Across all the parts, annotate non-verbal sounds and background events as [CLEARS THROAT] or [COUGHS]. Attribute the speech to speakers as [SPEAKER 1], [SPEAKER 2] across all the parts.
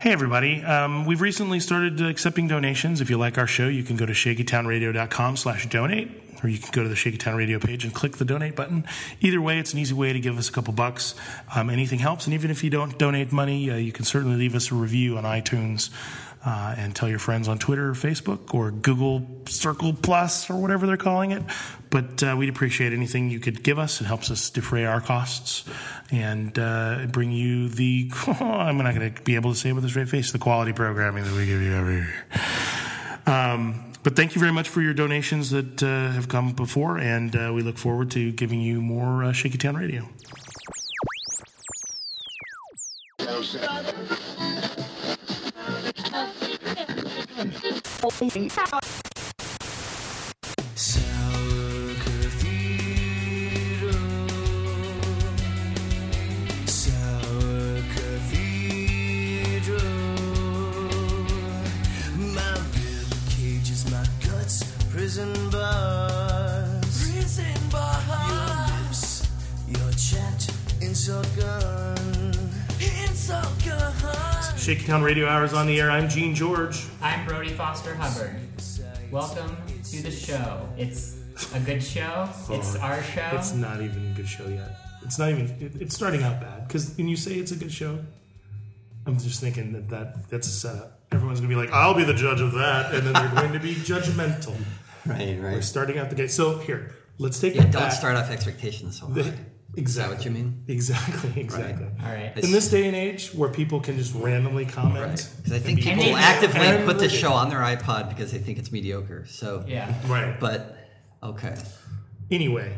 [SPEAKER 1] Hey, everybody. Um, we've recently started uh, accepting donations. If you like our show, you can go to shakytownradio.com slash donate, or you can go to the Shakytown Radio page and click the donate button. Either way, it's an easy way to give us a couple bucks. Um, anything helps. And even if you don't donate money, uh, you can certainly leave us a review on iTunes uh, and tell your friends on Twitter or Facebook or Google Circle Plus or whatever they're calling it. But uh, we'd appreciate anything you could give us. It helps us defray our costs and uh, bring you the, [LAUGHS] I'm not going to be able to say it with a straight face, the quality programming that we give you every year. Um, but thank you very much for your donations that uh, have come before, and uh, we look forward to giving you more uh, Shaky Town Radio.
[SPEAKER 2] My rib cages, my guts, prison bars. Prison bars. Your lips, your chat, insult gun. Insult gun.
[SPEAKER 1] Shaky Town Radio Hours on the air. I'm Gene George.
[SPEAKER 3] I'm Brody Foster Hubbard. Welcome to the show. It's a good show. It's our show.
[SPEAKER 4] Um,
[SPEAKER 1] It's not even a good show yet. It's not even. It, it's starting out bad because when you say it's a good show, I'm just thinking that, that that's a setup. Everyone's gonna be like, "I'll be the judge of that," and then they're going to be judgmental.
[SPEAKER 4] Right,
[SPEAKER 1] We're
[SPEAKER 4] right.
[SPEAKER 1] starting out the gate. So here, let's take
[SPEAKER 4] Yeah,
[SPEAKER 1] it
[SPEAKER 4] don't
[SPEAKER 1] back.
[SPEAKER 4] start off expectations so high.
[SPEAKER 1] exactly.
[SPEAKER 4] what you mean?
[SPEAKER 1] Exactly. Exactly.
[SPEAKER 3] All right.
[SPEAKER 1] In this day and age, where people can just randomly comment,
[SPEAKER 4] Right. Because I
[SPEAKER 1] and
[SPEAKER 4] think
[SPEAKER 1] be
[SPEAKER 4] people
[SPEAKER 3] And
[SPEAKER 1] cool.
[SPEAKER 3] they-
[SPEAKER 4] actively
[SPEAKER 1] and
[SPEAKER 4] put the
[SPEAKER 1] look at-
[SPEAKER 4] show on their iPod because they think it's mediocre. So,
[SPEAKER 3] Yeah.
[SPEAKER 1] right.
[SPEAKER 4] but okay.
[SPEAKER 1] Anyway,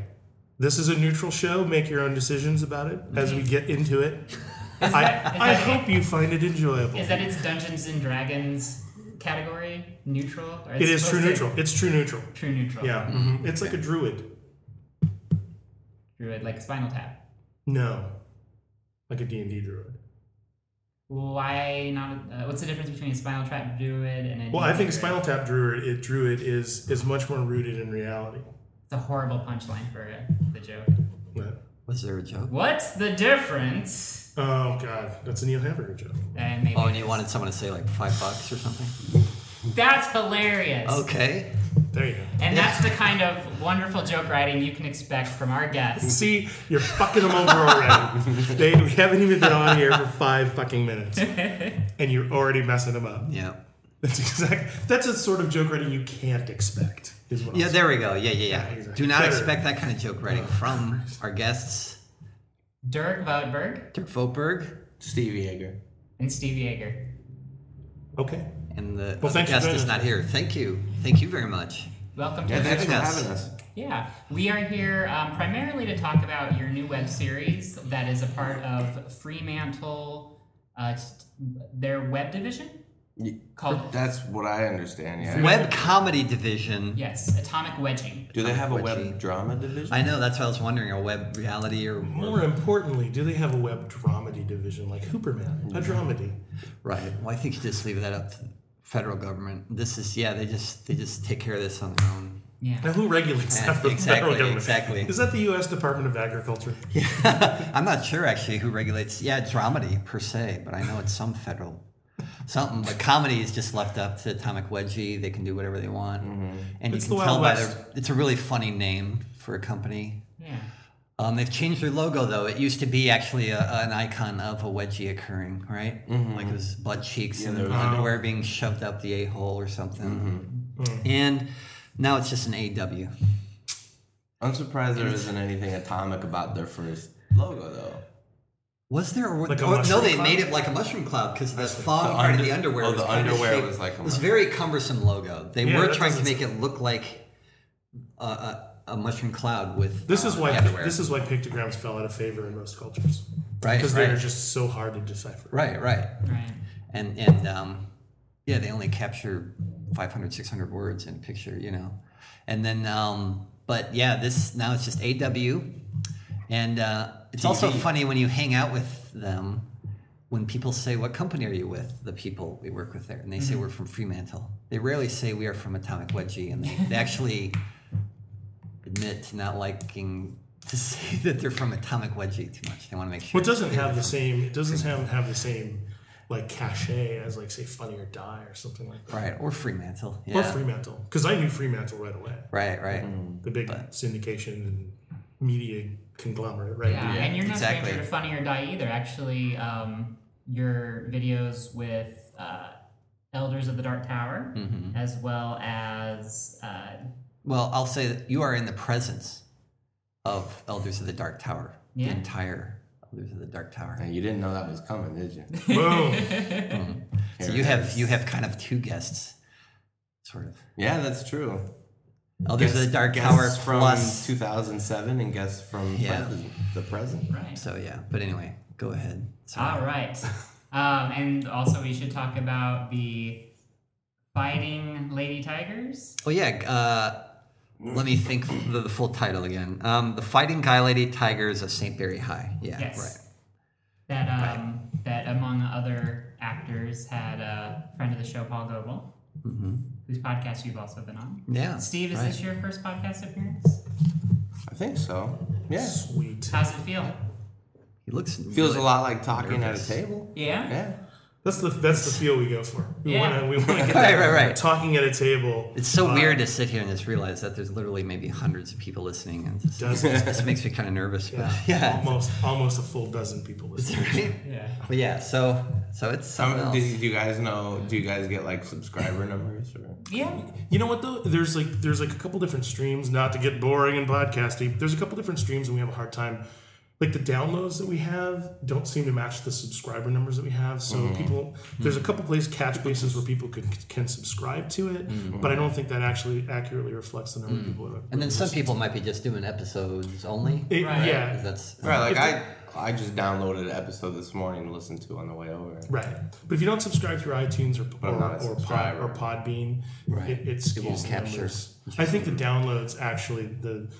[SPEAKER 1] this is a neutral show. Make your own decisions about it
[SPEAKER 4] Mm-hmm.
[SPEAKER 1] as we get into
[SPEAKER 4] [LAUGHS]
[SPEAKER 1] it. I,
[SPEAKER 3] that- is
[SPEAKER 1] I
[SPEAKER 3] that-
[SPEAKER 1] hope you find it enjoyable.
[SPEAKER 3] Is that its Dungeons and Dragons category? Neutral? Or
[SPEAKER 1] It is true
[SPEAKER 3] supposed to-
[SPEAKER 1] neutral. It's true neutral.
[SPEAKER 3] True neutral.
[SPEAKER 1] Yeah. It's like a druid.
[SPEAKER 3] Druid, like Spinal Tap.
[SPEAKER 1] No. Like a D&D druid.
[SPEAKER 3] Why not? Uh, what's the difference between a Spinal Tap Druid and a.
[SPEAKER 1] Well, I think
[SPEAKER 3] druid?
[SPEAKER 1] Spinal Tap druid, it, druid is is much more rooted in reality.
[SPEAKER 3] It's a horrible punchline for the joke.
[SPEAKER 1] But,
[SPEAKER 4] Was there a joke?
[SPEAKER 3] What's the difference?
[SPEAKER 1] oh god, that's a Neil Hamburger joke.
[SPEAKER 3] Uh, maybe
[SPEAKER 4] Oh, and you wanted someone to say like five bucks or something?
[SPEAKER 3] That's hilarious.
[SPEAKER 4] Okay.
[SPEAKER 1] There you go.
[SPEAKER 3] And that's the kind of wonderful joke writing you can expect from our guests.
[SPEAKER 1] See, you're fucking them over [LAUGHS] already. they, we haven't even been on here for five fucking [LAUGHS] minutes, and you're already messing them up.
[SPEAKER 4] Yeah.
[SPEAKER 1] That's exactly. That's a sort of joke writing you can't expect. Is what.
[SPEAKER 4] Yeah,
[SPEAKER 1] I'm
[SPEAKER 4] there we go. Yeah, yeah,
[SPEAKER 1] Yeah,
[SPEAKER 4] yeah.
[SPEAKER 1] exactly.
[SPEAKER 4] Do not
[SPEAKER 1] Better.
[SPEAKER 4] expect that kind of joke writing from our guests,
[SPEAKER 3] Dirk Votberg
[SPEAKER 4] Dirk Vogtberg
[SPEAKER 5] Stevie Yeager.
[SPEAKER 3] and Steve Yeager.
[SPEAKER 1] saying. Okay.
[SPEAKER 4] and the
[SPEAKER 1] Well,
[SPEAKER 4] other
[SPEAKER 1] thanks for
[SPEAKER 4] guest
[SPEAKER 1] doing
[SPEAKER 4] is
[SPEAKER 1] this.
[SPEAKER 4] not here. Thank you. Thank you very much.
[SPEAKER 3] Welcome to
[SPEAKER 5] Yeah,
[SPEAKER 3] the
[SPEAKER 5] thanks for
[SPEAKER 4] Yes.
[SPEAKER 5] having us.
[SPEAKER 3] Yeah, we are here um, primarily to talk about your new web series that is a part of Fremantle, uh, their web division
[SPEAKER 5] Ye-
[SPEAKER 3] called,
[SPEAKER 5] That's what I understand. Yeah.
[SPEAKER 4] Web comedy division.
[SPEAKER 3] yes, Atomic Wedging.
[SPEAKER 5] Do they have a
[SPEAKER 4] What
[SPEAKER 5] web
[SPEAKER 4] you-
[SPEAKER 5] drama division?
[SPEAKER 4] I know. That's what I was wondering. A web reality or
[SPEAKER 1] More importantly, do they have a web dramedy division like Hooperman? A dramedy.
[SPEAKER 4] Right. Well, I think you just leave that up to the federal government. This is yeah. They just they just take care of this on their own. [LAUGHS]
[SPEAKER 1] Now,
[SPEAKER 3] Yeah.
[SPEAKER 1] who regulates
[SPEAKER 4] Yeah,
[SPEAKER 1] that? for the
[SPEAKER 4] exactly,
[SPEAKER 1] federal government?
[SPEAKER 4] exactly.
[SPEAKER 1] Is that the U.S. Department of Agriculture?
[SPEAKER 4] I'm not sure actually who regulates yeah dramedy per se, but I know it's some federal something. But comedy is just left up to Atomic Wedgie. They can do whatever they want, and
[SPEAKER 1] Mm-hmm. It's
[SPEAKER 4] you can
[SPEAKER 1] the
[SPEAKER 4] tell
[SPEAKER 1] Wild
[SPEAKER 4] by
[SPEAKER 1] West.
[SPEAKER 4] their. It's a really funny name for a company.
[SPEAKER 3] Yeah.
[SPEAKER 4] Um, they've changed their logo though. It used to be actually a, an icon of a wedgie occurring, right? Like it was butt cheeks and
[SPEAKER 5] Mm-hmm, there was-
[SPEAKER 4] underwear being shoved up the a hole or something.
[SPEAKER 5] Mm-hmm,
[SPEAKER 4] And now it's just an AW.
[SPEAKER 5] I'm surprised there isn't anything atomic about their first logo though.
[SPEAKER 4] Was there? Or,
[SPEAKER 1] Like a
[SPEAKER 4] or- no,
[SPEAKER 1] mushroom
[SPEAKER 4] they
[SPEAKER 1] cloud?
[SPEAKER 4] made it like a mushroom cloud because the thong
[SPEAKER 5] The
[SPEAKER 4] part
[SPEAKER 5] under-
[SPEAKER 4] of the underwear.
[SPEAKER 5] oh,
[SPEAKER 4] was
[SPEAKER 5] the
[SPEAKER 4] kinda
[SPEAKER 5] underwear
[SPEAKER 4] shaped-
[SPEAKER 5] was like a
[SPEAKER 4] it was
[SPEAKER 5] mushroom.
[SPEAKER 4] very cumbersome logo. They
[SPEAKER 1] Yeah,
[SPEAKER 4] were
[SPEAKER 1] that
[SPEAKER 4] trying to
[SPEAKER 1] doesn't
[SPEAKER 4] make it look like a, a, a mushroom cloud with.
[SPEAKER 1] This
[SPEAKER 4] uh,
[SPEAKER 1] is why
[SPEAKER 4] underwear.
[SPEAKER 1] this is why pictograms fell out of favor in most cultures
[SPEAKER 4] right,
[SPEAKER 1] because
[SPEAKER 4] right,
[SPEAKER 1] they're just so hard to decipher.
[SPEAKER 4] right, right,
[SPEAKER 3] Right.
[SPEAKER 4] and and um, yeah, they only capture 500, 600 words in a picture, you know, and then um, but yeah, this now it's just AW, and uh, it's also funny when you hang out with them. When people say, "What company are you with?" the people we work with there, and they say we're from Fremantle. They rarely say we are from Atomic Wedgie, and they, they actually admit to not liking to [LAUGHS] say that they're from Atomic Wedgie too much. They want to make sure.
[SPEAKER 1] Well, it doesn't have the same. It doesn't have, have the same like cachet as like say Funny or Die or something like that.
[SPEAKER 4] Right. Or Fremantle. Yeah.
[SPEAKER 1] Or Fremantle, because I knew Fremantle right away,
[SPEAKER 4] Right, right.
[SPEAKER 1] the big syndication and media conglomerate, right?
[SPEAKER 3] Yeah, [LAUGHS] and you're not
[SPEAKER 4] exactly.
[SPEAKER 3] stranger to Funny or Die either. Actually, um, your videos with uh, Elders of the Dark Tower, as well as uh,
[SPEAKER 4] Well, I'll say that you are in the presence of Elders of the Dark Tower.
[SPEAKER 3] Yeah.
[SPEAKER 4] The entire Elders of the Dark Tower.
[SPEAKER 5] And you didn't know that was coming, did [LAUGHS] you?
[SPEAKER 1] Boom.
[SPEAKER 4] So you have you have kind of two guests, sort of.
[SPEAKER 5] Yeah, that's true.
[SPEAKER 4] Elders of the Dark Tower
[SPEAKER 5] guests from
[SPEAKER 4] plus.
[SPEAKER 5] 2007 and guests from
[SPEAKER 4] Yeah.
[SPEAKER 5] present, the present.
[SPEAKER 3] right.
[SPEAKER 4] so yeah, but anyway, go ahead. Sorry.
[SPEAKER 3] All right.
[SPEAKER 4] [LAUGHS]
[SPEAKER 3] Um, and also, we should talk about the fighting lady tigers.
[SPEAKER 4] Oh yeah. Uh, let me think of the, the full title again. Um, the Fighting Guy Lady Tigers of St. Barry High. Yeah.
[SPEAKER 3] Yes.
[SPEAKER 4] Right.
[SPEAKER 3] That um, that among other actors had a friend of the show, Paul Goebel, whose podcast you've also been on.
[SPEAKER 4] Yeah.
[SPEAKER 3] Steve, is
[SPEAKER 4] Mm-hmm. right.
[SPEAKER 3] this your first podcast appearance?
[SPEAKER 5] I think so. Yeah.
[SPEAKER 1] Sweet.
[SPEAKER 3] How's it feel?
[SPEAKER 4] He looks
[SPEAKER 5] Feels a lot like talking at a table.
[SPEAKER 3] Yeah.
[SPEAKER 5] Yeah.
[SPEAKER 1] That's the that's the feel we go for. We
[SPEAKER 3] Yeah.
[SPEAKER 1] wanna we wanna get
[SPEAKER 4] [LAUGHS] Right,
[SPEAKER 1] that
[SPEAKER 4] right, right.
[SPEAKER 1] talking at a table.
[SPEAKER 4] It's so weird to sit here and just realize that there's literally maybe hundreds of people listening, and this,
[SPEAKER 1] Dozen.
[SPEAKER 4] [LAUGHS] this makes me kind of nervous. but-
[SPEAKER 1] Yeah.
[SPEAKER 4] [LAUGHS] yeah.
[SPEAKER 1] Almost almost a full dozen people listening.
[SPEAKER 4] Right?
[SPEAKER 3] Yeah.
[SPEAKER 4] [LAUGHS] But yeah, so so it's something
[SPEAKER 5] Um,
[SPEAKER 4] else.
[SPEAKER 5] do, do you guys know? Do you guys get like subscriber numbers? Or?
[SPEAKER 3] Yeah.
[SPEAKER 1] You know what though? There's like there's like a couple different streams. Not to get boring and podcasty. There's a couple different streams, and we have a hard time. Like the downloads that we have don't seem to match the subscriber numbers that we have. So
[SPEAKER 4] Mm-hmm.
[SPEAKER 1] people, there's a couple places, catch bases where people can can subscribe to it, but I don't think that actually accurately reflects the number of people. That
[SPEAKER 4] Mm-hmm. Mm. and then some people might be just doing episodes only.
[SPEAKER 1] It-
[SPEAKER 3] Right.
[SPEAKER 1] yeah,
[SPEAKER 4] 'cause that's
[SPEAKER 5] Right. Like I, I just downloaded an episode this morning to listen to on the way over.
[SPEAKER 1] Right. But if you don't subscribe through iTunes or
[SPEAKER 5] I'm
[SPEAKER 1] or,
[SPEAKER 5] not a
[SPEAKER 1] or, Pod,
[SPEAKER 5] subscriber.
[SPEAKER 1] or Podbean,
[SPEAKER 4] Right.
[SPEAKER 1] it, it skews
[SPEAKER 4] won't
[SPEAKER 1] the
[SPEAKER 4] capture.
[SPEAKER 1] numbers. I think the downloads actually the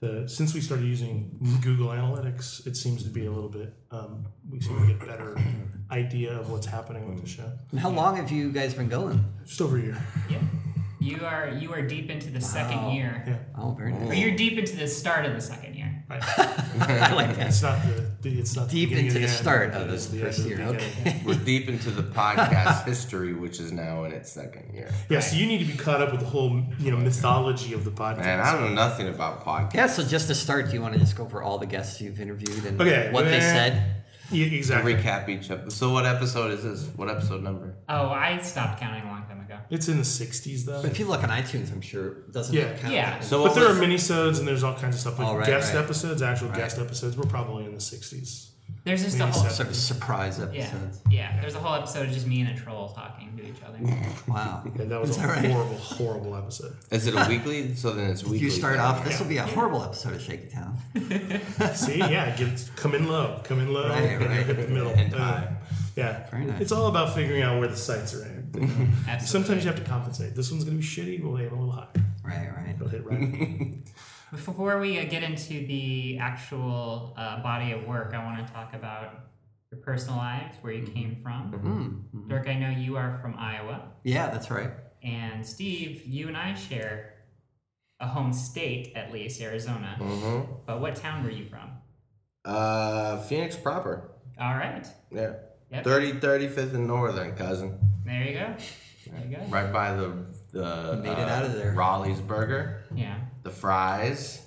[SPEAKER 1] the since we started using Google Analytics, it seems to be a little bit um, we seem to get a better idea of what's happening with the show.
[SPEAKER 4] And how long have you guys been going?
[SPEAKER 1] Just over a year.
[SPEAKER 3] Yeah. You are you are deep into the second year.
[SPEAKER 1] Yeah.
[SPEAKER 4] Oh, very
[SPEAKER 3] Or
[SPEAKER 4] nice. [LAUGHS]
[SPEAKER 3] you're deep into the start of the second year.
[SPEAKER 1] Right.
[SPEAKER 4] I like that.
[SPEAKER 1] It's not the, the it's not
[SPEAKER 4] Deep
[SPEAKER 1] the beginning
[SPEAKER 4] into
[SPEAKER 1] of
[SPEAKER 4] the
[SPEAKER 1] end.
[SPEAKER 4] start of
[SPEAKER 1] It
[SPEAKER 4] the
[SPEAKER 1] is the
[SPEAKER 4] first
[SPEAKER 1] end of
[SPEAKER 4] year.
[SPEAKER 1] the beginning.
[SPEAKER 4] Okay. [LAUGHS]
[SPEAKER 5] We're deep into the podcast history, which is now in its second year.
[SPEAKER 1] Yeah, so you need to be caught up with the whole you know mythology of the podcast.
[SPEAKER 5] Man, I don't know nothing about podcasts.
[SPEAKER 4] Yeah. So just to start, do you want to just go over all the guests you've interviewed and
[SPEAKER 1] Okay,
[SPEAKER 4] what they
[SPEAKER 1] uh,
[SPEAKER 4] said?
[SPEAKER 1] Yeah, exactly.
[SPEAKER 5] Recap each episode. So what episode is this? What episode number?
[SPEAKER 3] Oh, I stopped counting a long time ago.
[SPEAKER 1] It's in the '60s though.
[SPEAKER 4] If you look on iTunes, I'm sure it doesn't
[SPEAKER 1] Yeah.
[SPEAKER 4] count.
[SPEAKER 3] Yeah.
[SPEAKER 5] So
[SPEAKER 1] but
[SPEAKER 5] what
[SPEAKER 1] there
[SPEAKER 5] was-
[SPEAKER 1] are minisodes and there's all kinds of stuff like
[SPEAKER 4] Oh, right,
[SPEAKER 1] guest
[SPEAKER 4] right.
[SPEAKER 1] episodes, actual guest episodes. We're probably in the '60s.
[SPEAKER 3] There's just a
[SPEAKER 1] Maybe
[SPEAKER 3] whole
[SPEAKER 4] Sort of surprise
[SPEAKER 3] yeah,
[SPEAKER 4] episodes.
[SPEAKER 3] yeah. There's a whole episode of just me and a troll talking to each other.
[SPEAKER 4] Wow.
[SPEAKER 1] And that was a
[SPEAKER 4] that right?
[SPEAKER 1] horrible, horrible episode.
[SPEAKER 5] Is it a weekly? So then it's weekly.
[SPEAKER 4] You start
[SPEAKER 5] then.
[SPEAKER 4] off. This will be a horrible episode of Shaky Town.
[SPEAKER 1] See, yeah, get, come in low, come in low,
[SPEAKER 4] Right,
[SPEAKER 1] and then [LAUGHS]
[SPEAKER 4] right.
[SPEAKER 1] hit the middle.
[SPEAKER 5] And
[SPEAKER 1] Uh,
[SPEAKER 5] high.
[SPEAKER 1] yeah,
[SPEAKER 4] Very nice.
[SPEAKER 1] it's all about figuring out where the sights are aimed.
[SPEAKER 4] [LAUGHS]
[SPEAKER 3] Absolutely.
[SPEAKER 1] Sometimes you have to compensate. This one's gonna be shitty. We'll aim a little higher.
[SPEAKER 4] Right. Right.
[SPEAKER 1] It'll hit right.
[SPEAKER 4] [LAUGHS]
[SPEAKER 3] Before we uh, get into the actual uh, body of work, I want to talk about your personal lives, where you came from. Dirk, I know you are from Iowa,
[SPEAKER 4] Yeah. That's right.
[SPEAKER 3] and Steve, you and I share a home state, at least Arizona.
[SPEAKER 5] Mhm.
[SPEAKER 3] But what town were you from?
[SPEAKER 5] Uh, Phoenix proper.
[SPEAKER 3] All right,
[SPEAKER 5] Yeah.
[SPEAKER 3] Yep.
[SPEAKER 5] 30, 35th and Northern, cousin.
[SPEAKER 3] there you go. There you go.
[SPEAKER 5] Right by the the uh,
[SPEAKER 4] made it out of there.
[SPEAKER 5] Raleigh's burger,
[SPEAKER 3] Yeah.
[SPEAKER 4] [LAUGHS]
[SPEAKER 5] the fries.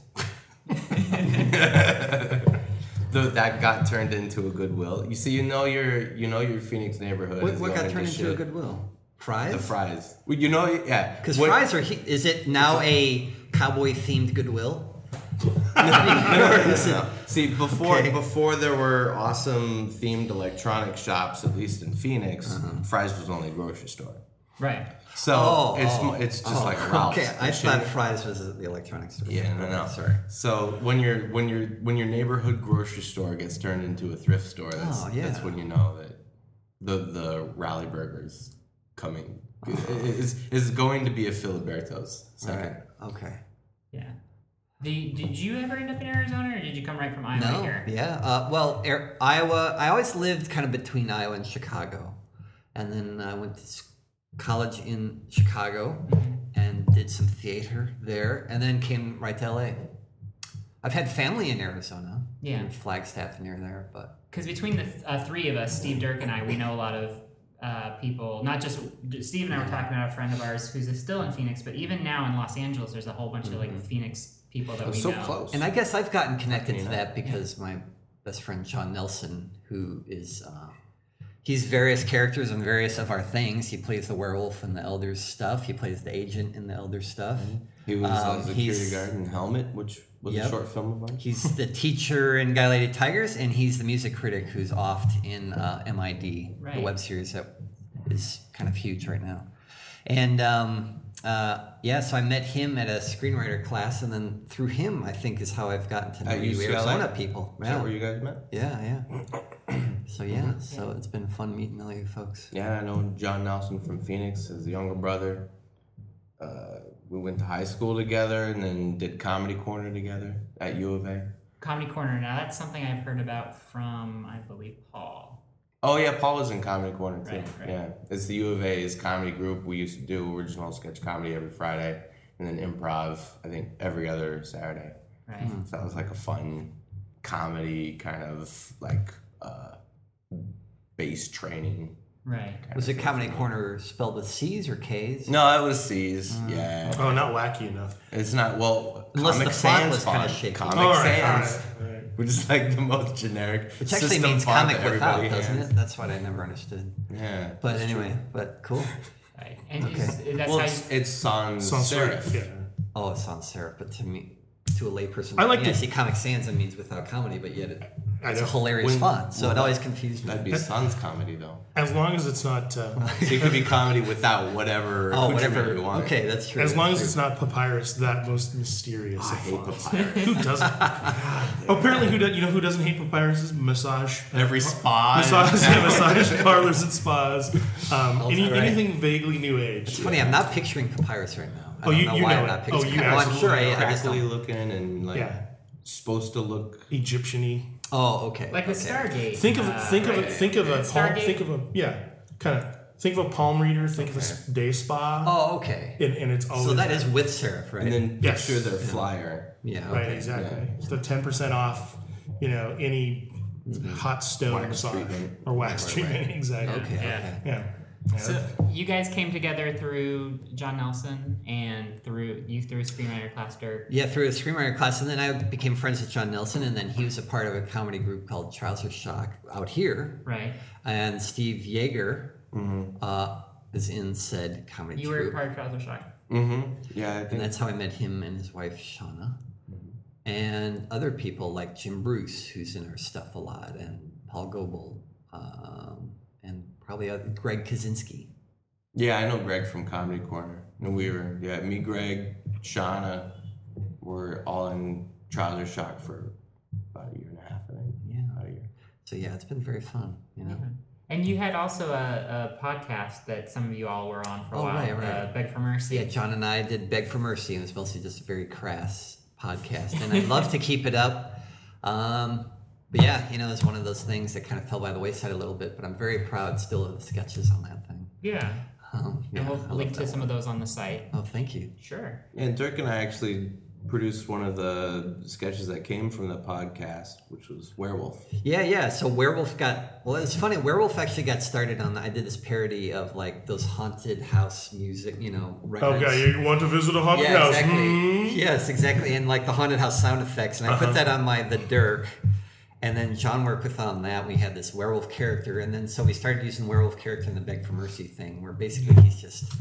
[SPEAKER 5] Though that got turned into a Goodwill. You see, you know your you know your Phoenix neighborhood.
[SPEAKER 4] What,
[SPEAKER 5] is
[SPEAKER 4] what
[SPEAKER 5] going
[SPEAKER 4] got turned into a
[SPEAKER 5] shit.
[SPEAKER 4] Goodwill? Fries.
[SPEAKER 5] The fries. Well, you know, yeah.
[SPEAKER 4] Because
[SPEAKER 5] What-
[SPEAKER 4] fries are. He- is it now a cowboy themed
[SPEAKER 5] [LAUGHS]
[SPEAKER 4] Goodwill? [LAUGHS]
[SPEAKER 5] No. See, before
[SPEAKER 4] Okay.
[SPEAKER 5] before there were awesome themed electronic shops, at least in Phoenix, fries was only a grocery store.
[SPEAKER 3] Right.
[SPEAKER 5] So
[SPEAKER 4] Uh-huh. Oh,
[SPEAKER 5] it's
[SPEAKER 4] oh,
[SPEAKER 5] it's just
[SPEAKER 4] oh, [LAUGHS]
[SPEAKER 5] like Ralph's.
[SPEAKER 4] Okay, I
[SPEAKER 5] and shit.
[SPEAKER 4] thought fries was the electronic store.
[SPEAKER 5] Yeah, no, no.
[SPEAKER 4] Sorry.
[SPEAKER 5] So when your when your when your neighborhood grocery store gets turned into a thrift store, that's
[SPEAKER 4] Oh, yeah.
[SPEAKER 5] that's when you know that the the Rally Burger's coming. Is is going to be a Filiberto's
[SPEAKER 4] Oh. All
[SPEAKER 5] second.
[SPEAKER 4] right. Okay.
[SPEAKER 3] Yeah. The, did you ever end up in Arizona, or did you come right from Iowa
[SPEAKER 4] No.
[SPEAKER 3] here?
[SPEAKER 4] Yeah. Uh, well, Ar- Iowa. I always lived kind of between Iowa and Chicago, and then I went to s- college in Chicago and did some theater there, and then came right to LA. I've had family in Arizona.
[SPEAKER 3] Yeah.
[SPEAKER 4] in Flagstaff near there, but
[SPEAKER 3] Because between the th- uh, three of us, Steve, Dirk, and I, we know a lot of uh, people, not just Steve and I were talking about a friend of ours who's still in Phoenix, but even now in Los Angeles, there's a whole bunch of like Phoenix people that
[SPEAKER 6] I'm
[SPEAKER 3] we
[SPEAKER 6] so
[SPEAKER 3] know.
[SPEAKER 6] close.
[SPEAKER 4] And I guess I've gotten connected to that because my best friend John Nelson, who is uh, he's various characters in various of our things. He plays the werewolf in the Elders stuff. He plays the agent in the Elders stuff.
[SPEAKER 5] He was
[SPEAKER 4] Um,
[SPEAKER 5] on Security
[SPEAKER 4] he's-
[SPEAKER 5] Guard and Helmet, which was
[SPEAKER 4] Yep.
[SPEAKER 5] a short film of ours.
[SPEAKER 4] He's the teacher in Guy Lady Tigers, and he's the music critic who's oft in uh, MID, the
[SPEAKER 3] Right.
[SPEAKER 4] web series that is kind of huge right now. And um, uh, yeah, so I met him at a screenwriter class, and then through him, I think is how I've gotten to know
[SPEAKER 5] At
[SPEAKER 4] you
[SPEAKER 5] UCLA?
[SPEAKER 4] Arizona people.
[SPEAKER 5] Is that
[SPEAKER 4] Yeah.
[SPEAKER 5] where you Mm-hmm. guys met?
[SPEAKER 4] Yeah, yeah. [CLEARS THROAT] so yeah, so it's been fun meeting all you folks.
[SPEAKER 5] Yeah, I know John Nelson from Phoenix, his younger brother. Uh, we went to high school together and then did Comedy Corner together at U of A.
[SPEAKER 3] Comedy Corner. Now that's something I've heard about from I believe Paul.
[SPEAKER 5] Oh yeah, Paul was in Comedy Corner too.
[SPEAKER 3] Right, right.
[SPEAKER 5] Yeah, it's the U of A's comedy group we used to do original sketch comedy every Friday, and then improv. I think every other Saturday.
[SPEAKER 3] Right.
[SPEAKER 5] So that was like a fun comedy kind of like uh, base training.
[SPEAKER 3] Right.
[SPEAKER 4] Was it Comedy Corner spelled with C's or K's?
[SPEAKER 5] No, it was C's. Yeah,
[SPEAKER 1] Oh, not wacky enough.
[SPEAKER 5] it's not well.
[SPEAKER 4] Mm. Unless
[SPEAKER 5] Comic
[SPEAKER 4] the font
[SPEAKER 5] Sans
[SPEAKER 4] was kinda
[SPEAKER 5] font.
[SPEAKER 4] shaky.
[SPEAKER 5] Comic
[SPEAKER 1] All right, all
[SPEAKER 5] Sans,
[SPEAKER 1] right, all right.
[SPEAKER 5] which is like the most generic.
[SPEAKER 4] Which actually
[SPEAKER 5] system
[SPEAKER 4] means
[SPEAKER 5] font
[SPEAKER 4] comic
[SPEAKER 5] that
[SPEAKER 4] without,
[SPEAKER 5] everybody
[SPEAKER 4] doesn't
[SPEAKER 5] has.
[SPEAKER 4] it? That's what I never understood.
[SPEAKER 5] Yeah.
[SPEAKER 4] But anyway, but
[SPEAKER 5] [LAUGHS]
[SPEAKER 4] cool.
[SPEAKER 3] Right. And is, that's
[SPEAKER 5] Well,
[SPEAKER 3] how.
[SPEAKER 5] it's, it's sans
[SPEAKER 1] Sans serif,
[SPEAKER 5] serif.
[SPEAKER 1] yeah.
[SPEAKER 4] Oh, it's sans serif, but to me, to a layperson,
[SPEAKER 1] I like
[SPEAKER 4] yeah,
[SPEAKER 1] to-
[SPEAKER 4] see Comic Sans and means without comedy, but yet it,
[SPEAKER 1] I
[SPEAKER 4] it's a
[SPEAKER 1] know.
[SPEAKER 4] hilarious
[SPEAKER 5] When-
[SPEAKER 4] font. So it always confused me.
[SPEAKER 5] That'd be sans comedy though.
[SPEAKER 1] As long as it's not, uh,
[SPEAKER 5] So it could be comedy without whatever,
[SPEAKER 4] [LAUGHS] oh,
[SPEAKER 5] whichever
[SPEAKER 4] whatever.
[SPEAKER 5] you want.
[SPEAKER 4] Okay, that's true.
[SPEAKER 1] as long as
[SPEAKER 4] that's
[SPEAKER 1] it's not papyrus, that most mysterious
[SPEAKER 5] I
[SPEAKER 1] of
[SPEAKER 5] hate
[SPEAKER 1] fonts.
[SPEAKER 5] papyrus.
[SPEAKER 1] Who doesn't? Oh, Apparently, who does? You know who doesn't hate papyrus is massage.
[SPEAKER 5] Every spa. is-
[SPEAKER 1] Massage, [LAUGHS] yeah, massage parlors and spas. Um,
[SPEAKER 4] All
[SPEAKER 1] any,
[SPEAKER 4] right.
[SPEAKER 1] anything vaguely new age.
[SPEAKER 4] true. funny. I'm not picturing papyrus right now. I
[SPEAKER 1] Oh,
[SPEAKER 4] don't
[SPEAKER 1] you-
[SPEAKER 4] know
[SPEAKER 1] you
[SPEAKER 4] why
[SPEAKER 1] know
[SPEAKER 4] I'm
[SPEAKER 1] it.
[SPEAKER 4] not
[SPEAKER 1] Oh,
[SPEAKER 4] picturing.
[SPEAKER 1] you
[SPEAKER 4] well, I'm sure I,
[SPEAKER 1] absolutely
[SPEAKER 4] I just
[SPEAKER 5] crackly
[SPEAKER 4] don't.
[SPEAKER 5] looking and like
[SPEAKER 1] Yeah.
[SPEAKER 5] supposed to look.
[SPEAKER 1] Egyptian-y.
[SPEAKER 4] Oh, okay.
[SPEAKER 3] like with
[SPEAKER 4] okay.
[SPEAKER 3] Stargate.
[SPEAKER 1] Think of
[SPEAKER 3] uh,
[SPEAKER 1] think of
[SPEAKER 3] right.
[SPEAKER 1] a think of a
[SPEAKER 3] Stargate.
[SPEAKER 1] palm think of a yeah kind of think of a palm reader. Think of a s- day spa.
[SPEAKER 4] Oh, okay.
[SPEAKER 1] And, and it's always
[SPEAKER 4] So that is with serif, right?
[SPEAKER 5] And then
[SPEAKER 1] Yes.
[SPEAKER 5] picture their flyer.
[SPEAKER 4] yeah,
[SPEAKER 1] right
[SPEAKER 4] okay.
[SPEAKER 1] exactly. It's the ten percent off. You know any hot stone
[SPEAKER 5] Wax
[SPEAKER 1] massage
[SPEAKER 5] treatment.
[SPEAKER 1] or wax
[SPEAKER 5] Right, right, right.
[SPEAKER 1] treatment [LAUGHS] exactly.
[SPEAKER 4] Okay,
[SPEAKER 3] Yeah.
[SPEAKER 4] okay.
[SPEAKER 1] Yeah. Yeah.
[SPEAKER 3] So you guys came together through John Nelson and through you through a screenwriter class, Dirk.
[SPEAKER 4] Yeah, through a screenwriter class, and then I became friends with John Nelson, and then he was a part of a comedy group called Trouser Shock out here,
[SPEAKER 3] Right.
[SPEAKER 4] and Steve Yeager uh, is in said comedy
[SPEAKER 3] You were
[SPEAKER 4] group,
[SPEAKER 3] part of Trouser Shock.
[SPEAKER 5] Mm-hmm. Yeah, I
[SPEAKER 4] and
[SPEAKER 5] think.
[SPEAKER 4] that's how I met him and his wife Shauna, and other people like Jim Bruce, who's in our stuff a lot, and Paul Goebel, um, and probably other, Greg Kaczynski.
[SPEAKER 5] yeah, I know Greg from Comedy Corner. And we were, yeah, me, Greg, Shauna, were all in Trouser Shock for about a year and a half, I think.
[SPEAKER 4] Yeah.
[SPEAKER 5] About a year.
[SPEAKER 4] So yeah, it's been very fun, you know.
[SPEAKER 3] And you had also a, a podcast that some of you all were on for a
[SPEAKER 4] Oh,
[SPEAKER 3] while.
[SPEAKER 4] right, right.
[SPEAKER 3] Uh, Beg for Mercy.
[SPEAKER 4] Yeah, John and I did Beg for Mercy, and it was mostly just a very crass podcast. And I'd
[SPEAKER 3] [LAUGHS]
[SPEAKER 4] love to keep it up. Um, but yeah, you know, it's one of those things that kind of fell by the wayside a little bit, but I'm very proud still of the sketches on that thing.
[SPEAKER 3] Yeah.
[SPEAKER 4] Um, yeah,
[SPEAKER 3] and
[SPEAKER 4] I
[SPEAKER 3] we'll
[SPEAKER 4] love
[SPEAKER 3] link
[SPEAKER 4] that
[SPEAKER 3] to some of those on the site.
[SPEAKER 4] one. Oh, thank you.
[SPEAKER 3] Sure.
[SPEAKER 5] And Dirk and I actually produced one of the sketches that came from the podcast, which was Werewolf.
[SPEAKER 4] Yeah, yeah. So Werewolf got, well, it's funny. Werewolf actually got started on, I did this parody of like those haunted house music, you know,
[SPEAKER 1] Oh,
[SPEAKER 4] records.
[SPEAKER 1] Okay, you want to visit a haunted
[SPEAKER 4] Yeah,
[SPEAKER 1] house?
[SPEAKER 4] exactly.
[SPEAKER 1] hmm? Uh-huh.
[SPEAKER 4] Yes, exactly. And like the haunted house sound effects. And I put that on my The Dirk. And then John worked with on that. We had this werewolf character. And then so we started using werewolf character in the Beg for Mercy thing, where
[SPEAKER 1] Mm-hmm.
[SPEAKER 4] basically he's just.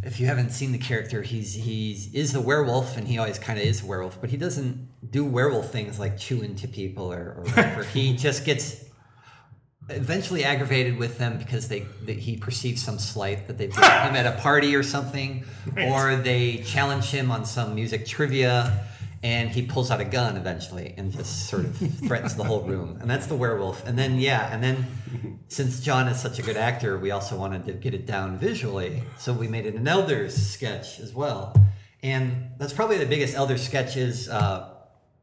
[SPEAKER 4] If you haven't seen the character, he's he's is the werewolf, and he always kind of is a werewolf, but he doesn't do werewolf things like chew into people or, or
[SPEAKER 1] [LAUGHS]
[SPEAKER 4] whatever. he just gets eventually aggravated with them because they that he perceives some slight that they've given him at a party or something, or they challenge him on some music trivia, and he pulls out a gun eventually and just sort of threatens the whole room, and that's the werewolf. And then yeah, and then since John is such a good actor, we also wanted to get it down visually, so we made it an Elders sketch as well, and that's probably the biggest Elder sketch is. Uh,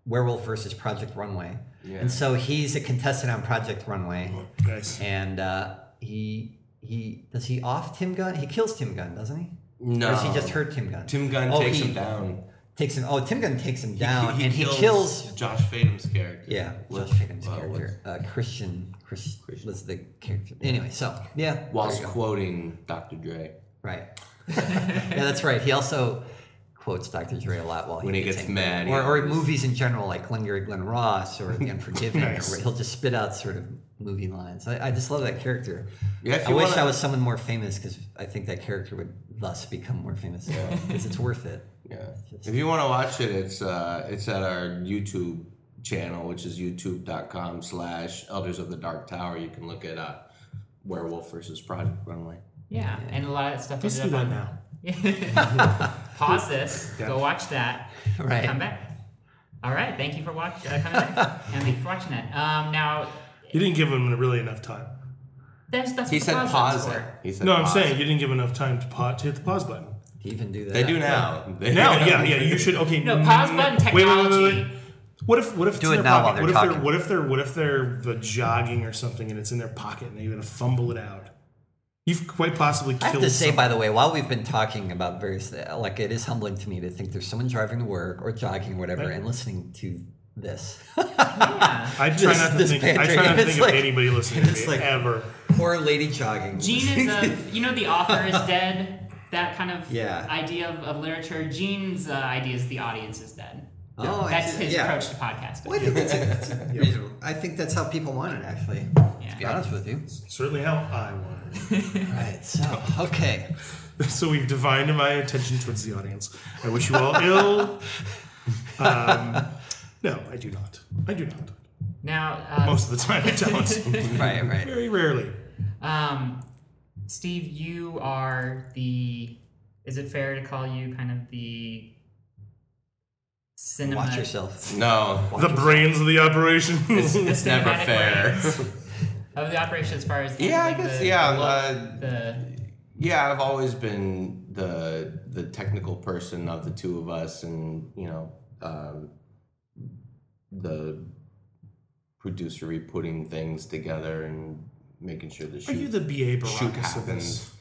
[SPEAKER 4] Werewolf versus Project Runway. And so he's a contestant on Project Runway.
[SPEAKER 1] Nice.
[SPEAKER 4] And uh, he he does he off Tim Gunn? He kills Tim Gunn, doesn't he?
[SPEAKER 5] No.
[SPEAKER 4] Or does he just hurt Tim Gunn?
[SPEAKER 5] Tim Gunn
[SPEAKER 4] Oh,
[SPEAKER 5] takes
[SPEAKER 4] he-
[SPEAKER 5] him down.
[SPEAKER 4] takes him. Oh, Tim Gunn takes him down, and he kills.
[SPEAKER 5] Josh Fatum's character.
[SPEAKER 4] yeah,
[SPEAKER 5] With-
[SPEAKER 4] Josh Tatum's
[SPEAKER 5] uh,
[SPEAKER 4] character, uh, Christian. Chris was the character. Anyway, so yeah, there
[SPEAKER 5] Whilst
[SPEAKER 4] you go.
[SPEAKER 5] quoting Dr. Dre
[SPEAKER 4] right. [LAUGHS] yeah, that's right. He also quotes Dr. Dre a lot while he
[SPEAKER 5] when he gets
[SPEAKER 4] angry.
[SPEAKER 5] mad. he
[SPEAKER 4] or, or
[SPEAKER 5] always-
[SPEAKER 4] movies in general, like Glenn Gary Glenn Ross or
[SPEAKER 5] [LAUGHS]
[SPEAKER 4] The Unforgiven.
[SPEAKER 1] Nice.
[SPEAKER 4] or he'll just spit out sort of movie lines. I, I just love that character.
[SPEAKER 5] Yeah, if
[SPEAKER 4] I
[SPEAKER 5] you
[SPEAKER 4] wish
[SPEAKER 5] wanna-
[SPEAKER 4] I was someone more famous because I think that character would thus become more famous [LAUGHS] because it's worth it.
[SPEAKER 5] Yeah. If you want to watch it, it's uh, it's at our YouTube channel, which is youtube.com slash Elders of the Dark Tower. You can look at uh, Werewolf versus Project Runway.
[SPEAKER 3] Yeah, and a lot of that stuff.
[SPEAKER 1] Let's do
[SPEAKER 3] ended
[SPEAKER 1] that
[SPEAKER 3] up
[SPEAKER 1] now.
[SPEAKER 3] on- [LAUGHS] Pause this.
[SPEAKER 5] Yeah.
[SPEAKER 3] Go watch that.
[SPEAKER 4] Right.
[SPEAKER 3] Come back. All right. Thank you for watching. Uh, coming
[SPEAKER 4] [LAUGHS]
[SPEAKER 3] back. and thank you for watching that. Um, now,
[SPEAKER 1] You didn't give him really enough time.
[SPEAKER 3] that's that's
[SPEAKER 5] He
[SPEAKER 3] what
[SPEAKER 5] said
[SPEAKER 3] the
[SPEAKER 5] pause it.
[SPEAKER 3] for.
[SPEAKER 5] He said
[SPEAKER 1] No, I'm
[SPEAKER 5] pause
[SPEAKER 1] saying
[SPEAKER 5] it.
[SPEAKER 1] you didn't give enough time to, pause, to hit the pause
[SPEAKER 4] [LAUGHS]
[SPEAKER 1] button.
[SPEAKER 4] You even do that.
[SPEAKER 5] They do now. They
[SPEAKER 1] Now, yeah, yeah, you should. Okay,
[SPEAKER 3] No, pause
[SPEAKER 1] mm,
[SPEAKER 3] button
[SPEAKER 1] wait, wait, wait, wait,
[SPEAKER 3] technology.
[SPEAKER 1] wait. What if what if
[SPEAKER 4] Do
[SPEAKER 1] it's
[SPEAKER 4] it
[SPEAKER 1] in their
[SPEAKER 4] now while
[SPEAKER 1] pocket?
[SPEAKER 4] they're
[SPEAKER 1] what if they're
[SPEAKER 4] talking.
[SPEAKER 1] what if they're what if they're uh, jogging or something and it's in their pocket and they gotta fumble it out? You've quite possibly
[SPEAKER 4] I
[SPEAKER 1] killed.
[SPEAKER 4] have to say,
[SPEAKER 1] someone.
[SPEAKER 4] by the way, while we've been talking about various, like it is humbling to me to think there's someone driving to work or jogging or whatever
[SPEAKER 1] Right.
[SPEAKER 4] and listening to this.
[SPEAKER 1] I try
[SPEAKER 4] this-
[SPEAKER 1] not to
[SPEAKER 4] this
[SPEAKER 1] think. I try
[SPEAKER 4] pandering,
[SPEAKER 1] not to
[SPEAKER 4] it's
[SPEAKER 1] think
[SPEAKER 4] like-
[SPEAKER 1] of anybody listening to
[SPEAKER 4] it's
[SPEAKER 1] me
[SPEAKER 4] like-
[SPEAKER 1] ever.
[SPEAKER 4] Poor lady jogging.
[SPEAKER 3] Gene is
[SPEAKER 4] [LAUGHS]
[SPEAKER 3] a, you know, the author is dead. That kind of
[SPEAKER 4] Yeah.
[SPEAKER 3] idea of, of literature. Gene's uh, idea is the audience is dead.
[SPEAKER 4] Oh, I
[SPEAKER 3] That's
[SPEAKER 4] see.
[SPEAKER 3] his
[SPEAKER 4] Yeah. [LAUGHS]
[SPEAKER 3] approach to podcasting.
[SPEAKER 4] Well, I think that's, a, that's a reasonable. I think that's how people want it, actually. To be
[SPEAKER 3] Yeah.
[SPEAKER 4] honest with you.
[SPEAKER 1] Certainly how I want.
[SPEAKER 4] Right. So okay.
[SPEAKER 1] it. [LAUGHS] So we've divined my attention towards the audience. I wish you all ill. Um, no, I do not. I do not.
[SPEAKER 3] Now, uh,
[SPEAKER 1] Most of the time, I
[SPEAKER 4] [LAUGHS]
[SPEAKER 1] don't.
[SPEAKER 4] Right. Right.
[SPEAKER 1] Very rarely.
[SPEAKER 3] Um, Steve, you are the. Is it fair to call you kind of the cinema?
[SPEAKER 4] Watch yourself.
[SPEAKER 5] No.
[SPEAKER 1] The brains of the operation.
[SPEAKER 5] It's never
[SPEAKER 3] cinematic
[SPEAKER 5] fair.
[SPEAKER 3] brains of the operation, as far as
[SPEAKER 5] Yeah, I
[SPEAKER 3] handling
[SPEAKER 5] guess,
[SPEAKER 3] the,
[SPEAKER 5] yeah,
[SPEAKER 3] The, look,
[SPEAKER 5] uh,
[SPEAKER 3] the
[SPEAKER 5] Yeah, I've always been the the technical person of the two of us, and you know, um, the producery putting things together and making sure the
[SPEAKER 1] Are
[SPEAKER 5] shoot
[SPEAKER 1] you the BA
[SPEAKER 5] shoot
[SPEAKER 1] Baracus of this?
[SPEAKER 5] happens.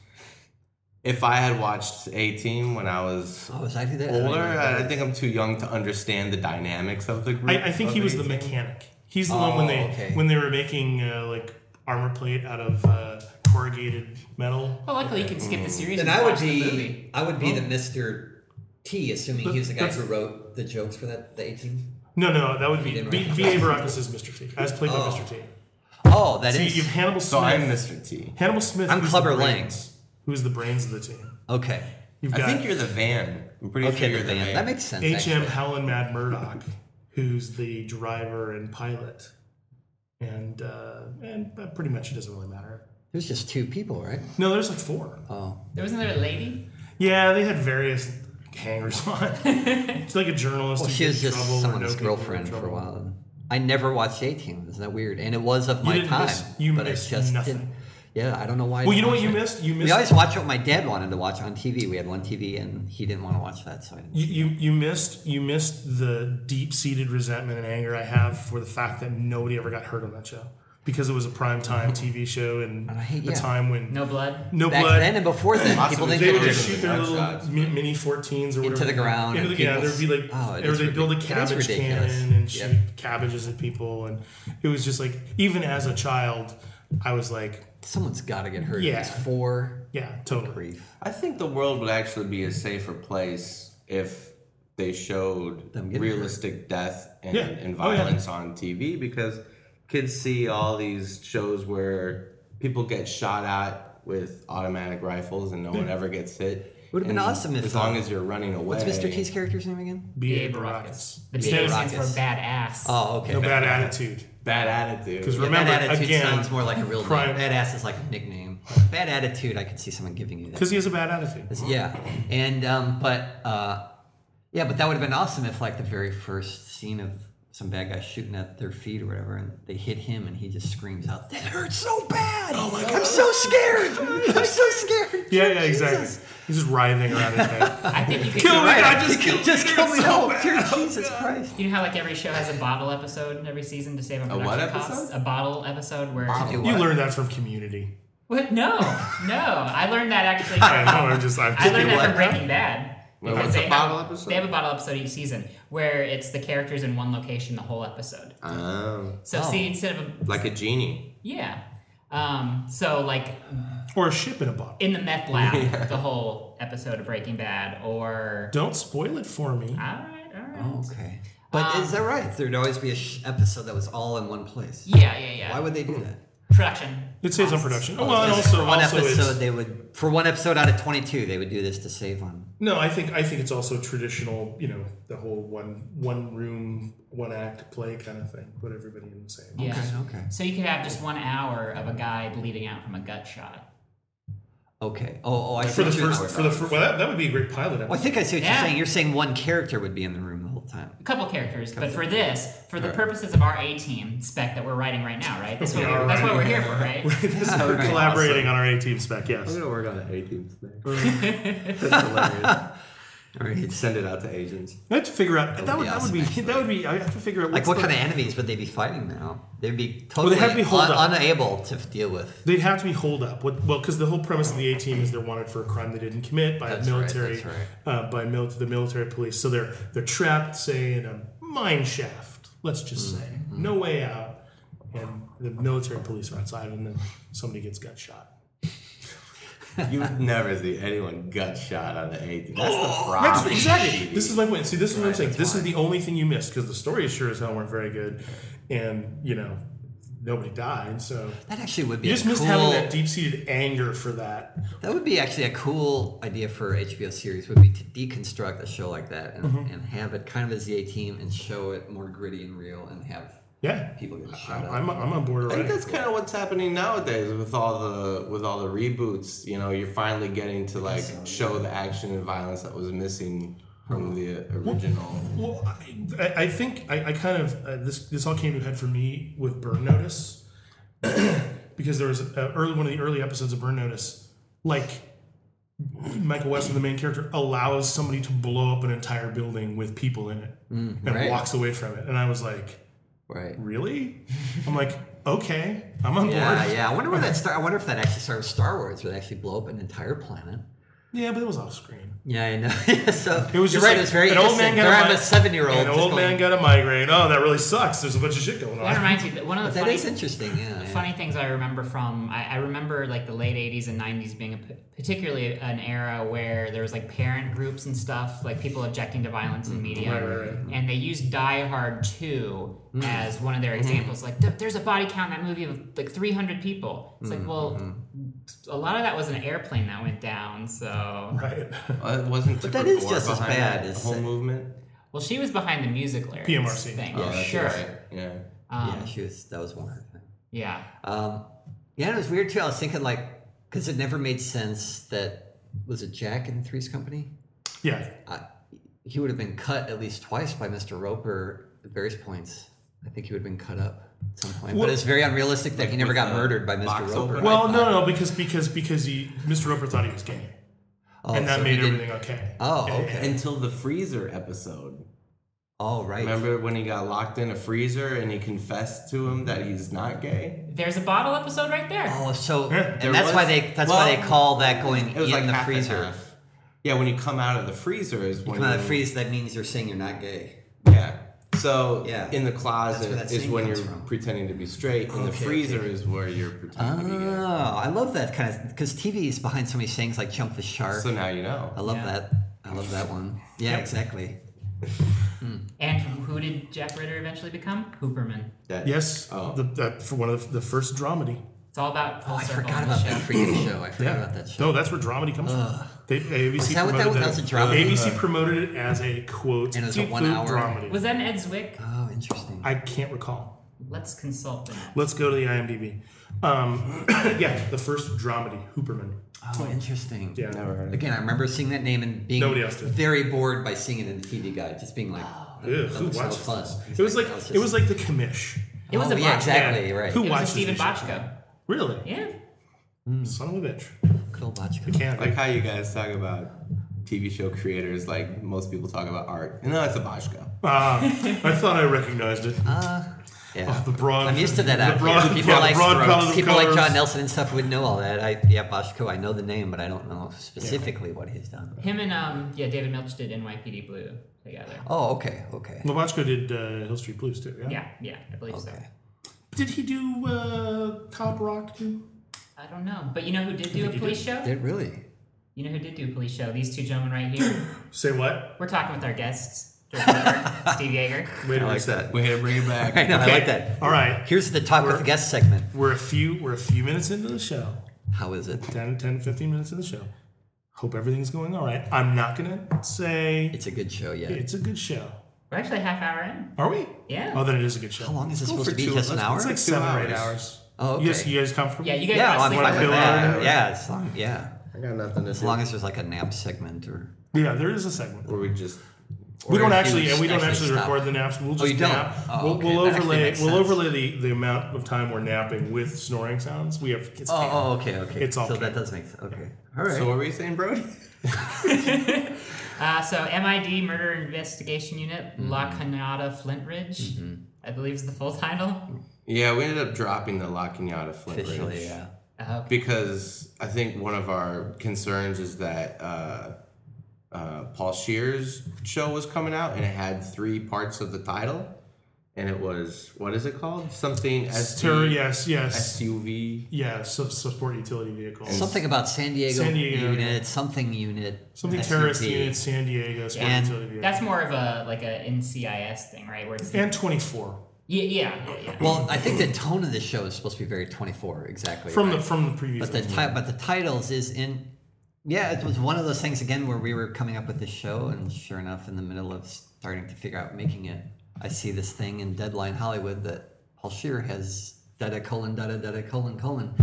[SPEAKER 5] If I had watched A Team when I was
[SPEAKER 4] Oh, was I do that? I don't
[SPEAKER 5] older,
[SPEAKER 4] even
[SPEAKER 5] I,
[SPEAKER 4] remember.
[SPEAKER 5] think I'm too young to understand the dynamics of the group.
[SPEAKER 1] I, I think
[SPEAKER 5] of
[SPEAKER 1] he was the
[SPEAKER 5] A-Team.
[SPEAKER 1] mechanic. He's the one when
[SPEAKER 4] Oh,
[SPEAKER 1] they
[SPEAKER 4] okay.
[SPEAKER 1] when they were making uh, like armor plate out of uh, corrugated metal.
[SPEAKER 3] well, luckily you can skip the series.
[SPEAKER 4] Then
[SPEAKER 3] and
[SPEAKER 4] I would
[SPEAKER 3] watch The movie.
[SPEAKER 4] be. I would be the Mister T, assuming he was the guy
[SPEAKER 1] Oh. That's-
[SPEAKER 4] who wrote the jokes for that the 18.
[SPEAKER 1] No, no, that would be
[SPEAKER 4] didn't
[SPEAKER 1] B-
[SPEAKER 4] write
[SPEAKER 1] B.A. Baracus is Mr. T, as played by
[SPEAKER 4] Oh.
[SPEAKER 1] Mr. T.
[SPEAKER 4] Oh, that
[SPEAKER 1] So
[SPEAKER 4] is
[SPEAKER 1] you have Hannibal Smith.
[SPEAKER 5] So I'm Mr. T.
[SPEAKER 1] Hannibal Smith.
[SPEAKER 4] I'm
[SPEAKER 1] who's
[SPEAKER 4] Clubber
[SPEAKER 1] the
[SPEAKER 4] Lang.
[SPEAKER 1] brains- Who's the brains of the team?
[SPEAKER 4] okay.
[SPEAKER 1] You've
[SPEAKER 5] I
[SPEAKER 1] got
[SPEAKER 5] think you're the van. I'm pretty sure
[SPEAKER 4] Okay,
[SPEAKER 5] you're
[SPEAKER 4] the
[SPEAKER 5] the van.
[SPEAKER 4] van. That makes sense.
[SPEAKER 1] H.M.
[SPEAKER 4] actually.
[SPEAKER 1] Howland Mad Murdoch, who's the driver and pilot, and uh, and uh, pretty much it doesn't really matter.
[SPEAKER 4] There's just two people, right?
[SPEAKER 1] No, there's like four.
[SPEAKER 4] Oh,
[SPEAKER 3] There wasn't there a lady?
[SPEAKER 1] Yeah, they had various hangers on.
[SPEAKER 4] [LAUGHS]
[SPEAKER 1] it's like a journalist.
[SPEAKER 4] well,
[SPEAKER 1] who
[SPEAKER 4] she
[SPEAKER 1] gets
[SPEAKER 4] was
[SPEAKER 1] in
[SPEAKER 4] just
[SPEAKER 1] trouble or no
[SPEAKER 4] someone's
[SPEAKER 1] people were in
[SPEAKER 4] girlfriend for a
[SPEAKER 1] trouble.
[SPEAKER 4] while. I never watched 18. Isn't that weird? And it was of
[SPEAKER 1] You
[SPEAKER 4] my
[SPEAKER 1] didn't
[SPEAKER 4] time,
[SPEAKER 1] miss- you
[SPEAKER 4] but
[SPEAKER 1] missed
[SPEAKER 4] I just
[SPEAKER 1] nothing.
[SPEAKER 4] didn't. Yeah, I don't know why. I
[SPEAKER 1] Well,
[SPEAKER 4] didn't
[SPEAKER 1] you know what
[SPEAKER 4] watch
[SPEAKER 1] you
[SPEAKER 4] it.
[SPEAKER 1] missed? You
[SPEAKER 4] We
[SPEAKER 1] missed.
[SPEAKER 4] always watch what my dad wanted to watch on TV. We had one TV, and he didn't want to watch that, so I didn't.
[SPEAKER 1] you, you, you missed you missed the deep seated resentment and anger I have for the fact that nobody ever got hurt on that show because it was a prime
[SPEAKER 4] [LAUGHS]
[SPEAKER 1] time TV show and
[SPEAKER 4] I hate-
[SPEAKER 1] a
[SPEAKER 4] yeah.
[SPEAKER 1] time when no,
[SPEAKER 3] No blood.
[SPEAKER 4] Back
[SPEAKER 1] blood.
[SPEAKER 4] then and before then,
[SPEAKER 5] Lots
[SPEAKER 4] people
[SPEAKER 5] of
[SPEAKER 4] didn't
[SPEAKER 1] they
[SPEAKER 4] get
[SPEAKER 1] would
[SPEAKER 5] Yeah.
[SPEAKER 1] just shoot their
[SPEAKER 5] Gunshots,
[SPEAKER 1] little
[SPEAKER 5] right.
[SPEAKER 1] mi- mini 14s or whatever.
[SPEAKER 4] Into the ground
[SPEAKER 1] Into
[SPEAKER 4] and
[SPEAKER 1] the- yeah,
[SPEAKER 4] people's-
[SPEAKER 1] there'd be like,
[SPEAKER 4] Oh, it
[SPEAKER 1] or
[SPEAKER 4] is
[SPEAKER 1] they'd build a
[SPEAKER 4] ridic- it is
[SPEAKER 1] cabbage
[SPEAKER 4] ridiculous.
[SPEAKER 1] cannon and shoot
[SPEAKER 4] Yeah.
[SPEAKER 1] cabbages at people. And it was just like, even as a child, I was like,
[SPEAKER 4] someone's got to get hurt.
[SPEAKER 1] Yeah.
[SPEAKER 4] Yeah. It's four
[SPEAKER 1] yeah, totally.
[SPEAKER 4] grief.
[SPEAKER 5] I think the world would actually be a safer place if they showed
[SPEAKER 4] Them getting
[SPEAKER 5] realistic death and,
[SPEAKER 1] Yeah.
[SPEAKER 5] and
[SPEAKER 1] Oh, yeah.
[SPEAKER 5] violence on TV because kids see all these shows where people get shot at with automatic rifles and no one ever gets hit.
[SPEAKER 4] Would've been
[SPEAKER 5] And
[SPEAKER 4] awesome if,
[SPEAKER 5] as long
[SPEAKER 4] uh,
[SPEAKER 5] as you're running away.
[SPEAKER 4] What's Mr. T's character's name again?
[SPEAKER 1] B.A.
[SPEAKER 3] Baracus.
[SPEAKER 1] Baracus.
[SPEAKER 3] The
[SPEAKER 4] B.A.
[SPEAKER 3] B stands for
[SPEAKER 4] Baracus.
[SPEAKER 3] badass.
[SPEAKER 4] Oh, okay.
[SPEAKER 1] No bad attitude.
[SPEAKER 5] Bad attitude.
[SPEAKER 1] 'Cause
[SPEAKER 4] Yeah,
[SPEAKER 1] Remember,
[SPEAKER 4] bad attitude
[SPEAKER 1] again,
[SPEAKER 4] sounds more like a real
[SPEAKER 1] prime-
[SPEAKER 4] name. Badass is like a nickname. Bad attitude, I could see someone giving you that.
[SPEAKER 1] Because he has a bad attitude.
[SPEAKER 4] Yeah, and um, but uh, yeah, but that would have been awesome if like the very first scene of some bad guy shooting at their feet or whatever, and they hit him, and he just screams out, "That hurts so bad! Oh my god, I'm so scared!
[SPEAKER 1] [LAUGHS]
[SPEAKER 4] I'm so scared!"
[SPEAKER 1] Yeah,
[SPEAKER 4] Dear
[SPEAKER 1] yeah, exactly.
[SPEAKER 4] Jesus."
[SPEAKER 1] He's just writhing around his
[SPEAKER 4] [LAUGHS]
[SPEAKER 1] head.
[SPEAKER 3] I
[SPEAKER 5] [LAUGHS]
[SPEAKER 3] think you could.
[SPEAKER 1] Kill
[SPEAKER 3] do
[SPEAKER 1] me,
[SPEAKER 3] it.
[SPEAKER 1] God, just kill me.
[SPEAKER 4] Just kill me!
[SPEAKER 1] So
[SPEAKER 4] Oh, dear Jesus Christ!
[SPEAKER 3] You know how like every show has a bottle episode every season to save on
[SPEAKER 5] A
[SPEAKER 3] production
[SPEAKER 5] what
[SPEAKER 3] costs.
[SPEAKER 5] episode?
[SPEAKER 3] A bottle episode where
[SPEAKER 4] Do
[SPEAKER 1] You
[SPEAKER 4] what?
[SPEAKER 1] learned that from Community.
[SPEAKER 3] What? No, no. I learned that actually.
[SPEAKER 5] [LAUGHS]
[SPEAKER 1] I know, I'm just, I'm
[SPEAKER 3] I learned
[SPEAKER 1] kidding.
[SPEAKER 3] that
[SPEAKER 4] what?
[SPEAKER 3] from Breaking Bad.
[SPEAKER 5] Well,
[SPEAKER 3] Because
[SPEAKER 5] what's
[SPEAKER 3] they
[SPEAKER 5] a bottle
[SPEAKER 3] have,
[SPEAKER 5] episode?
[SPEAKER 3] They have a bottle episode each season where it's the characters in one location the whole episode.
[SPEAKER 5] Um,
[SPEAKER 3] So
[SPEAKER 4] Uh, Oh.
[SPEAKER 3] see, instead of a,
[SPEAKER 5] like a genie.
[SPEAKER 3] yeah, um, so like
[SPEAKER 1] Or a ship in a bottle.
[SPEAKER 3] in the meth
[SPEAKER 4] [LAUGHS]
[SPEAKER 3] lab, the whole episode of Breaking Bad, or
[SPEAKER 1] Don't spoil it for me.
[SPEAKER 3] all right, all right.
[SPEAKER 4] Okay. But
[SPEAKER 1] Um,
[SPEAKER 4] is that right? There'd always be a sh- episode that was all in one place.
[SPEAKER 3] Yeah, yeah, yeah.
[SPEAKER 4] Why would they do that?
[SPEAKER 3] production?
[SPEAKER 1] It saves on
[SPEAKER 3] costs.
[SPEAKER 1] production. Oh, well, and
[SPEAKER 4] Because
[SPEAKER 1] also,
[SPEAKER 4] for one
[SPEAKER 1] also it's-
[SPEAKER 4] episode, they would for one episode out of twenty-two, they would do this to save on.
[SPEAKER 1] no, I think I think it's also traditional. You know, the whole one one room, one act play kind of thing. Put everybody in the same.
[SPEAKER 3] Yeah.
[SPEAKER 4] Okay.
[SPEAKER 3] So you could have just one hour of a guy bleeding out from a gut shot.
[SPEAKER 4] Okay. Oh, oh, I
[SPEAKER 1] For
[SPEAKER 4] see
[SPEAKER 1] the
[SPEAKER 4] what you're-
[SPEAKER 1] first, for the fir- well, that, that would be a great pilot.
[SPEAKER 4] Well, I
[SPEAKER 1] Episode.
[SPEAKER 4] think I see what
[SPEAKER 3] Yeah.
[SPEAKER 4] you're saying. You're saying one character would be in the room the whole time.
[SPEAKER 3] A couple characters, but for this, for the purposes of our A team spec that we're writing right now, right? That's what,
[SPEAKER 1] We
[SPEAKER 3] we're,
[SPEAKER 1] are
[SPEAKER 3] that's what we're
[SPEAKER 1] writing.
[SPEAKER 3] here for,
[SPEAKER 4] [LAUGHS]
[SPEAKER 1] [LAUGHS]
[SPEAKER 3] right?
[SPEAKER 1] We're collaborating on our A team spec. Yes.
[SPEAKER 5] gonna work on the A team [LAUGHS] today. That's hilarious.
[SPEAKER 4] All right.
[SPEAKER 5] Send it out to agents.
[SPEAKER 1] I have to figure out that,
[SPEAKER 4] would
[SPEAKER 1] would,
[SPEAKER 4] be
[SPEAKER 1] that would be that would be I have to figure out
[SPEAKER 4] Like,
[SPEAKER 1] what's
[SPEAKER 4] what
[SPEAKER 1] the-
[SPEAKER 4] kind of enemies would they be fighting now? They'd be
[SPEAKER 1] Well,
[SPEAKER 4] totally
[SPEAKER 1] they have to be holed
[SPEAKER 4] un-
[SPEAKER 1] up.
[SPEAKER 4] unable to f- deal with.
[SPEAKER 1] They'd have to be holed up. What, well, because the whole premise of the A team is they're wanted for a crime they didn't commit by
[SPEAKER 4] That's
[SPEAKER 1] the
[SPEAKER 4] right,
[SPEAKER 1] military,
[SPEAKER 4] that's right.
[SPEAKER 1] uh, by mil- the military police. So they're they're trapped, say, in a mine shaft. Let's just
[SPEAKER 4] Mm-hmm.
[SPEAKER 1] say no way out, and the military police are outside, and then somebody gets gut shot.
[SPEAKER 5] You would never see anyone gut shot on the A team. That's the problem.
[SPEAKER 4] Ah,
[SPEAKER 1] That's exactly. This is my point. See, this is what I'm saying. This is the only thing you missed because the stories sure as hell weren't very good, and you know nobody died. So
[SPEAKER 4] That actually would be
[SPEAKER 1] you
[SPEAKER 4] a
[SPEAKER 1] just missed
[SPEAKER 4] cool.
[SPEAKER 1] having that deep seated anger for that.
[SPEAKER 4] That would be actually a cool idea for HBO series would be to deconstruct a show like that and,
[SPEAKER 1] Mm-hmm.
[SPEAKER 4] and have it kind of as the A team and show it more gritty and real and have
[SPEAKER 1] Yeah,
[SPEAKER 4] people get shot up.
[SPEAKER 1] I'm, I'm on board
[SPEAKER 5] I
[SPEAKER 1] already.
[SPEAKER 5] think that's kind of what's happening nowadays with all the with all the reboots. You know, you're finally getting to like show the action and violence that was missing from the original.
[SPEAKER 1] Well, I- I, I think I, I kind of uh, this this all came to a head for me with Burn Notice [CLEARS THROAT] because there was a, early one of the early episodes of Burn Notice, like Michael Weston, the main character, allows somebody to blow up an entire building with people in it and
[SPEAKER 4] Mm, right.
[SPEAKER 1] walks away from it, and I was like,
[SPEAKER 4] Right.
[SPEAKER 1] really?
[SPEAKER 4] [LAUGHS]
[SPEAKER 1] I'm like, okay, I'm on
[SPEAKER 4] Yeah,
[SPEAKER 1] board.
[SPEAKER 4] yeah. I wonder where that start. I wonder if that actually started with Star Wars would actually blow up an entire planet.
[SPEAKER 1] Yeah, but it was off screen.
[SPEAKER 4] Yeah, I know. [LAUGHS] so
[SPEAKER 1] It was
[SPEAKER 4] you're
[SPEAKER 1] just
[SPEAKER 4] right.
[SPEAKER 1] like
[SPEAKER 4] it was very
[SPEAKER 1] an old man
[SPEAKER 4] innocent.
[SPEAKER 1] got
[SPEAKER 4] There
[SPEAKER 1] a
[SPEAKER 4] I'm
[SPEAKER 1] mi-
[SPEAKER 4] a seven year old.
[SPEAKER 1] An old man got a migraine. Oh, that really sucks. There's a bunch of shit going
[SPEAKER 3] That
[SPEAKER 1] on.
[SPEAKER 3] reminds me that one of the
[SPEAKER 4] That
[SPEAKER 3] funny,
[SPEAKER 4] is interesting. Yeah. yeah.
[SPEAKER 3] funny things I remember from I, I remember like the late '80s and '90s being a, p- particularly an era where there was like parent groups and stuff, like people objecting to violence in media,
[SPEAKER 1] Right, right, right.
[SPEAKER 3] and they used Die Hard Two as one of their examples. Like, "Th- there's a body count in that movie of like 300 people. It's like, well, a lot of that was an airplane that went down. So,
[SPEAKER 1] [LAUGHS] Right.
[SPEAKER 5] Uh, It wasn't the
[SPEAKER 4] that is
[SPEAKER 5] Gore
[SPEAKER 4] just as
[SPEAKER 5] behind
[SPEAKER 4] bad
[SPEAKER 5] that
[SPEAKER 4] as-
[SPEAKER 5] whole movement.
[SPEAKER 3] well, she was behind the music lyrics
[SPEAKER 1] PMRC.
[SPEAKER 3] thing,
[SPEAKER 5] Oh, that's
[SPEAKER 3] sure,
[SPEAKER 5] right. Yeah.
[SPEAKER 3] um,
[SPEAKER 4] yeah, she was. That was one of her things.
[SPEAKER 3] yeah.
[SPEAKER 4] Um, yeah, it was weird too. I was thinking like because it never made sense that was it Jack in Three's Company.
[SPEAKER 1] Yeah.
[SPEAKER 4] I, he would have been cut at least twice by Mr. Roper at various points. I think he would have been cut up at some point.
[SPEAKER 1] Well-
[SPEAKER 4] but it's very unrealistic that he never
[SPEAKER 5] with
[SPEAKER 4] got
[SPEAKER 5] the
[SPEAKER 4] murdered by Mr.
[SPEAKER 5] box
[SPEAKER 4] Roper.
[SPEAKER 5] open?
[SPEAKER 1] Well, no, no, because because because he, Mr. Roper thought he was gay,
[SPEAKER 4] Oh,
[SPEAKER 1] and that
[SPEAKER 4] so he
[SPEAKER 1] made
[SPEAKER 4] didn't-
[SPEAKER 1] everything okay.
[SPEAKER 4] Oh,
[SPEAKER 1] Yeah, yeah,
[SPEAKER 4] okay.
[SPEAKER 5] Until the freezer episode.
[SPEAKER 4] Oh, right.
[SPEAKER 5] Remember when he got locked in a freezer and he confessed to him that he's not gay?
[SPEAKER 3] There's a bottle episode right there.
[SPEAKER 4] Oh, so
[SPEAKER 5] There
[SPEAKER 4] and that's
[SPEAKER 5] was-
[SPEAKER 4] why they that's why
[SPEAKER 5] well,
[SPEAKER 4] they call that going
[SPEAKER 5] It was
[SPEAKER 4] in
[SPEAKER 5] like
[SPEAKER 4] the
[SPEAKER 5] half and
[SPEAKER 4] freezer.
[SPEAKER 5] half. Yeah, when you come out of the freezer is when
[SPEAKER 4] Come out
[SPEAKER 5] you-
[SPEAKER 4] of the freeze, that means you're saying you're not gay.
[SPEAKER 5] Yeah. So
[SPEAKER 4] Yeah.
[SPEAKER 5] in the
[SPEAKER 4] where
[SPEAKER 5] closet
[SPEAKER 4] that
[SPEAKER 5] is
[SPEAKER 4] saying
[SPEAKER 5] when you're
[SPEAKER 4] comes from.
[SPEAKER 5] pretending to be straight. In the
[SPEAKER 4] Okay,
[SPEAKER 5] freezer is where you're pretending to be gay.
[SPEAKER 4] Oh, I love that kind of because TV is behind so many things like jump the shark.
[SPEAKER 5] So now you
[SPEAKER 4] I
[SPEAKER 5] know.
[SPEAKER 4] love that. I love that one. Yeah, exactly.
[SPEAKER 3] And who did Jack Ritter eventually become? Hooperman.
[SPEAKER 5] That-
[SPEAKER 1] Yes,
[SPEAKER 5] Oh.
[SPEAKER 1] the, that for one of the, the first dramedy.
[SPEAKER 3] It's all about full
[SPEAKER 4] Oh, I
[SPEAKER 3] circle
[SPEAKER 4] forgot
[SPEAKER 3] on the
[SPEAKER 4] about
[SPEAKER 3] show.
[SPEAKER 4] that freaking show. I forgot about that show.
[SPEAKER 1] No, that's where dramedy comes from. They, ABC
[SPEAKER 4] Was that what that
[SPEAKER 1] promoted
[SPEAKER 4] was? That was a dramedy?
[SPEAKER 1] ABC promoted it as a quote
[SPEAKER 4] And it was a
[SPEAKER 1] deep
[SPEAKER 4] one-hour-
[SPEAKER 1] loop dramedy.
[SPEAKER 3] Was that an Ed Zwick?
[SPEAKER 4] Oh, interesting.
[SPEAKER 1] I can't recall.
[SPEAKER 3] Let's consult them.
[SPEAKER 1] Let's go to the IMDb. Um, [COUGHS] yeah, the first dramedy, Hooperman.
[SPEAKER 4] Oh, interesting.
[SPEAKER 1] Yeah,
[SPEAKER 5] Never heard of it.
[SPEAKER 4] Again, I remember seeing that name and being
[SPEAKER 1] Nobody else did.
[SPEAKER 4] very bored by seeing it in the TV guide, just being like,
[SPEAKER 3] Oh.
[SPEAKER 4] that,
[SPEAKER 1] Ew,
[SPEAKER 4] that
[SPEAKER 1] who
[SPEAKER 4] looks no
[SPEAKER 1] watches
[SPEAKER 4] fun.
[SPEAKER 1] It was like
[SPEAKER 4] that just-
[SPEAKER 1] it was like the commish.
[SPEAKER 3] It was
[SPEAKER 4] Oh,
[SPEAKER 3] a
[SPEAKER 4] yeah,
[SPEAKER 3] Bochco.
[SPEAKER 4] exactly right.
[SPEAKER 1] Who
[SPEAKER 3] It was a
[SPEAKER 1] watches
[SPEAKER 3] Steven
[SPEAKER 1] this shit?
[SPEAKER 3] Bochco.
[SPEAKER 1] Really?
[SPEAKER 3] Yeah.
[SPEAKER 1] Son of a bitch.
[SPEAKER 4] Good old Bochco.
[SPEAKER 1] Can't
[SPEAKER 5] Like how you guys talk about TV show creators, like most people talk about art. No, it's a Boschko.
[SPEAKER 1] Ah, I thought I recognized it.
[SPEAKER 4] Yeah.
[SPEAKER 1] of the broad.
[SPEAKER 4] I'm used to that.
[SPEAKER 1] the
[SPEAKER 4] out
[SPEAKER 1] broad-
[SPEAKER 4] here. People
[SPEAKER 1] yeah,
[SPEAKER 4] like
[SPEAKER 1] broad palette of
[SPEAKER 4] people like
[SPEAKER 1] colors.
[SPEAKER 4] John Nelson and stuff would know all that. I yeah, Boschko. I know the name, but I don't know specifically what he's done.
[SPEAKER 3] Him and um yeah, David Milch did NYPD Blue together.
[SPEAKER 4] Oh, okay, okay,
[SPEAKER 1] Lobachko did uh, Hill Street Blues too. Yeah.
[SPEAKER 3] Yeah, yeah, I believe so.
[SPEAKER 4] okay.
[SPEAKER 1] Did he do uh, Cop Rock too?
[SPEAKER 3] I don't know, but you know who did do a
[SPEAKER 1] he
[SPEAKER 3] police show?
[SPEAKER 4] They're really.
[SPEAKER 3] You know who did do a police show? These two gentlemen right here.
[SPEAKER 4] [LAUGHS]
[SPEAKER 1] Say what?
[SPEAKER 3] We're talking with our guests, George Miller, Steve Yeager.
[SPEAKER 1] Wait a minute.
[SPEAKER 5] that. Way to bring
[SPEAKER 4] [LAUGHS]
[SPEAKER 5] it back.
[SPEAKER 4] I know. I like that.
[SPEAKER 1] All right,
[SPEAKER 4] Here's the talk with
[SPEAKER 1] We're-
[SPEAKER 4] the guest segment.
[SPEAKER 1] we're a few we're a few minutes into the show.
[SPEAKER 4] How is it?
[SPEAKER 1] 10, 10, 15 minutes into the show. Hope everything's going all right. I'm not gonna say
[SPEAKER 4] It's a good show. Yeah.
[SPEAKER 1] it's a good show.
[SPEAKER 3] We're actually a half hour in.
[SPEAKER 1] Are we?
[SPEAKER 3] Yeah.
[SPEAKER 1] Oh, then it is a good
[SPEAKER 4] How
[SPEAKER 1] show.
[SPEAKER 4] long is this
[SPEAKER 5] Go
[SPEAKER 4] supposed to
[SPEAKER 5] for
[SPEAKER 4] be?
[SPEAKER 5] two.
[SPEAKER 4] Just an
[SPEAKER 5] Let's-
[SPEAKER 4] hour?
[SPEAKER 5] it's
[SPEAKER 1] Like
[SPEAKER 5] Two
[SPEAKER 1] seven or
[SPEAKER 5] hours.
[SPEAKER 1] eight hours.
[SPEAKER 4] Oh, okay.
[SPEAKER 1] Yes, you guys comfortable?
[SPEAKER 3] yeah, you guys.
[SPEAKER 4] yeah,
[SPEAKER 3] watched
[SPEAKER 4] I'm
[SPEAKER 3] the
[SPEAKER 4] fine
[SPEAKER 3] show.
[SPEAKER 4] with that.
[SPEAKER 5] hour.
[SPEAKER 4] Yeah, as long, yeah.
[SPEAKER 5] I got nothing to
[SPEAKER 4] As long as there's like a nap segment or.
[SPEAKER 1] Yeah, there is a segment.
[SPEAKER 5] Or we just.
[SPEAKER 1] we
[SPEAKER 4] or
[SPEAKER 1] don't
[SPEAKER 4] if you
[SPEAKER 1] actually, and we don't actually
[SPEAKER 4] stop.
[SPEAKER 1] record the naps. We'll just
[SPEAKER 4] you don't?
[SPEAKER 1] nap.
[SPEAKER 4] Oh,
[SPEAKER 1] we'll,
[SPEAKER 4] okay.
[SPEAKER 1] we'll
[SPEAKER 4] That actually
[SPEAKER 1] overlay.
[SPEAKER 4] makes
[SPEAKER 1] We'll
[SPEAKER 4] sense.
[SPEAKER 1] overlay the, the amount of time we're napping with snoring sounds. We have kids.
[SPEAKER 4] Oh, oh, okay, okay.
[SPEAKER 1] It's all
[SPEAKER 4] so that
[SPEAKER 1] cable.
[SPEAKER 4] does make sense. Okay, all right.
[SPEAKER 5] So what were you saying,
[SPEAKER 4] [LAUGHS]
[SPEAKER 5] Brody?
[SPEAKER 3] Uh, so MID Murder Investigation Unit, La
[SPEAKER 4] Mm-hmm.
[SPEAKER 3] Canada Flint Ridge, I believe is the full title.
[SPEAKER 5] Yeah, we ended up dropping the La Cunada Flint Ridge.
[SPEAKER 4] Officially, yeah.
[SPEAKER 3] Uh,
[SPEAKER 5] because I think one of our concerns is that uh, uh, Paul Shear's show was coming out and it had three parts of the title, and it was what is it called? Something S
[SPEAKER 1] Sir, yes, yes,
[SPEAKER 5] SUV.
[SPEAKER 1] yeah. Sub support utility vehicle.
[SPEAKER 4] Something about San Diego,
[SPEAKER 1] San Diego,
[SPEAKER 4] unit, something unit,
[SPEAKER 1] Something
[SPEAKER 4] SUV.
[SPEAKER 1] terrorist unit, San Diego support
[SPEAKER 4] And
[SPEAKER 1] utility vehicle.
[SPEAKER 3] that's more of a like a NCIS thing, right? Where it's yeah,
[SPEAKER 1] and twenty four
[SPEAKER 3] yeah, yeah, yeah.
[SPEAKER 4] Well, I think the tone of the show is supposed to be very 24, exactly.
[SPEAKER 1] from
[SPEAKER 4] right?
[SPEAKER 1] the from the previous.
[SPEAKER 4] but the ti- but the titles is in. Yeah, it was one of those things again where we were coming up with the show, and sure enough, in the middle of starting to figure out making it, I see this thing in Deadline Hollywood that Paul Shear has da colon da da colon colon,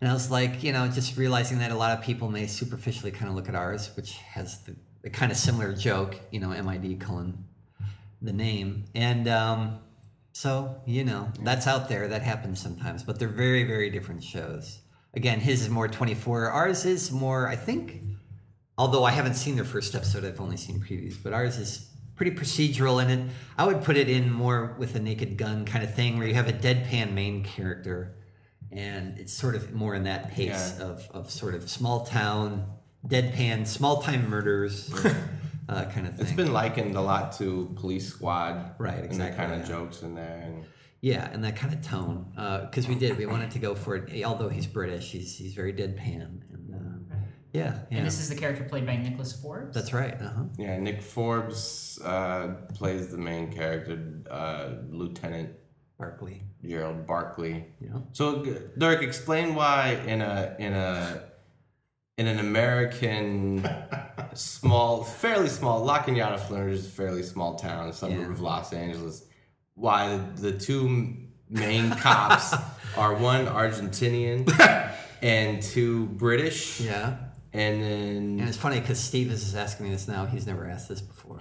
[SPEAKER 4] and I was like, you know, just realizing that a lot of people may superficially kind of look at ours, which has the, the kind of similar joke, you know, MID colon the name. And um, so, you know, that's out there. That happens sometimes, but they're very, very different shows. Again, his is more 24. Ours is more, I think, although I haven't seen their first episode, I've only seen previews, but ours is pretty procedural and it. I would put it in more with a naked gun kind of thing where you have a deadpan main character and it's sort of more in that pace
[SPEAKER 5] Yeah.
[SPEAKER 4] of, of sort of small town, deadpan, small time murders uh, kind of thing.
[SPEAKER 5] It's been likened a lot to Police Squad,
[SPEAKER 4] Right,
[SPEAKER 5] And that
[SPEAKER 4] exactly,
[SPEAKER 5] kind of
[SPEAKER 4] yeah.
[SPEAKER 5] jokes in there, and
[SPEAKER 4] Yeah, and that kind of tone, because we did. We wanted to go for it. eh, Although he's British, he's he's very deadpan, and uh, yeah, yeah,
[SPEAKER 3] And this is the character played by Nicholas Forbes.
[SPEAKER 4] that's right. Uh huh.
[SPEAKER 5] yeah. Nick Forbes uh, plays the main character, uh, Lieutenant
[SPEAKER 4] Barkley,
[SPEAKER 5] Gerald Barkley.
[SPEAKER 4] you know.
[SPEAKER 5] So, G- Dirk, explain why in a in a in an
[SPEAKER 4] [LAUGHS]
[SPEAKER 5] American small, fairly small, La Cunada, Florida is a fairly small town, suburb
[SPEAKER 4] Yeah.
[SPEAKER 5] of Los Angeles. Why the, the two
[SPEAKER 4] [LAUGHS]
[SPEAKER 5] main cops are one Argentinian and two British,
[SPEAKER 4] Yeah,
[SPEAKER 5] and then
[SPEAKER 4] and it's funny because Steve is asking me this now. He's never asked this before,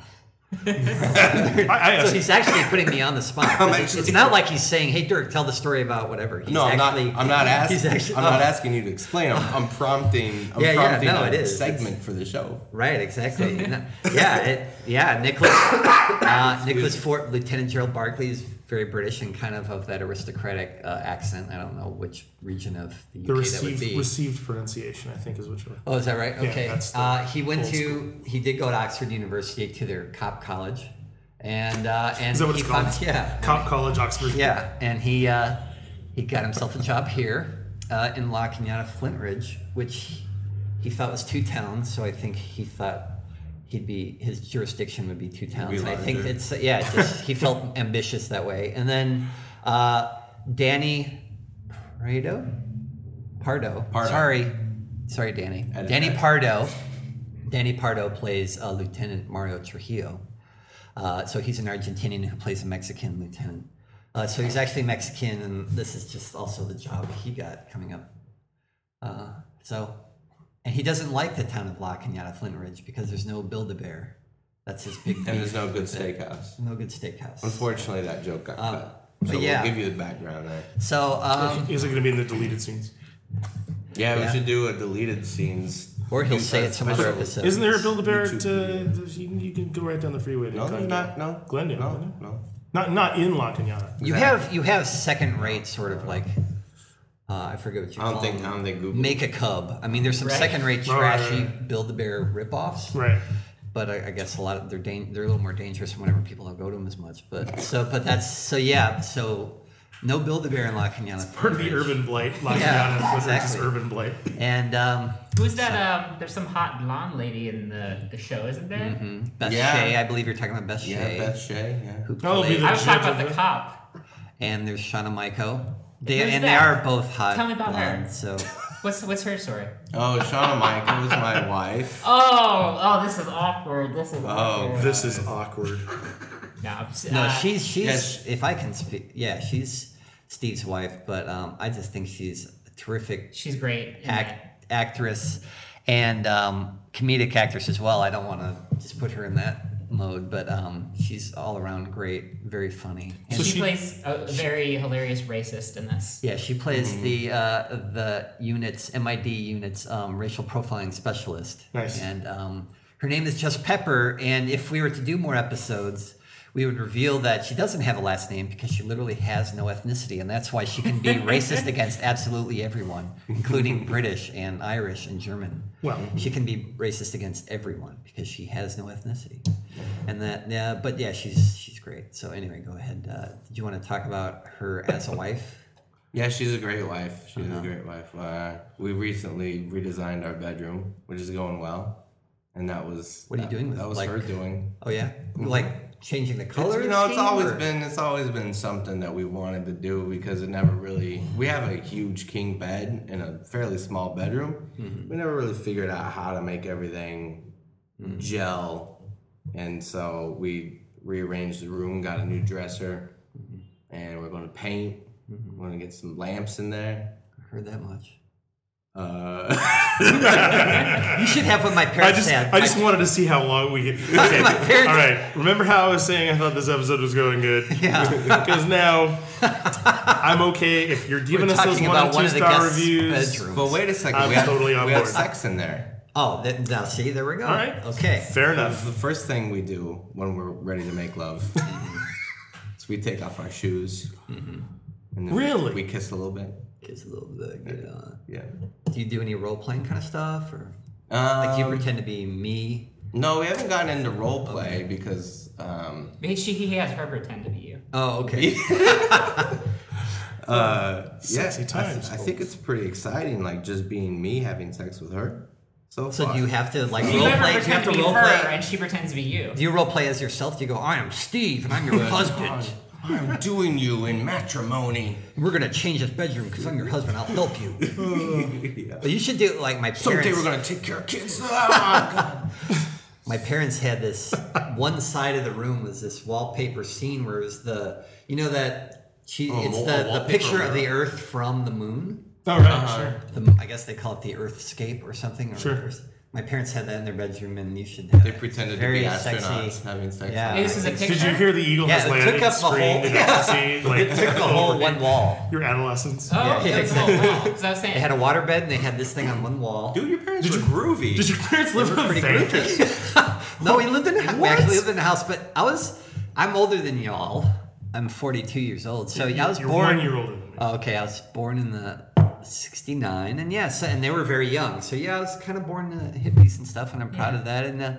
[SPEAKER 1] I, I
[SPEAKER 4] [LAUGHS] so
[SPEAKER 1] asked,
[SPEAKER 4] he's actually putting me on the spot. 'cause it's-
[SPEAKER 5] actually-
[SPEAKER 4] it's not like he's saying, "Hey, Dirk, tell the story about whatever." He's
[SPEAKER 5] no, I'm not.
[SPEAKER 4] actually,
[SPEAKER 5] I'm not
[SPEAKER 4] [LAUGHS]
[SPEAKER 5] asking.
[SPEAKER 4] He's actually.
[SPEAKER 5] I'm not
[SPEAKER 4] oh,
[SPEAKER 5] asking you to explain. I'm, I'm prompting.
[SPEAKER 4] [LAUGHS]
[SPEAKER 5] I'm
[SPEAKER 4] Yeah, yeah,
[SPEAKER 5] prompting
[SPEAKER 4] no,
[SPEAKER 5] a
[SPEAKER 4] it is.
[SPEAKER 5] segment for the show.
[SPEAKER 1] [LAUGHS]
[SPEAKER 4] Right, exactly. No- yeah, it, yeah.
[SPEAKER 1] [COUGHS]
[SPEAKER 4] Nicholas, uh, Nicholas Fort, Lieutenant Gerald Barkley is very British and kind of of that aristocratic uh, accent. I don't know which region of the
[SPEAKER 1] the
[SPEAKER 4] UK that would
[SPEAKER 1] received
[SPEAKER 4] be.
[SPEAKER 1] received pronunciation, I think, is what you're.
[SPEAKER 4] oh, is that right? Okay.
[SPEAKER 1] that's the
[SPEAKER 4] uh, he went
[SPEAKER 1] old
[SPEAKER 4] to. He did go to Oxford University to their cop college, and uh, and
[SPEAKER 1] Is that what
[SPEAKER 4] he
[SPEAKER 1] it's called?
[SPEAKER 4] found- [LAUGHS] yeah,
[SPEAKER 1] Cop College, Oxford.
[SPEAKER 4] yeah, and he uh, he got himself a job here uh, in La Cunada, Flint Ridge, which he thought was two towns. So I think he thought he'd be his jurisdiction would be two towns. And I think
[SPEAKER 5] larger.
[SPEAKER 4] it's yeah, it's just, he
[SPEAKER 5] [LAUGHS]
[SPEAKER 4] felt ambitious that way. And then uh, Danny Pardo, Pardo,
[SPEAKER 5] Pardo.
[SPEAKER 4] sorry, sorry, Danny,
[SPEAKER 5] Edit
[SPEAKER 4] Danny
[SPEAKER 5] that.
[SPEAKER 4] Pardo. Danny Pardo plays uh, Lieutenant Mario Trujillo. Uh, so he's an Argentinian who plays a Mexican lieutenant. Uh, so he's actually Mexican, and this is just also the job he got coming up. Uh, so, and he doesn't like the town of La Cunada Flint Ridge because there's no Build a Bear. That's his big
[SPEAKER 5] And
[SPEAKER 4] beef. [LAUGHS]
[SPEAKER 5] there's no good steakhouse.
[SPEAKER 4] no good steakhouse.
[SPEAKER 5] Unfortunately, that joke got cut.
[SPEAKER 4] Um, but
[SPEAKER 5] So
[SPEAKER 4] yeah.
[SPEAKER 5] we'll give you the background there.
[SPEAKER 4] So, um,
[SPEAKER 1] Is it going to be in the deleted scenes?
[SPEAKER 5] Yeah,
[SPEAKER 4] Yeah.
[SPEAKER 5] we should do a deleted scenes.
[SPEAKER 4] or he'll
[SPEAKER 5] do
[SPEAKER 4] say
[SPEAKER 5] a
[SPEAKER 4] it some other
[SPEAKER 5] special-
[SPEAKER 4] episode.
[SPEAKER 1] Isn't there a Build a Bear?
[SPEAKER 5] YouTube
[SPEAKER 1] Uh, you, can- you can go right down the freeway. to
[SPEAKER 5] No,
[SPEAKER 1] Glendale.
[SPEAKER 5] there's not. No,
[SPEAKER 1] Glendale.
[SPEAKER 5] No,
[SPEAKER 1] isn't
[SPEAKER 5] no.
[SPEAKER 1] Not not in La Cunada.
[SPEAKER 4] You have you have second rate sort of like uh, I forget what you
[SPEAKER 5] I don't
[SPEAKER 4] call
[SPEAKER 5] think I
[SPEAKER 4] them.
[SPEAKER 5] don't think Google.
[SPEAKER 4] Make a cub. I mean, there's some
[SPEAKER 3] Right.
[SPEAKER 4] second rate
[SPEAKER 1] Right, right,
[SPEAKER 4] trashy
[SPEAKER 1] right.
[SPEAKER 4] build the bear ripoffs,
[SPEAKER 1] Right.
[SPEAKER 4] but I, I guess a lot of they're dan- they're a little more dangerous whenever people don't go to them as much. But so but that's so yeah so no build a bear in La Cunada.
[SPEAKER 1] Part of the urban blight. La Cunada
[SPEAKER 4] Yeah,
[SPEAKER 1] whether it's just
[SPEAKER 4] exactly.
[SPEAKER 1] urban blight.
[SPEAKER 4] and um,
[SPEAKER 3] Who's that? Um, there's some hot blonde lady in the, the show, isn't there?
[SPEAKER 4] Beth
[SPEAKER 5] Yeah.
[SPEAKER 4] Shea. I believe you're talking about Beth
[SPEAKER 5] Yeah,
[SPEAKER 4] Shea.
[SPEAKER 5] Beth Shea. Yeah.
[SPEAKER 4] who
[SPEAKER 1] That'll be
[SPEAKER 4] played-
[SPEAKER 1] the
[SPEAKER 3] I was talking
[SPEAKER 1] judge
[SPEAKER 3] about
[SPEAKER 1] of
[SPEAKER 3] the
[SPEAKER 1] it.
[SPEAKER 3] cop.
[SPEAKER 4] and there's Shauna Michael. They,
[SPEAKER 3] Who's
[SPEAKER 4] and
[SPEAKER 3] that?
[SPEAKER 4] they are both hot.
[SPEAKER 3] Tell me about her.
[SPEAKER 4] blondes,
[SPEAKER 3] [LAUGHS]
[SPEAKER 4] So
[SPEAKER 3] What's what's her story?
[SPEAKER 5] Oh, Shauna Michael was my [LAUGHS] wife.
[SPEAKER 3] Oh, oh, this is awkward. This is awkward.
[SPEAKER 5] Oh,
[SPEAKER 1] This is awkward.
[SPEAKER 3] No, I'm s-
[SPEAKER 4] no,
[SPEAKER 3] uh,
[SPEAKER 4] she's she's
[SPEAKER 5] yes.
[SPEAKER 4] if I can speak, yeah, she's Steve's wife. But um, I just think she's a terrific
[SPEAKER 3] she's great. in that.
[SPEAKER 4] act, actress and um, comedic actress as well. I don't want to just put her in that mode, but um, she's all around great, very funny. And
[SPEAKER 1] So
[SPEAKER 3] she,
[SPEAKER 1] she-
[SPEAKER 3] plays a very hilarious racist in this.
[SPEAKER 4] Yeah, she plays
[SPEAKER 1] Mm-hmm.
[SPEAKER 4] the uh, the units MID units um, racial profiling specialist.
[SPEAKER 1] Nice.
[SPEAKER 4] And um, her name is Jess Pepper. And if we were to do more episodes, we would reveal that she doesn't have a last name because she literally has no ethnicity, and that's why she can
[SPEAKER 1] [LAUGHS]
[SPEAKER 4] be racist against absolutely everyone, including British and Irish and German.
[SPEAKER 1] Well. mm-hmm.
[SPEAKER 4] she can be racist against everyone because she has no ethnicity.
[SPEAKER 1] Mm-hmm.
[SPEAKER 4] And that, yeah, but yeah, she's she's great. So anyway, go ahead. Uh, did you want to talk about her as a wife?
[SPEAKER 5] Yeah, she's a great wife. She's
[SPEAKER 4] Uh-huh.
[SPEAKER 5] a great wife. Uh, we recently redesigned our bedroom, which is going well. And that was
[SPEAKER 4] What are you
[SPEAKER 5] that-
[SPEAKER 4] doing with-
[SPEAKER 5] That was
[SPEAKER 4] like-
[SPEAKER 5] her doing.
[SPEAKER 4] Oh yeah, like changing the color.
[SPEAKER 5] It's,
[SPEAKER 4] of
[SPEAKER 5] you
[SPEAKER 4] the
[SPEAKER 5] know, it's
[SPEAKER 4] scheme,
[SPEAKER 5] always
[SPEAKER 4] or-
[SPEAKER 5] been it's always been something that we wanted to do because it never really. We have a huge king bed in a fairly small bedroom.
[SPEAKER 1] Mm-hmm.
[SPEAKER 5] We never really figured out how to make everything
[SPEAKER 1] Mm.
[SPEAKER 5] gel, and so we rearranged the room, got a new dresser,
[SPEAKER 1] Mm-hmm.
[SPEAKER 5] and we're going to paint. We're going to get some lamps in there.
[SPEAKER 4] Heard that much.
[SPEAKER 5] Uh,
[SPEAKER 4] [LAUGHS] You should have what my
[SPEAKER 1] I
[SPEAKER 4] parents
[SPEAKER 1] just
[SPEAKER 4] had.
[SPEAKER 1] I just wanted to see how long we. Okay.
[SPEAKER 4] [LAUGHS] My parents-
[SPEAKER 1] All right. Remember how I was saying I thought this episode was going good?
[SPEAKER 4] [LAUGHS] yeah.
[SPEAKER 1] Because
[SPEAKER 4] [LAUGHS]
[SPEAKER 1] now I'm okay if you're giving us those
[SPEAKER 4] talking
[SPEAKER 1] one and
[SPEAKER 4] about one
[SPEAKER 1] two
[SPEAKER 4] of the
[SPEAKER 1] star
[SPEAKER 4] guests'
[SPEAKER 1] reviews.
[SPEAKER 4] bedrooms.
[SPEAKER 5] but wait a second,
[SPEAKER 1] I'm
[SPEAKER 5] we have,
[SPEAKER 1] totally on
[SPEAKER 5] we have
[SPEAKER 1] board.
[SPEAKER 5] sex in there.
[SPEAKER 4] Oh, that, now see, there we go.
[SPEAKER 1] All right.
[SPEAKER 4] Okay.
[SPEAKER 1] Fair
[SPEAKER 5] That's
[SPEAKER 1] enough.
[SPEAKER 5] the first thing we do when we're ready to make love.
[SPEAKER 4] Mm-hmm.
[SPEAKER 5] [LAUGHS] is we take off our shoes. And then
[SPEAKER 1] Really?
[SPEAKER 5] We kiss a little bit.
[SPEAKER 4] It's a little bit. Good, uh,
[SPEAKER 5] Yeah.
[SPEAKER 4] do you do any role playing kind of stuff, or
[SPEAKER 5] Um,
[SPEAKER 4] like you pretend to be me?
[SPEAKER 5] no, we haven't gotten into role play because um,
[SPEAKER 3] He, she, he has her pretend to be you.
[SPEAKER 4] Oh, okay.
[SPEAKER 5] uh,
[SPEAKER 1] Sexy
[SPEAKER 5] yeah, I th-
[SPEAKER 1] times.
[SPEAKER 5] I, think it's pretty exciting, like just being me having sex with her. So,
[SPEAKER 4] so
[SPEAKER 5] far.
[SPEAKER 4] do you have to like
[SPEAKER 3] You
[SPEAKER 4] role
[SPEAKER 3] ever
[SPEAKER 4] play? Do you
[SPEAKER 3] pretend
[SPEAKER 4] have
[SPEAKER 3] to
[SPEAKER 4] to
[SPEAKER 3] be
[SPEAKER 4] role
[SPEAKER 3] her,
[SPEAKER 4] play?
[SPEAKER 3] and she pretends to be you.
[SPEAKER 4] Do you role play as yourself? Do you go, I am Steve, and I'm your husband.
[SPEAKER 5] I'm doing you in matrimony.
[SPEAKER 4] We're gonna change this bedroom because I'm your husband. I'll help you. But you should do it like my parents.
[SPEAKER 5] Someday we're gonna take
[SPEAKER 4] [LAUGHS]
[SPEAKER 5] your kids. Oh, God.
[SPEAKER 4] My parents
[SPEAKER 1] [LAUGHS]
[SPEAKER 4] had this one side of the room was this wallpaper scene where it was the you know that she
[SPEAKER 5] Oh,
[SPEAKER 4] it's
[SPEAKER 5] mo-
[SPEAKER 4] the,
[SPEAKER 5] a
[SPEAKER 4] the
[SPEAKER 5] wallpaper
[SPEAKER 4] picture of
[SPEAKER 5] mirror.
[SPEAKER 4] the Earth from the moon.
[SPEAKER 1] [LAUGHS] All right. Sure.
[SPEAKER 4] The, I guess they call it the Earthscape or something. Or
[SPEAKER 1] Sure.
[SPEAKER 4] My parents had that in their bedroom, and you should. Have
[SPEAKER 5] They
[SPEAKER 4] it. [LAUGHS]
[SPEAKER 5] pretended to
[SPEAKER 4] Very
[SPEAKER 5] be
[SPEAKER 4] sexy.
[SPEAKER 5] astronauts having sex.
[SPEAKER 4] Yeah.
[SPEAKER 3] This is a picture.
[SPEAKER 1] Did you hear the eagle
[SPEAKER 4] Yeah,
[SPEAKER 1] has
[SPEAKER 4] it took
[SPEAKER 1] landed?
[SPEAKER 4] up the
[SPEAKER 1] scream
[SPEAKER 4] whole-
[SPEAKER 1] and
[SPEAKER 4] [LAUGHS] Yeah.
[SPEAKER 1] see, like
[SPEAKER 4] Took
[SPEAKER 1] [LAUGHS]
[SPEAKER 4] the whole one wall.
[SPEAKER 1] your adolescence.
[SPEAKER 3] Oh,
[SPEAKER 4] Yeah,
[SPEAKER 3] yeah,
[SPEAKER 4] exactly.
[SPEAKER 3] Because I was saying,
[SPEAKER 4] They had a waterbed, and they had this thing on one wall.
[SPEAKER 5] Dude, your parents were groovy.
[SPEAKER 1] Did your parents live in
[SPEAKER 4] pretty
[SPEAKER 1] Vegas?
[SPEAKER 4] [LAUGHS] No, we lived in a house. We
[SPEAKER 1] What?
[SPEAKER 4] actually lived in a house, but I was I'm older than y'all. I'm 42 years old, so yeah, I was
[SPEAKER 1] You're
[SPEAKER 4] born.
[SPEAKER 1] one year older than me.
[SPEAKER 4] Oh, okay, I was born in the 69, and yes, and they were very young. So yeah, I was kind of born to hippies and stuff, and I'm proud of that. And uh,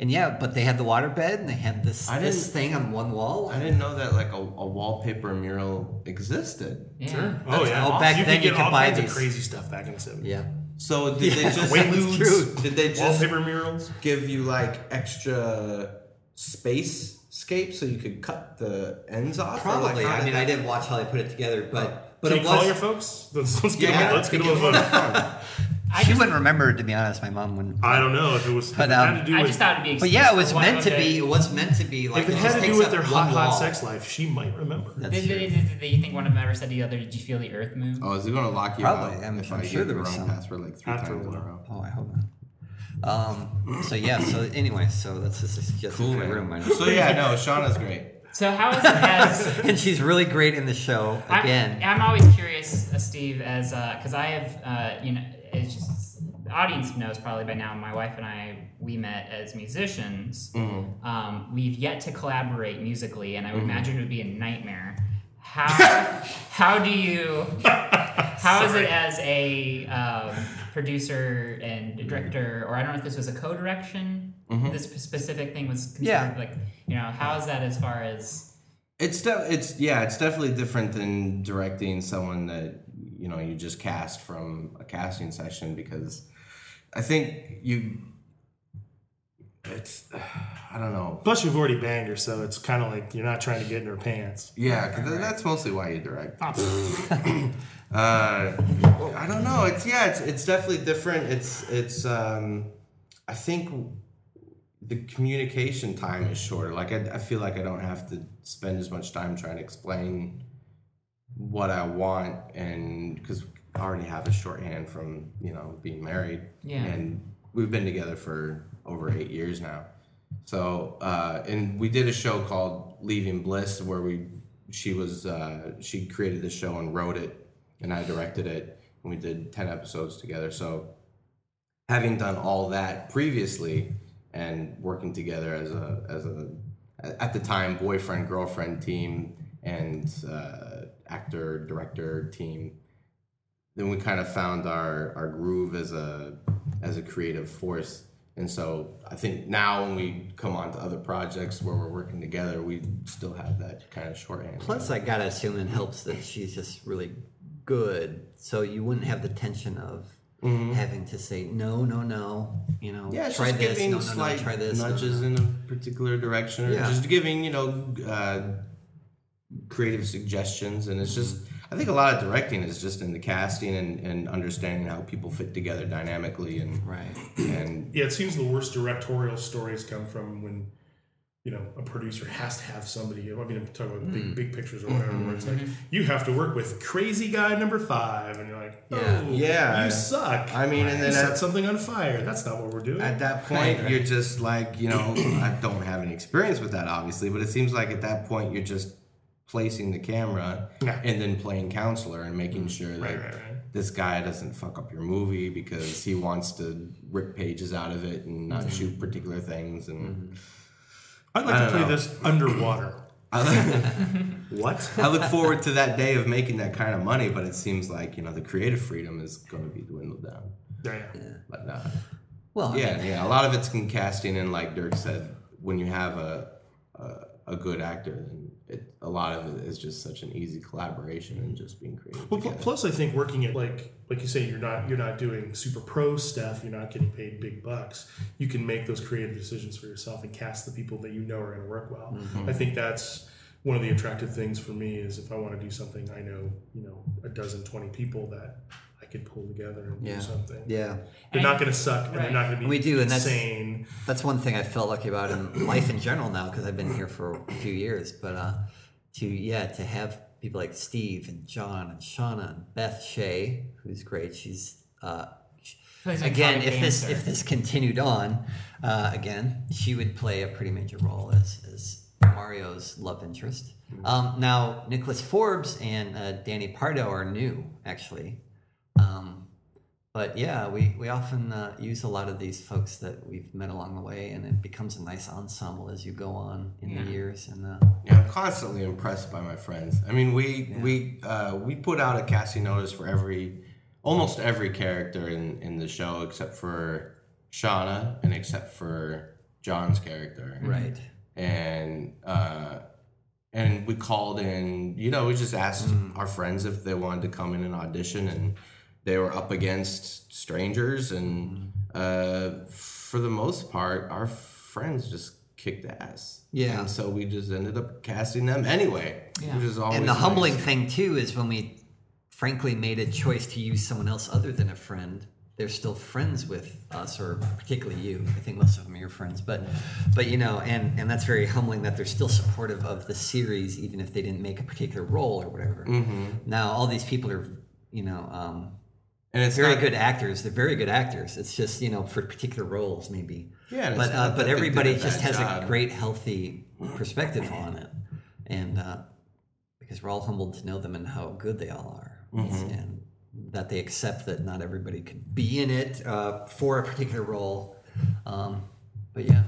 [SPEAKER 4] and yeah, but they had the waterbed, and they had this
[SPEAKER 5] I
[SPEAKER 4] this
[SPEAKER 5] didn't-
[SPEAKER 4] thing on one wall.
[SPEAKER 5] I didn't know that like a, a wallpaper mural existed.
[SPEAKER 3] yeah.
[SPEAKER 1] Oh yeah.
[SPEAKER 4] Oh, back
[SPEAKER 1] you
[SPEAKER 4] then
[SPEAKER 1] could
[SPEAKER 4] you
[SPEAKER 1] get
[SPEAKER 4] could
[SPEAKER 1] all
[SPEAKER 4] buy
[SPEAKER 1] kinds
[SPEAKER 4] these.
[SPEAKER 1] of crazy stuff back in the 70s.
[SPEAKER 4] yeah,
[SPEAKER 5] So did
[SPEAKER 4] Yeah,
[SPEAKER 5] they
[SPEAKER 4] [LAUGHS]
[SPEAKER 5] just
[SPEAKER 4] that's true.
[SPEAKER 5] did they just
[SPEAKER 1] Wallpaper murals.
[SPEAKER 5] give you like extra space scape so you could cut the ends off? Or, like,
[SPEAKER 4] probably.
[SPEAKER 5] how
[SPEAKER 4] I
[SPEAKER 5] did
[SPEAKER 4] mean,
[SPEAKER 5] that-
[SPEAKER 4] I didn't watch how they put it together, but but
[SPEAKER 1] Can
[SPEAKER 4] it
[SPEAKER 1] you call
[SPEAKER 4] was.
[SPEAKER 1] your folks? [LAUGHS] Let's, let's get
[SPEAKER 5] Yeah,
[SPEAKER 1] them, let's get
[SPEAKER 5] we
[SPEAKER 1] them on
[SPEAKER 5] can
[SPEAKER 4] [LAUGHS]
[SPEAKER 1] the phone.
[SPEAKER 3] I
[SPEAKER 4] she
[SPEAKER 3] just,
[SPEAKER 4] wouldn't remember it, to be honest. My mom wouldn't.
[SPEAKER 1] I don't know if it was.
[SPEAKER 4] But,
[SPEAKER 1] if it
[SPEAKER 4] um,
[SPEAKER 1] had to do
[SPEAKER 3] I
[SPEAKER 1] with,
[SPEAKER 3] just thought it'd be.
[SPEAKER 4] But yeah, it
[SPEAKER 3] excuse
[SPEAKER 4] was
[SPEAKER 3] for one
[SPEAKER 4] meant to
[SPEAKER 3] day.
[SPEAKER 4] be. It was meant to be like
[SPEAKER 1] if it
[SPEAKER 4] just
[SPEAKER 1] had to
[SPEAKER 4] takes
[SPEAKER 1] do with
[SPEAKER 4] up
[SPEAKER 1] their
[SPEAKER 4] one
[SPEAKER 1] hot, hot
[SPEAKER 4] wall.
[SPEAKER 1] sex life, she might remember.
[SPEAKER 4] That's
[SPEAKER 3] Did,
[SPEAKER 4] true.
[SPEAKER 3] did, did, did you think one of them ever said to the other, "Did you feel the Earth move"?
[SPEAKER 5] Oh, is it gonna lock you
[SPEAKER 4] Probably.
[SPEAKER 5] out?
[SPEAKER 4] I'm-
[SPEAKER 5] if
[SPEAKER 4] I'm
[SPEAKER 5] I
[SPEAKER 4] sure
[SPEAKER 5] gave
[SPEAKER 4] there
[SPEAKER 5] the
[SPEAKER 4] was
[SPEAKER 5] wrong
[SPEAKER 4] some.
[SPEAKER 5] password like three
[SPEAKER 1] After
[SPEAKER 5] times
[SPEAKER 1] a
[SPEAKER 5] in a
[SPEAKER 1] while.
[SPEAKER 5] row.
[SPEAKER 4] Oh, I hope not. Um, so yeah, so anyway, so that's just a suggestion for everyone.
[SPEAKER 5] man.
[SPEAKER 3] [LAUGHS]
[SPEAKER 4] right now.
[SPEAKER 5] So yeah, no, Shauna's great.
[SPEAKER 3] So how is [LAUGHS] has
[SPEAKER 4] [LAUGHS] And she's really great in the show
[SPEAKER 3] I'm-
[SPEAKER 4] again.
[SPEAKER 3] I'm, always curious, uh, Steve, as because I have, uh, you know, uh, it's just the audience knows probably by now, my wife and I, we met as musicians.
[SPEAKER 4] Mm-hmm.
[SPEAKER 3] Um, we've yet to collaborate musically, and I would imagine it would be a nightmare. How
[SPEAKER 4] [LAUGHS]
[SPEAKER 3] how do you how is it as a um, producer and
[SPEAKER 4] Mm-hmm.
[SPEAKER 3] a director, or I don't know if this was a co-direction. This specific thing was considered
[SPEAKER 4] Yeah.
[SPEAKER 3] like you know how is that as far as
[SPEAKER 5] It's de- it's yeah, it's definitely different than directing someone that you know you just cast from a casting session because I think you it's I don't know.
[SPEAKER 1] Plus, you've already banged her, so it's kind of like you're not trying to get in her pants.
[SPEAKER 5] Yeah, 'cause th- that's mostly why you direct. [CLEARS THROAT] Uh, I don't know. It's yeah. It's it's definitely different. It's it's. Um, I think the communication time is shorter. Like I, I feel like I don't have to spend as much time trying to explain what I want, and because I already have a shorthand from you know being married.
[SPEAKER 3] Yeah.
[SPEAKER 5] And we've been together for over eight years now. So uh, and we did a show called Leaving Bliss where we she was uh, she created the show and wrote it and I directed it and we did ten episodes together. So having done all that previously and working together as a as a at the time boyfriend girlfriend team and uh, actor director team then we kind of found our our groove as a as a creative force and so i think now when we come on to other projects where we're working together we still have that kind of shorthand
[SPEAKER 4] Plus, I gotta assume it helps that she's just really good, so you wouldn't have the tension of having to say no, no, no. You know,
[SPEAKER 5] Mm-hmm. Yeah, it's
[SPEAKER 4] try
[SPEAKER 5] just
[SPEAKER 4] this,
[SPEAKER 5] giving
[SPEAKER 4] no, no,
[SPEAKER 5] slight
[SPEAKER 4] no, try this. no,
[SPEAKER 5] nudges
[SPEAKER 4] no, no.
[SPEAKER 5] in a particular direction, or
[SPEAKER 4] Yeah.
[SPEAKER 5] just giving you know uh, creative suggestions, and it's just I think a lot of directing is just in the casting and, and understanding how people fit together dynamically and
[SPEAKER 4] Right.
[SPEAKER 5] and
[SPEAKER 1] Yeah, it seems the worst directorial stories come from when you know a producer has to have somebody. I mean, I'm talking about big, big pictures or whatever. Where it's like you have to work with crazy guy number five, and you're like, oh,
[SPEAKER 4] Yeah.
[SPEAKER 5] Yeah.
[SPEAKER 1] you suck.
[SPEAKER 5] I mean, and
[SPEAKER 1] you
[SPEAKER 5] then
[SPEAKER 1] set
[SPEAKER 5] at-
[SPEAKER 1] something on fire. That's not what we're doing.
[SPEAKER 5] at that point you're just like you know I don't have any experience with that obviously, but it seems like at that point you're just placing the camera
[SPEAKER 1] Yeah. Mm-hmm.
[SPEAKER 5] and then playing counselor and making sure that
[SPEAKER 1] right, right, right.
[SPEAKER 5] this guy doesn't fuck up your movie because he wants to rip pages out of it and
[SPEAKER 1] Mm-hmm.
[SPEAKER 5] not shoot particular things and
[SPEAKER 1] I'd like to play this underwater. [CLEARS THROAT] [LAUGHS] what?
[SPEAKER 5] [LAUGHS] i look forward to that day of making that kind of money but it seems like you know the creative freedom is going to be dwindled down
[SPEAKER 1] Yeah.
[SPEAKER 5] but uh, no
[SPEAKER 4] Well, yeah.
[SPEAKER 5] yeah yeah a lot of it's in casting and like dirk said when you have a a, a good actor then it, a lot of it is just such an easy collaboration and just being creative
[SPEAKER 1] Well, pl-
[SPEAKER 5] together.
[SPEAKER 1] plus I think working at like like you say, you're not you're not doing super pro stuff. You're not getting paid big bucks. You can make those creative decisions for yourself and cast the people that you know are going to work well.
[SPEAKER 4] Mm-hmm.
[SPEAKER 1] I think that's one of the attractive things for me is if I want to do something, I know you know a dozen, twenty people that I could pull together and
[SPEAKER 4] Yeah.
[SPEAKER 1] do something.
[SPEAKER 4] yeah.
[SPEAKER 1] They're not going to suck, and they're
[SPEAKER 3] Right.
[SPEAKER 1] not going to be
[SPEAKER 4] We do, and that's-
[SPEAKER 1] insane.
[SPEAKER 4] That's one thing I felt lucky about in life in general now because I've been here for a few years. But uh, to yeah, to have people like Steve and John and Shauna and Beth Shea, who's great. She's uh, sh-
[SPEAKER 3] Plays an
[SPEAKER 4] again,
[SPEAKER 3] iconic
[SPEAKER 4] if this
[SPEAKER 3] dancer.
[SPEAKER 4] if this continued on, uh, again, she would play a pretty major role as as Mario's love interest. Um, now Nicholas Forbes and uh, Danny Pardo are new actually. Um, but yeah, we, we often uh, use a lot of these folks that we've met along the way, and it becomes a nice ensemble as you go on in the years. And uh,
[SPEAKER 5] Yeah, I'm constantly impressed by my friends. I mean, we we uh, we put out a casting notice for every, almost every character in in the show except for Shauna and except for John's character,
[SPEAKER 4] right,
[SPEAKER 5] and uh, and we called in. You know, we just asked
[SPEAKER 4] Mm.
[SPEAKER 5] our friends if they wanted to come in and audition, and they were up against strangers,
[SPEAKER 4] Mm-hmm.
[SPEAKER 5] and uh, for the most part, our friends just kicked ass.
[SPEAKER 4] Yeah.
[SPEAKER 5] and so we just ended up casting them anyway,
[SPEAKER 3] Yeah.
[SPEAKER 5] which is always
[SPEAKER 4] and the
[SPEAKER 5] nice.
[SPEAKER 4] humbling thing too is when we, frankly, made a choice to use someone else other than a friend. They're still friends with us, or particularly you. I think most of them are your friends, but but you know, and and that's very humbling that they're still supportive of the series, even if they didn't make a particular role or whatever.
[SPEAKER 5] Mm-hmm.
[SPEAKER 4] Now all these people are, you know. Um,
[SPEAKER 5] and it's
[SPEAKER 4] very
[SPEAKER 5] not-
[SPEAKER 4] good actors. They're very good actors. It's just you know for particular roles maybe.
[SPEAKER 5] Yeah, and it's
[SPEAKER 4] but
[SPEAKER 5] not
[SPEAKER 4] uh,
[SPEAKER 5] that
[SPEAKER 4] but
[SPEAKER 5] they did
[SPEAKER 4] everybody
[SPEAKER 5] a
[SPEAKER 4] just
[SPEAKER 5] bad
[SPEAKER 4] has a
[SPEAKER 5] job.
[SPEAKER 4] great healthy perspective on it,
[SPEAKER 5] Mm-hmm.
[SPEAKER 4] and uh, because we're all humbled to know them and how good they all are, It's- and that they accept that not everybody could be in it uh, for a particular role. Um, but yeah,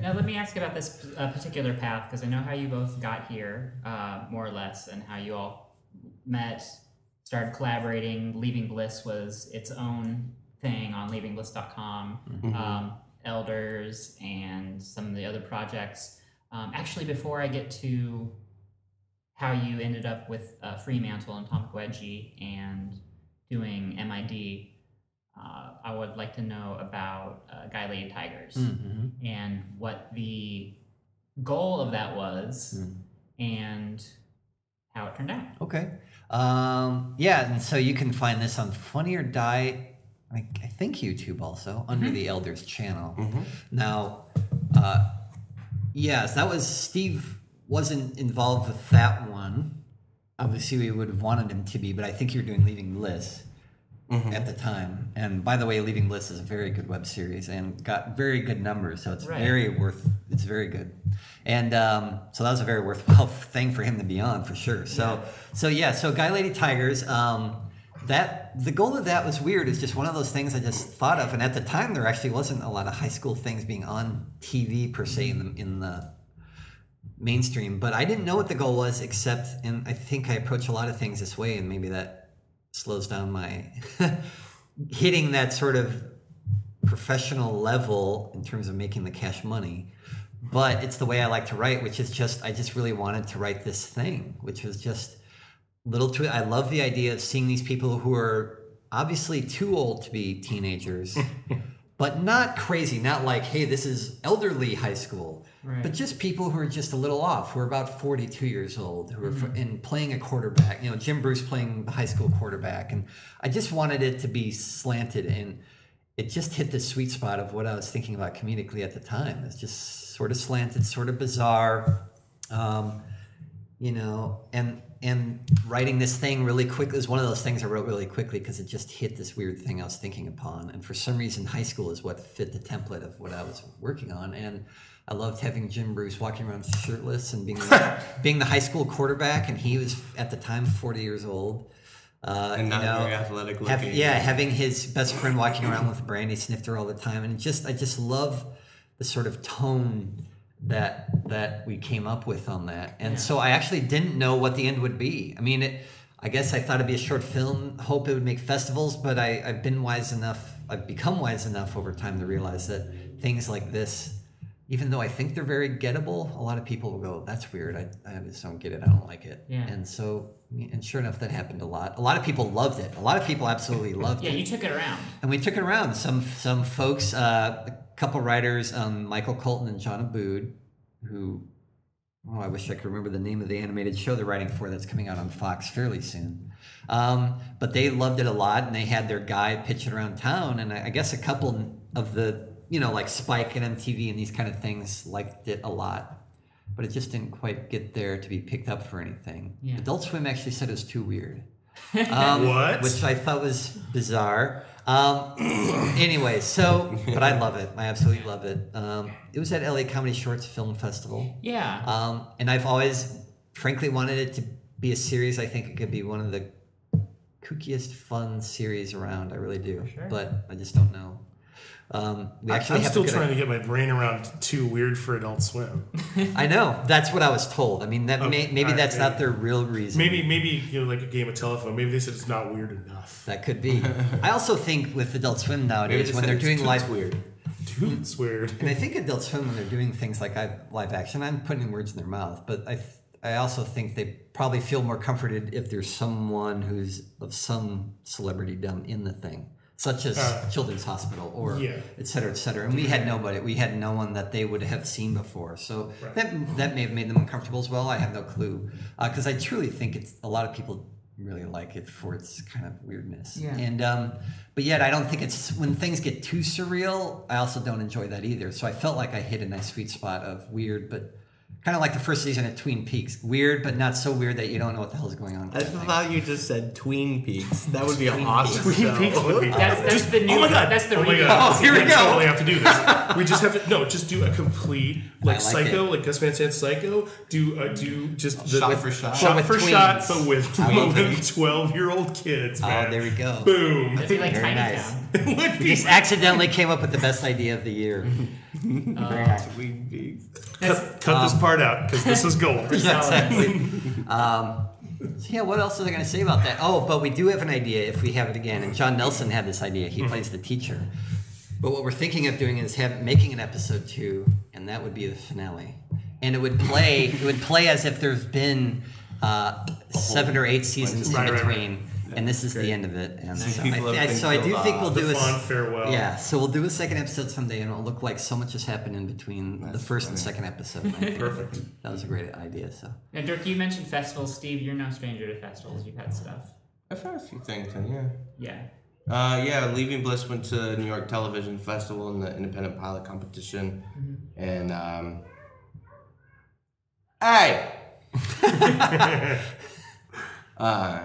[SPEAKER 3] Now, let me ask you about this uh, particular path because I know how you both got here, uh, more or less, and how you all met, started collaborating. Leaving Bliss was its own thing on leavingbliss.com. Um, Elders and some of the other projects. Um, actually, before I get to how you ended up with uh, Fremantle and Tom Gwedji and doing MID, uh, I would like to know about uh, Guy Lady Tigers
[SPEAKER 4] Hmm. Mm-hmm.
[SPEAKER 3] and what the goal of that was
[SPEAKER 4] Hmm.
[SPEAKER 3] and how it turned out.
[SPEAKER 4] okay, um, yeah. And so you can find this on Funny or Die. I, I think YouTube also under the Elders channel. Now, uh, yes, that was Steve wasn't involved with that one. Obviously, we would have wanted him to be, but I think you were doing Leaving Liz. at the time. And by the way, Leaving Bliss is a very good web series and got very good numbers, so it's
[SPEAKER 3] Right.
[SPEAKER 4] very worth. It's very good, and um, so that was a very worthwhile [LAUGHS] thing for him to be on for sure. So so yeah, so Guy Lady Tigers. Um, that the goal of that was weird. It's just one of those things I just thought of, and at the time there actually wasn't a lot of high school things being on TV per se in the in the mainstream. But I didn't know what the goal was, except, and I think I approach a lot of things this way, and maybe that slows down my [LAUGHS] hitting that sort of professional level in terms of making the cash money. But it's the way I like to write, which is just, I just really wanted to write this thing, which was just little twi- I love the idea of seeing these people who are obviously too old to be teenagers, but not crazy, not like, hey, this is elderly high school,
[SPEAKER 3] Right.
[SPEAKER 4] but just people who are just a little off, who are about 42 years old, who are f and playing a quarterback. You know, Jim Bruce playing the high school quarterback, and I just wanted it to be slanted and. It just hit the sweet spot of what I was thinking about comedically at the time. It's just sort of slanted, sort of bizarre. Um, you know and and writing this thing really quick is one of those things i wrote really quickly because it just hit this weird thing i was thinking upon and for some reason high school is what fit the template of what i was working on and i loved having jim bruce walking around shirtless and being being the high school quarterback and he was at the time 40 years old uh,
[SPEAKER 5] And not
[SPEAKER 4] you know,
[SPEAKER 5] very athletic
[SPEAKER 4] have-
[SPEAKER 5] looking.
[SPEAKER 4] yeah, having his best friend walking around with a brandy snifter all the time, and just I just love the sort of tone that that we came up with on that. And so I actually didn't know what the end would be. I mean, it, I guess I thought it'd be a short film, hope it would make festivals, but I, I've been wise enough, I've become wise enough over time to realize that things like this. Even though I think they're very gettable, a lot of people will go, "That's weird. I, I just don't get it. I don't like it."
[SPEAKER 3] Yeah.
[SPEAKER 4] And so, and sure enough, that happened a lot. A lot of people loved it. A lot of
[SPEAKER 3] [LAUGHS]
[SPEAKER 4] people absolutely loved
[SPEAKER 3] Yeah,
[SPEAKER 4] it.
[SPEAKER 3] you took it around.
[SPEAKER 4] And we took it around. Some some folks, uh, a couple writers, um, Michael Colton and John Abood, who oh, I wish I could remember the name of the animated show they're writing for that's coming out on Fox fairly soon. Um, but they loved it a lot, and they had their guy pitch it around town. And I, I guess a couple of the you know like Spike and MTV and these kind of things liked it a lot. But it just didn't quite get there to be picked up for anything.
[SPEAKER 3] Yeah.
[SPEAKER 4] Adult Swim actually said it was too weird. Um,
[SPEAKER 1] What?
[SPEAKER 4] Which I thought was bizarre. Um, [COUGHS] anyway, so but I love it. I absolutely love it. Um, it was at LA Comedy Shorts Film Festival,
[SPEAKER 3] Yeah.
[SPEAKER 4] um, and I've always, frankly, wanted it to be a series. I think it could be one of the kookiest fun series around. I really do,
[SPEAKER 3] Sure.
[SPEAKER 4] but I just don't know. Um, we actually
[SPEAKER 1] I'm
[SPEAKER 4] have a
[SPEAKER 1] still
[SPEAKER 4] good-
[SPEAKER 1] trying to get my brain around too weird for Adult
[SPEAKER 4] [LAUGHS]
[SPEAKER 1] Swim.
[SPEAKER 4] I know that's what I was told. I mean, that may,
[SPEAKER 1] Okay,
[SPEAKER 4] maybe
[SPEAKER 1] alright,
[SPEAKER 4] that's not
[SPEAKER 1] maybe.
[SPEAKER 4] their real reason.
[SPEAKER 1] Maybe, maybe you know, like a game of telephone. Maybe they said it's not weird enough. [LAUGHS]
[SPEAKER 4] that could be. I also think with Adult Swim
[SPEAKER 5] Maybe
[SPEAKER 4] nowadays,
[SPEAKER 5] they
[SPEAKER 4] when
[SPEAKER 5] said
[SPEAKER 4] they're
[SPEAKER 5] it's
[SPEAKER 4] doing
[SPEAKER 5] too
[SPEAKER 4] live
[SPEAKER 5] weird.
[SPEAKER 1] Dude, it's weird.
[SPEAKER 4] And I think Adult Swim, when they're doing things like I- live action, I'm putting words in their mouth, but I, th- I also think they probably feel more comforted if there's someone who's of some celebrity dumb in the thing, such as
[SPEAKER 1] Uh,
[SPEAKER 4] Children's Hospital or
[SPEAKER 1] yeah.
[SPEAKER 4] et cetera, et cetera. And we had nobody, we had no one that they would have seen before. So
[SPEAKER 1] Right.
[SPEAKER 4] that, that may have made them uncomfortable as well. I have no clue. Because I truly think it's a lot of people really like it for its kind of weirdness.
[SPEAKER 3] Yeah.
[SPEAKER 4] And um, but yet I don't think it's when things get too surreal. I also don't enjoy that either. So I felt like I hit a nice sweet spot of weird, but Kind of like the first season of Twin Peaks. Weird, but not so weird that you don't know what the hell's going on.
[SPEAKER 6] I thought you just said Tween Peaks. That would be an awesome
[SPEAKER 5] [LAUGHS]
[SPEAKER 1] Twin
[SPEAKER 6] show.
[SPEAKER 1] [LAUGHS] Peaks would be.
[SPEAKER 3] That's, that's the new.
[SPEAKER 1] Oh my god!
[SPEAKER 3] That's the
[SPEAKER 1] oh my
[SPEAKER 3] remake.
[SPEAKER 1] god!
[SPEAKER 4] Oh, here we
[SPEAKER 1] We
[SPEAKER 4] go.
[SPEAKER 1] totally have to do
[SPEAKER 4] [LAUGHS]
[SPEAKER 1] this. We just have to no, just do a complete like,
[SPEAKER 4] like
[SPEAKER 1] psycho, like Gus Van Sant psycho. Do uh, do just the,
[SPEAKER 5] Shot
[SPEAKER 1] with-
[SPEAKER 5] for shot.
[SPEAKER 1] shot
[SPEAKER 4] But with
[SPEAKER 1] for shot,
[SPEAKER 4] tweens.
[SPEAKER 1] but with
[SPEAKER 4] I love Oh,
[SPEAKER 1] 12 and twelve year old kids. Man.
[SPEAKER 4] there we go.
[SPEAKER 1] Boom!
[SPEAKER 3] It'd be like
[SPEAKER 4] Very
[SPEAKER 3] Tiny
[SPEAKER 4] nice.
[SPEAKER 3] Town.
[SPEAKER 1] [LAUGHS] It would
[SPEAKER 4] We
[SPEAKER 1] be.
[SPEAKER 4] just accidentally came up with the best idea of the year.
[SPEAKER 3] Um,
[SPEAKER 4] [LAUGHS]
[SPEAKER 6] Tween Peaks.
[SPEAKER 1] Cut, cut this part out because this is
[SPEAKER 4] [LAUGHS]
[SPEAKER 1] gold. [LAUGHS]
[SPEAKER 4] Um, so yeah, what else are they going to say about that? Oh, but we do have an idea if we have it again. And John Nelson had this idea. He plays the teacher. But what we're thinking of doing is have, making an episode two, and that would be the finale. And it would play. it would play as if there's been uh, seven or eight seasons
[SPEAKER 1] Right,
[SPEAKER 4] in
[SPEAKER 1] right, right.
[SPEAKER 4] between, and this is the end of it. And so, I,
[SPEAKER 6] people have
[SPEAKER 4] I-
[SPEAKER 6] been
[SPEAKER 4] so I do
[SPEAKER 6] killed
[SPEAKER 4] think
[SPEAKER 6] off.
[SPEAKER 4] we'll do
[SPEAKER 1] The
[SPEAKER 4] a s-
[SPEAKER 1] fond farewell.
[SPEAKER 4] Yeah, so we'll do a second episode someday, and it'll look like so much has happened in between the first and second
[SPEAKER 1] [LAUGHS]
[SPEAKER 4] episode. Perfect. That was a great idea. So.
[SPEAKER 3] Now, Dirk, you mentioned festivals. Steve, you're no stranger to festivals. You've had stuff.
[SPEAKER 5] I've had a few things, and yeah.
[SPEAKER 3] Yeah.
[SPEAKER 5] Uh, yeah, Leaving Bliss went to New York Television Festival in the independent pilot competition,
[SPEAKER 1] Mm-hmm.
[SPEAKER 5] and um,
[SPEAKER 1] [LAUGHS]
[SPEAKER 5] hey, [LAUGHS] uh,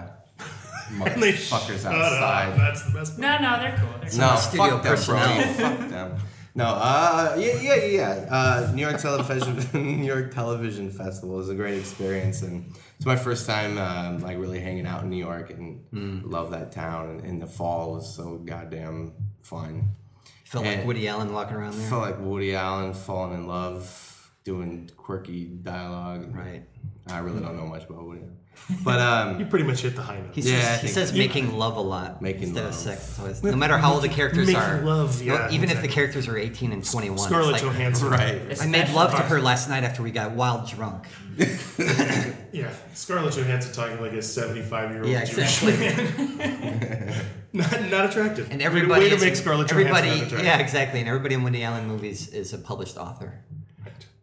[SPEAKER 1] And they
[SPEAKER 5] motherfuckers
[SPEAKER 1] shut up.
[SPEAKER 5] outside.
[SPEAKER 1] That's the best. part.
[SPEAKER 3] No, no, they're cool. They're cool.
[SPEAKER 5] No,
[SPEAKER 4] studio
[SPEAKER 5] fuck them, bro.
[SPEAKER 4] personnel.
[SPEAKER 5] [LAUGHS] fuck them. No, uh, yeah, yeah, yeah. yeah. Uh, New York Television, [LAUGHS] New York Television Festival is a great experience, and it's my first time um, like really hanging out in New York, and love that town. And, and the fall was so goddamn fun.
[SPEAKER 4] Felt
[SPEAKER 5] And-
[SPEAKER 4] like Woody Allen walking around
[SPEAKER 5] I
[SPEAKER 4] there.
[SPEAKER 5] felt like Woody Allen falling in love, doing quirky dialogue.
[SPEAKER 4] Right.
[SPEAKER 5] I really don't know much about Woody Allen. But um
[SPEAKER 1] You pretty much hit the high note.
[SPEAKER 4] He
[SPEAKER 5] Yeah, I
[SPEAKER 4] says, he
[SPEAKER 5] think-
[SPEAKER 4] says making love a lot
[SPEAKER 5] Making
[SPEAKER 4] instead
[SPEAKER 5] love.
[SPEAKER 4] of sex. It's always- no matter how old the characters
[SPEAKER 1] making
[SPEAKER 4] are,
[SPEAKER 1] love,
[SPEAKER 4] no-
[SPEAKER 1] yeah,
[SPEAKER 4] even if
[SPEAKER 1] exactly.
[SPEAKER 4] the characters are 18 and 21, it's
[SPEAKER 1] Scarlett
[SPEAKER 4] like,
[SPEAKER 1] Johansson.
[SPEAKER 5] Right.
[SPEAKER 4] I made love to her last night after we got wild drunk.
[SPEAKER 1] Yeah. Scarlett Johansson talking like a seventy-five year old.
[SPEAKER 4] Yeah, exactly. [LAUGHS]
[SPEAKER 1] not, not attractive.
[SPEAKER 4] And everybody,
[SPEAKER 1] way to
[SPEAKER 4] is-
[SPEAKER 1] make Scarlett
[SPEAKER 4] everybody,
[SPEAKER 1] Johansson unattractive.
[SPEAKER 4] yeah, exactly. And everybody in Woody Allen movies is a published author.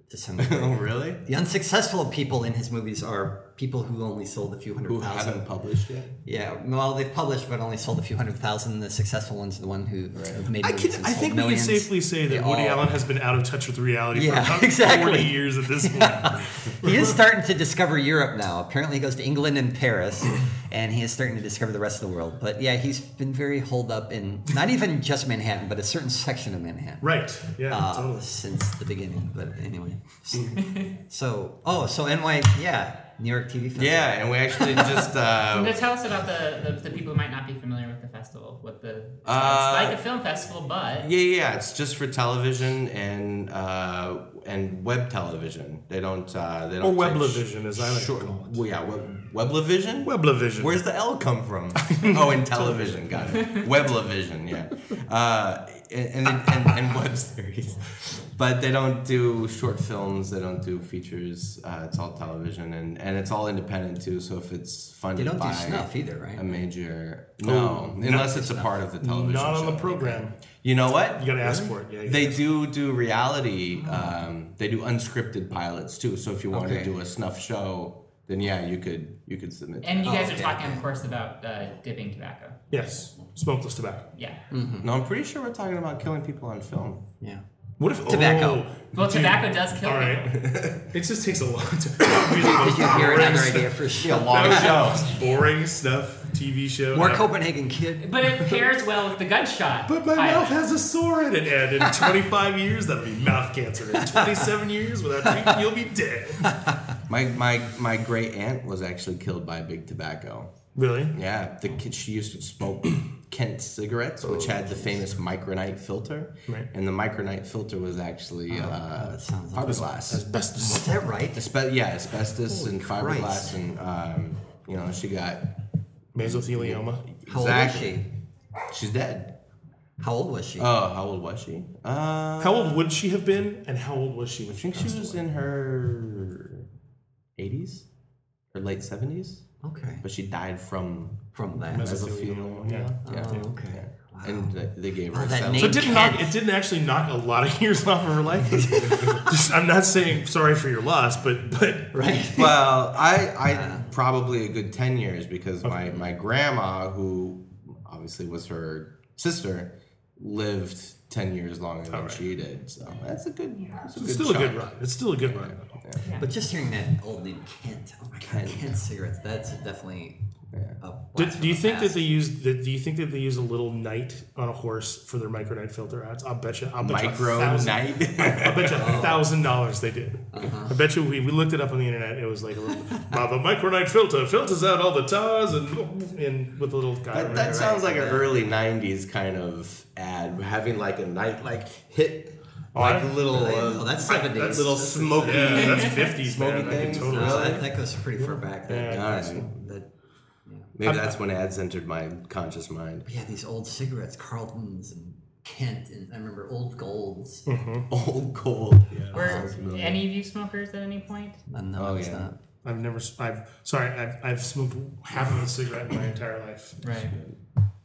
[SPEAKER 4] To
[SPEAKER 1] [LAUGHS]
[SPEAKER 4] some degree.
[SPEAKER 5] [LAUGHS] Oh [LAUGHS] really?
[SPEAKER 4] the unsuccessful people in his movies are people who only sold a few hundred
[SPEAKER 5] Who
[SPEAKER 4] thousand.
[SPEAKER 5] haven't published yet?
[SPEAKER 4] Yeah, well, they've published but only sold a few hundred thousand. The successful ones, the one who have made
[SPEAKER 1] I, can,
[SPEAKER 4] movies and
[SPEAKER 1] I
[SPEAKER 4] sold
[SPEAKER 1] think we can
[SPEAKER 4] millions.
[SPEAKER 1] safely say that
[SPEAKER 4] They
[SPEAKER 1] Woody
[SPEAKER 4] all- [LAUGHS]
[SPEAKER 1] Allen has been out of touch with reality
[SPEAKER 4] Yeah,
[SPEAKER 1] for about
[SPEAKER 4] exactly.
[SPEAKER 1] 40 years at
[SPEAKER 4] [LAUGHS]
[SPEAKER 1] this point.
[SPEAKER 4] He is starting to discover Europe now. Apparently, he goes to England
[SPEAKER 1] [CLEARS THROAT]
[SPEAKER 4] and Paris, and he is starting to discover the rest of the world. But yeah, he's been very holed up in not even just Manhattan, but a certain section of Manhattan
[SPEAKER 1] Right. Yeah,
[SPEAKER 4] uh,
[SPEAKER 1] totally.
[SPEAKER 4] since the beginning. But
[SPEAKER 1] [LAUGHS]
[SPEAKER 4] anyway, so, so- oh, so NY, yeah, New York TV. Festival.
[SPEAKER 5] Yeah, and we actually just [LAUGHS] uh,
[SPEAKER 3] Now tell us about the, the, the people who might not be familiar with the festival. What the it's
[SPEAKER 5] Uh,
[SPEAKER 3] like a film festival, but
[SPEAKER 5] Yeah, yeah, yeah, it's just for television and uh, and web television. They don't uh, they don't
[SPEAKER 1] Or
[SPEAKER 5] take
[SPEAKER 1] Weblavision, as I like to
[SPEAKER 5] short-
[SPEAKER 1] call it.
[SPEAKER 5] Well, yeah, web, Weblavision.
[SPEAKER 1] Weblavision.
[SPEAKER 5] Where's the L come from? [LAUGHS] oh, in television, got it. Weblavision, yeah. Uh, and, and, and, and web series. But they don't do short films, they don't do features. Uh, it's all television, and, and it's all independent too. So if it's funded
[SPEAKER 4] They don't do
[SPEAKER 5] by
[SPEAKER 4] snuff either, right?
[SPEAKER 5] a major. No, unless it's a part of the television.
[SPEAKER 1] Oh, Not on the
[SPEAKER 5] show.
[SPEAKER 1] program.
[SPEAKER 5] You know what?
[SPEAKER 1] You got to ask for it. Yeah, you
[SPEAKER 5] They
[SPEAKER 1] gotta-
[SPEAKER 5] do do reality. Um, they do unscripted pilots too. So if you want
[SPEAKER 4] Okay.
[SPEAKER 5] to do a snuff show, then yeah, you could you could submit.
[SPEAKER 3] and you
[SPEAKER 4] Oh,
[SPEAKER 3] guys are
[SPEAKER 4] okay,
[SPEAKER 3] talking, of course, about uh, dipping tobacco.
[SPEAKER 1] Yes. Smokeless tobacco.
[SPEAKER 3] Yeah.
[SPEAKER 4] Mm-hmm.
[SPEAKER 5] no, I'm pretty sure we're talking about killing people on film.
[SPEAKER 4] yeah.
[SPEAKER 1] What if
[SPEAKER 4] Tobacco.
[SPEAKER 1] Oh,
[SPEAKER 3] Well,
[SPEAKER 1] dude,
[SPEAKER 3] tobacco does kill
[SPEAKER 1] All right.
[SPEAKER 3] people.
[SPEAKER 1] [LAUGHS] It just takes a
[SPEAKER 4] [LAUGHS]
[SPEAKER 1] long time.
[SPEAKER 4] Did you hear
[SPEAKER 5] [LAUGHS]
[SPEAKER 4] another idea for sure?
[SPEAKER 5] Long
[SPEAKER 4] [LAUGHS]
[SPEAKER 5] show.
[SPEAKER 1] Boring stuff. TV show.
[SPEAKER 4] More
[SPEAKER 1] ever.
[SPEAKER 4] Copenhagen kid.
[SPEAKER 3] But it pairs well with the gunshot.
[SPEAKER 1] But my
[SPEAKER 3] pilot.
[SPEAKER 1] mouth has a sore in it, and in 25 years, that'll be mouth cancer. In 27 years, without treatment, you'll be dead.
[SPEAKER 5] My my my great aunt was actually killed by big tobacco.
[SPEAKER 1] Really?
[SPEAKER 5] Yeah, the kid, she used to smoke [COUGHS] Kent cigarettes, which had the famous micronite filter,
[SPEAKER 1] Oh, Right. Uh-huh.
[SPEAKER 5] and the micronite filter was actually uh,
[SPEAKER 4] sounds
[SPEAKER 5] fiberglass.
[SPEAKER 4] Is
[SPEAKER 5] [LAUGHS]
[SPEAKER 4] that right?
[SPEAKER 5] Aspe- yeah, asbestos and
[SPEAKER 4] Christ.
[SPEAKER 5] fiberglass, and um, you know she got
[SPEAKER 1] Mesothelioma.
[SPEAKER 4] How old was she?
[SPEAKER 5] She's dead.
[SPEAKER 4] How old was she?
[SPEAKER 5] Oh, how old was she? Uh,
[SPEAKER 1] How old would she have been, and how old was she when
[SPEAKER 5] I
[SPEAKER 1] she
[SPEAKER 5] think she was in her 80s or late 70s,
[SPEAKER 4] okay.
[SPEAKER 5] but she died from
[SPEAKER 4] From that.
[SPEAKER 5] mesothelioma.
[SPEAKER 1] Yeah.
[SPEAKER 5] yeah.
[SPEAKER 4] Oh, okay. Wow.
[SPEAKER 5] And uh, they gave her
[SPEAKER 4] Oh,
[SPEAKER 5] a
[SPEAKER 4] that
[SPEAKER 5] cell-
[SPEAKER 4] name-
[SPEAKER 1] So it didn't knock. It didn't actually knock a lot of [LAUGHS] years off of her life. Just, I'm not saying sorry for your loss, but but
[SPEAKER 4] Right.
[SPEAKER 5] Well, I, I probably a good 10 years because my, my grandma, who obviously was her sister, lived ten years longer than she did. So that's a good. That's a
[SPEAKER 1] It's
[SPEAKER 5] good
[SPEAKER 1] still a good
[SPEAKER 5] chunk.
[SPEAKER 1] run. It's still a good run.
[SPEAKER 4] [LAUGHS] But just hearing that old name Kent, oh my god, Kent cigarettes, that's definitely a
[SPEAKER 1] Do,
[SPEAKER 4] blast
[SPEAKER 1] do you
[SPEAKER 4] from the
[SPEAKER 1] think that
[SPEAKER 4] past.
[SPEAKER 1] they use? That, do you think that they use a little knight on a horse for their micro knight filter ads? I'll bet you. I'll bet you a
[SPEAKER 5] Micro
[SPEAKER 1] thousand-
[SPEAKER 5] [LAUGHS] night.
[SPEAKER 1] I bet you a thousand dollars they did. I bet you we, we looked it up on the internet. It was like a little [LAUGHS] "Wow, the micronite filter filters out all the tars and and with a little guy.
[SPEAKER 5] That,
[SPEAKER 1] right?
[SPEAKER 5] that sounds like an early '90s kind of ad, having like a night like hit, like
[SPEAKER 1] I-
[SPEAKER 5] little
[SPEAKER 4] Oh,
[SPEAKER 5] uh,
[SPEAKER 4] that's seventies.
[SPEAKER 1] that's-
[SPEAKER 5] little smoky.
[SPEAKER 1] yeah,
[SPEAKER 5] [LAUGHS]
[SPEAKER 1] that's fifties,
[SPEAKER 5] Smoky
[SPEAKER 1] man. I can
[SPEAKER 5] things,
[SPEAKER 1] totally.
[SPEAKER 5] no.
[SPEAKER 1] see
[SPEAKER 4] Oh, that, that goes pretty far back. That, uh,
[SPEAKER 1] Yeah.
[SPEAKER 5] Alright.
[SPEAKER 4] that-
[SPEAKER 5] Maybe that's when ads entered my conscious mind.
[SPEAKER 4] yeah, these old cigarettes, Carltons and Kent, and I remember old golds.
[SPEAKER 1] Mm-hmm.
[SPEAKER 5] Old gold.
[SPEAKER 3] Were any of you smokers at any point?
[SPEAKER 4] Uh, no,
[SPEAKER 5] Oh,
[SPEAKER 4] it's
[SPEAKER 5] yeah.
[SPEAKER 4] not.
[SPEAKER 1] I've never. s- I've sorry. I've, I've smoked half of a cigarette in my entire life.
[SPEAKER 3] Right.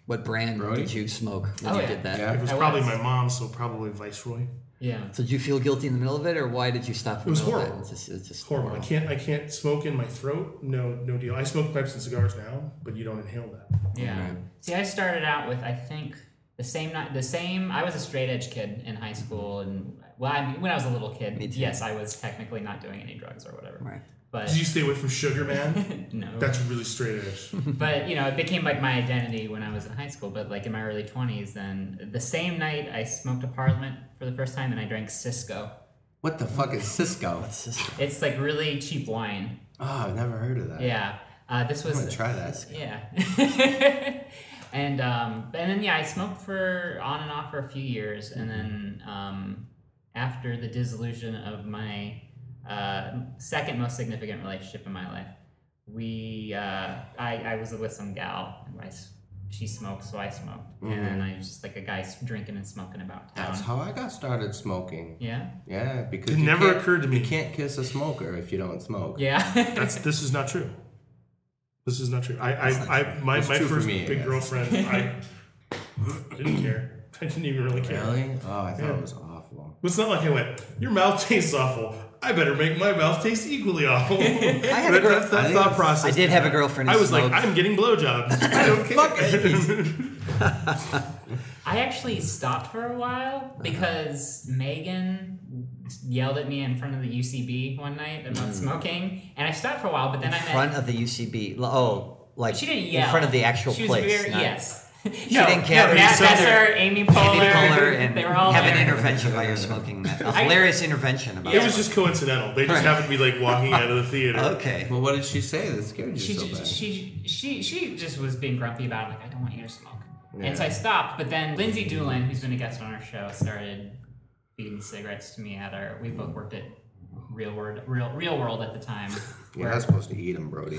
[SPEAKER 4] What brand
[SPEAKER 5] Brody?
[SPEAKER 4] did you smoke when
[SPEAKER 3] Oh,
[SPEAKER 4] you
[SPEAKER 3] yeah.
[SPEAKER 4] did that?
[SPEAKER 5] Yeah.
[SPEAKER 1] It was
[SPEAKER 3] I
[SPEAKER 1] probably
[SPEAKER 3] was.
[SPEAKER 1] my mom, so probably Viceroy.
[SPEAKER 3] Yeah.
[SPEAKER 4] So did you feel guilty in the middle of it, or why did you stop? In
[SPEAKER 1] It
[SPEAKER 4] the
[SPEAKER 1] was
[SPEAKER 4] middle Of it?
[SPEAKER 1] horrible.
[SPEAKER 4] It's just, it's just
[SPEAKER 1] Horrible. I can't. I can't smoke in my throat. No, no deal. I smoke pipes and cigars now, but you don't inhale that.
[SPEAKER 3] Yeah. See, I started out with I think the same night, the same. I was a straight edge kid in high school, and well, I mean, when I was a little kid,
[SPEAKER 4] too.
[SPEAKER 3] yes, I was technically not doing any drugs or whatever.
[SPEAKER 4] Right.
[SPEAKER 3] But
[SPEAKER 1] Did you stay away from sugar,
[SPEAKER 5] [LAUGHS]
[SPEAKER 1] man?
[SPEAKER 3] no.
[SPEAKER 1] That's really straight edge.
[SPEAKER 3] but you know, it became like my identity when I was in high school. But like in my early twenties, then the same night I smoked a Parliament for the first time, and I drank Cisco.
[SPEAKER 5] What the fuck is Cisco?
[SPEAKER 4] It's just-
[SPEAKER 3] It's like really cheap wine.
[SPEAKER 5] Oh, I've never heard of that.
[SPEAKER 3] Yeah. Uh, this
[SPEAKER 5] I'm
[SPEAKER 3] was
[SPEAKER 5] gonna try that.
[SPEAKER 3] Yeah. [LAUGHS] and um, and then yeah, I smoked for on and off for a few years, and then um, after the dissolution of my uh, second most significant relationship in my life, we uh, I I was with some gal, and I s she smoked, so I smoked, and then I was just like a guy s- drinking and smoking about town.
[SPEAKER 5] That's how I got started smoking.
[SPEAKER 3] yeah.
[SPEAKER 5] Yeah, because
[SPEAKER 1] It
[SPEAKER 5] you
[SPEAKER 1] never
[SPEAKER 5] can't-
[SPEAKER 1] occurred to me.
[SPEAKER 5] You can't kiss a smoker if you don't smoke.
[SPEAKER 3] Yeah. [LAUGHS]
[SPEAKER 1] That's this is not true. This is not true. I, I, I my,
[SPEAKER 5] It's
[SPEAKER 1] my
[SPEAKER 5] true for
[SPEAKER 1] first
[SPEAKER 5] me, I
[SPEAKER 1] big
[SPEAKER 5] guess.
[SPEAKER 1] girlfriend, I didn't care. I didn't even really care.
[SPEAKER 5] Really? Oh, I thought it was awful.
[SPEAKER 1] It's not like I went, your mouth tastes awful. I better make my mouth taste equally awful. I
[SPEAKER 4] had a girl-
[SPEAKER 1] that's
[SPEAKER 5] [LAUGHS] I
[SPEAKER 1] [LAUGHS] that
[SPEAKER 5] think
[SPEAKER 1] thought
[SPEAKER 5] it's-
[SPEAKER 1] process.
[SPEAKER 4] I did have a girlfriend. Who
[SPEAKER 1] I was like,
[SPEAKER 4] smoked.
[SPEAKER 1] I'm getting blowjobs. I don't care.
[SPEAKER 3] I actually stopped for a
[SPEAKER 4] Uh-huh.
[SPEAKER 3] while because Megan yelled at me in front of the UCB one night about smoking, and I stopped for a while. But then I
[SPEAKER 4] Mm. in
[SPEAKER 3] met
[SPEAKER 4] front of the UCB. l- Oh, like
[SPEAKER 3] she didn't yell
[SPEAKER 4] in front of the actual
[SPEAKER 3] she was
[SPEAKER 4] place.
[SPEAKER 3] Very,
[SPEAKER 4] not-
[SPEAKER 3] yes, she
[SPEAKER 4] didn't care.
[SPEAKER 1] Yeah,
[SPEAKER 3] Matt
[SPEAKER 1] so they're-
[SPEAKER 3] Besser, Amy
[SPEAKER 4] Amy
[SPEAKER 3] Poehler,
[SPEAKER 4] Poehler and
[SPEAKER 3] they were all
[SPEAKER 4] have an
[SPEAKER 3] there.
[SPEAKER 4] intervention while you're smoking. A
[SPEAKER 3] I-
[SPEAKER 4] hilarious intervention
[SPEAKER 1] [LAUGHS]
[SPEAKER 4] about
[SPEAKER 1] It was just coincidental. They just happened to be like walking out of the theater.
[SPEAKER 4] okay.
[SPEAKER 5] Well, what did she say that scared you
[SPEAKER 3] she,
[SPEAKER 5] so
[SPEAKER 3] ju-
[SPEAKER 5] bad?
[SPEAKER 3] she, she, she just was being grumpy about it, like, I don't want you to smoke.
[SPEAKER 5] Yeah.
[SPEAKER 3] And so I stopped, but then Lindsay Doolin, who's been a guest on our show, started feeding cigarettes to me at our, we both worked at Real World, Real, Real World at the time.
[SPEAKER 5] You're not supposed to eat them,
[SPEAKER 3] [LAUGHS]
[SPEAKER 5] Brody.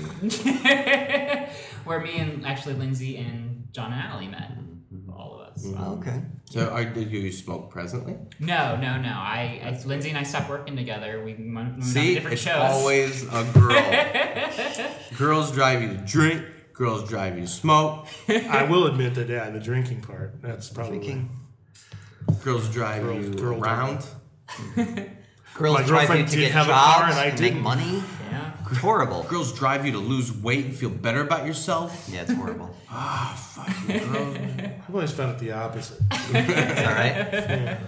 [SPEAKER 3] where me and actually Lindsay and John and Allie met,
[SPEAKER 5] Mm-hmm.
[SPEAKER 3] all of us. Um,
[SPEAKER 4] Okay.
[SPEAKER 5] So, are, did you smoke presently?
[SPEAKER 3] No, no, no. I, I Lindsay and I stopped working together. We moved on to
[SPEAKER 5] See,
[SPEAKER 3] different
[SPEAKER 5] it's
[SPEAKER 3] shows.
[SPEAKER 5] always a girl.
[SPEAKER 4] [LAUGHS]
[SPEAKER 5] Girls drive you to drink. Girls drive you to smoke.
[SPEAKER 1] I will admit that, yeah, the drinking part, that's probably.
[SPEAKER 4] Drinking.
[SPEAKER 5] Girls drive
[SPEAKER 1] Girl-
[SPEAKER 5] you
[SPEAKER 1] girl
[SPEAKER 5] around.
[SPEAKER 4] Girls
[SPEAKER 1] My
[SPEAKER 4] drive you
[SPEAKER 1] girlfriend
[SPEAKER 4] to
[SPEAKER 1] did
[SPEAKER 4] get
[SPEAKER 1] have a
[SPEAKER 4] jobs
[SPEAKER 1] car and I
[SPEAKER 4] and make
[SPEAKER 1] didn't.
[SPEAKER 4] money.
[SPEAKER 3] yeah.
[SPEAKER 4] It's
[SPEAKER 1] [LAUGHS]
[SPEAKER 4] horrible.
[SPEAKER 5] Girls drive you to lose weight and feel better about yourself.
[SPEAKER 4] Yeah, it's horrible.
[SPEAKER 5] Girls-
[SPEAKER 1] I've always found it the opposite.
[SPEAKER 4] It's all
[SPEAKER 1] [LAUGHS]
[SPEAKER 4] right.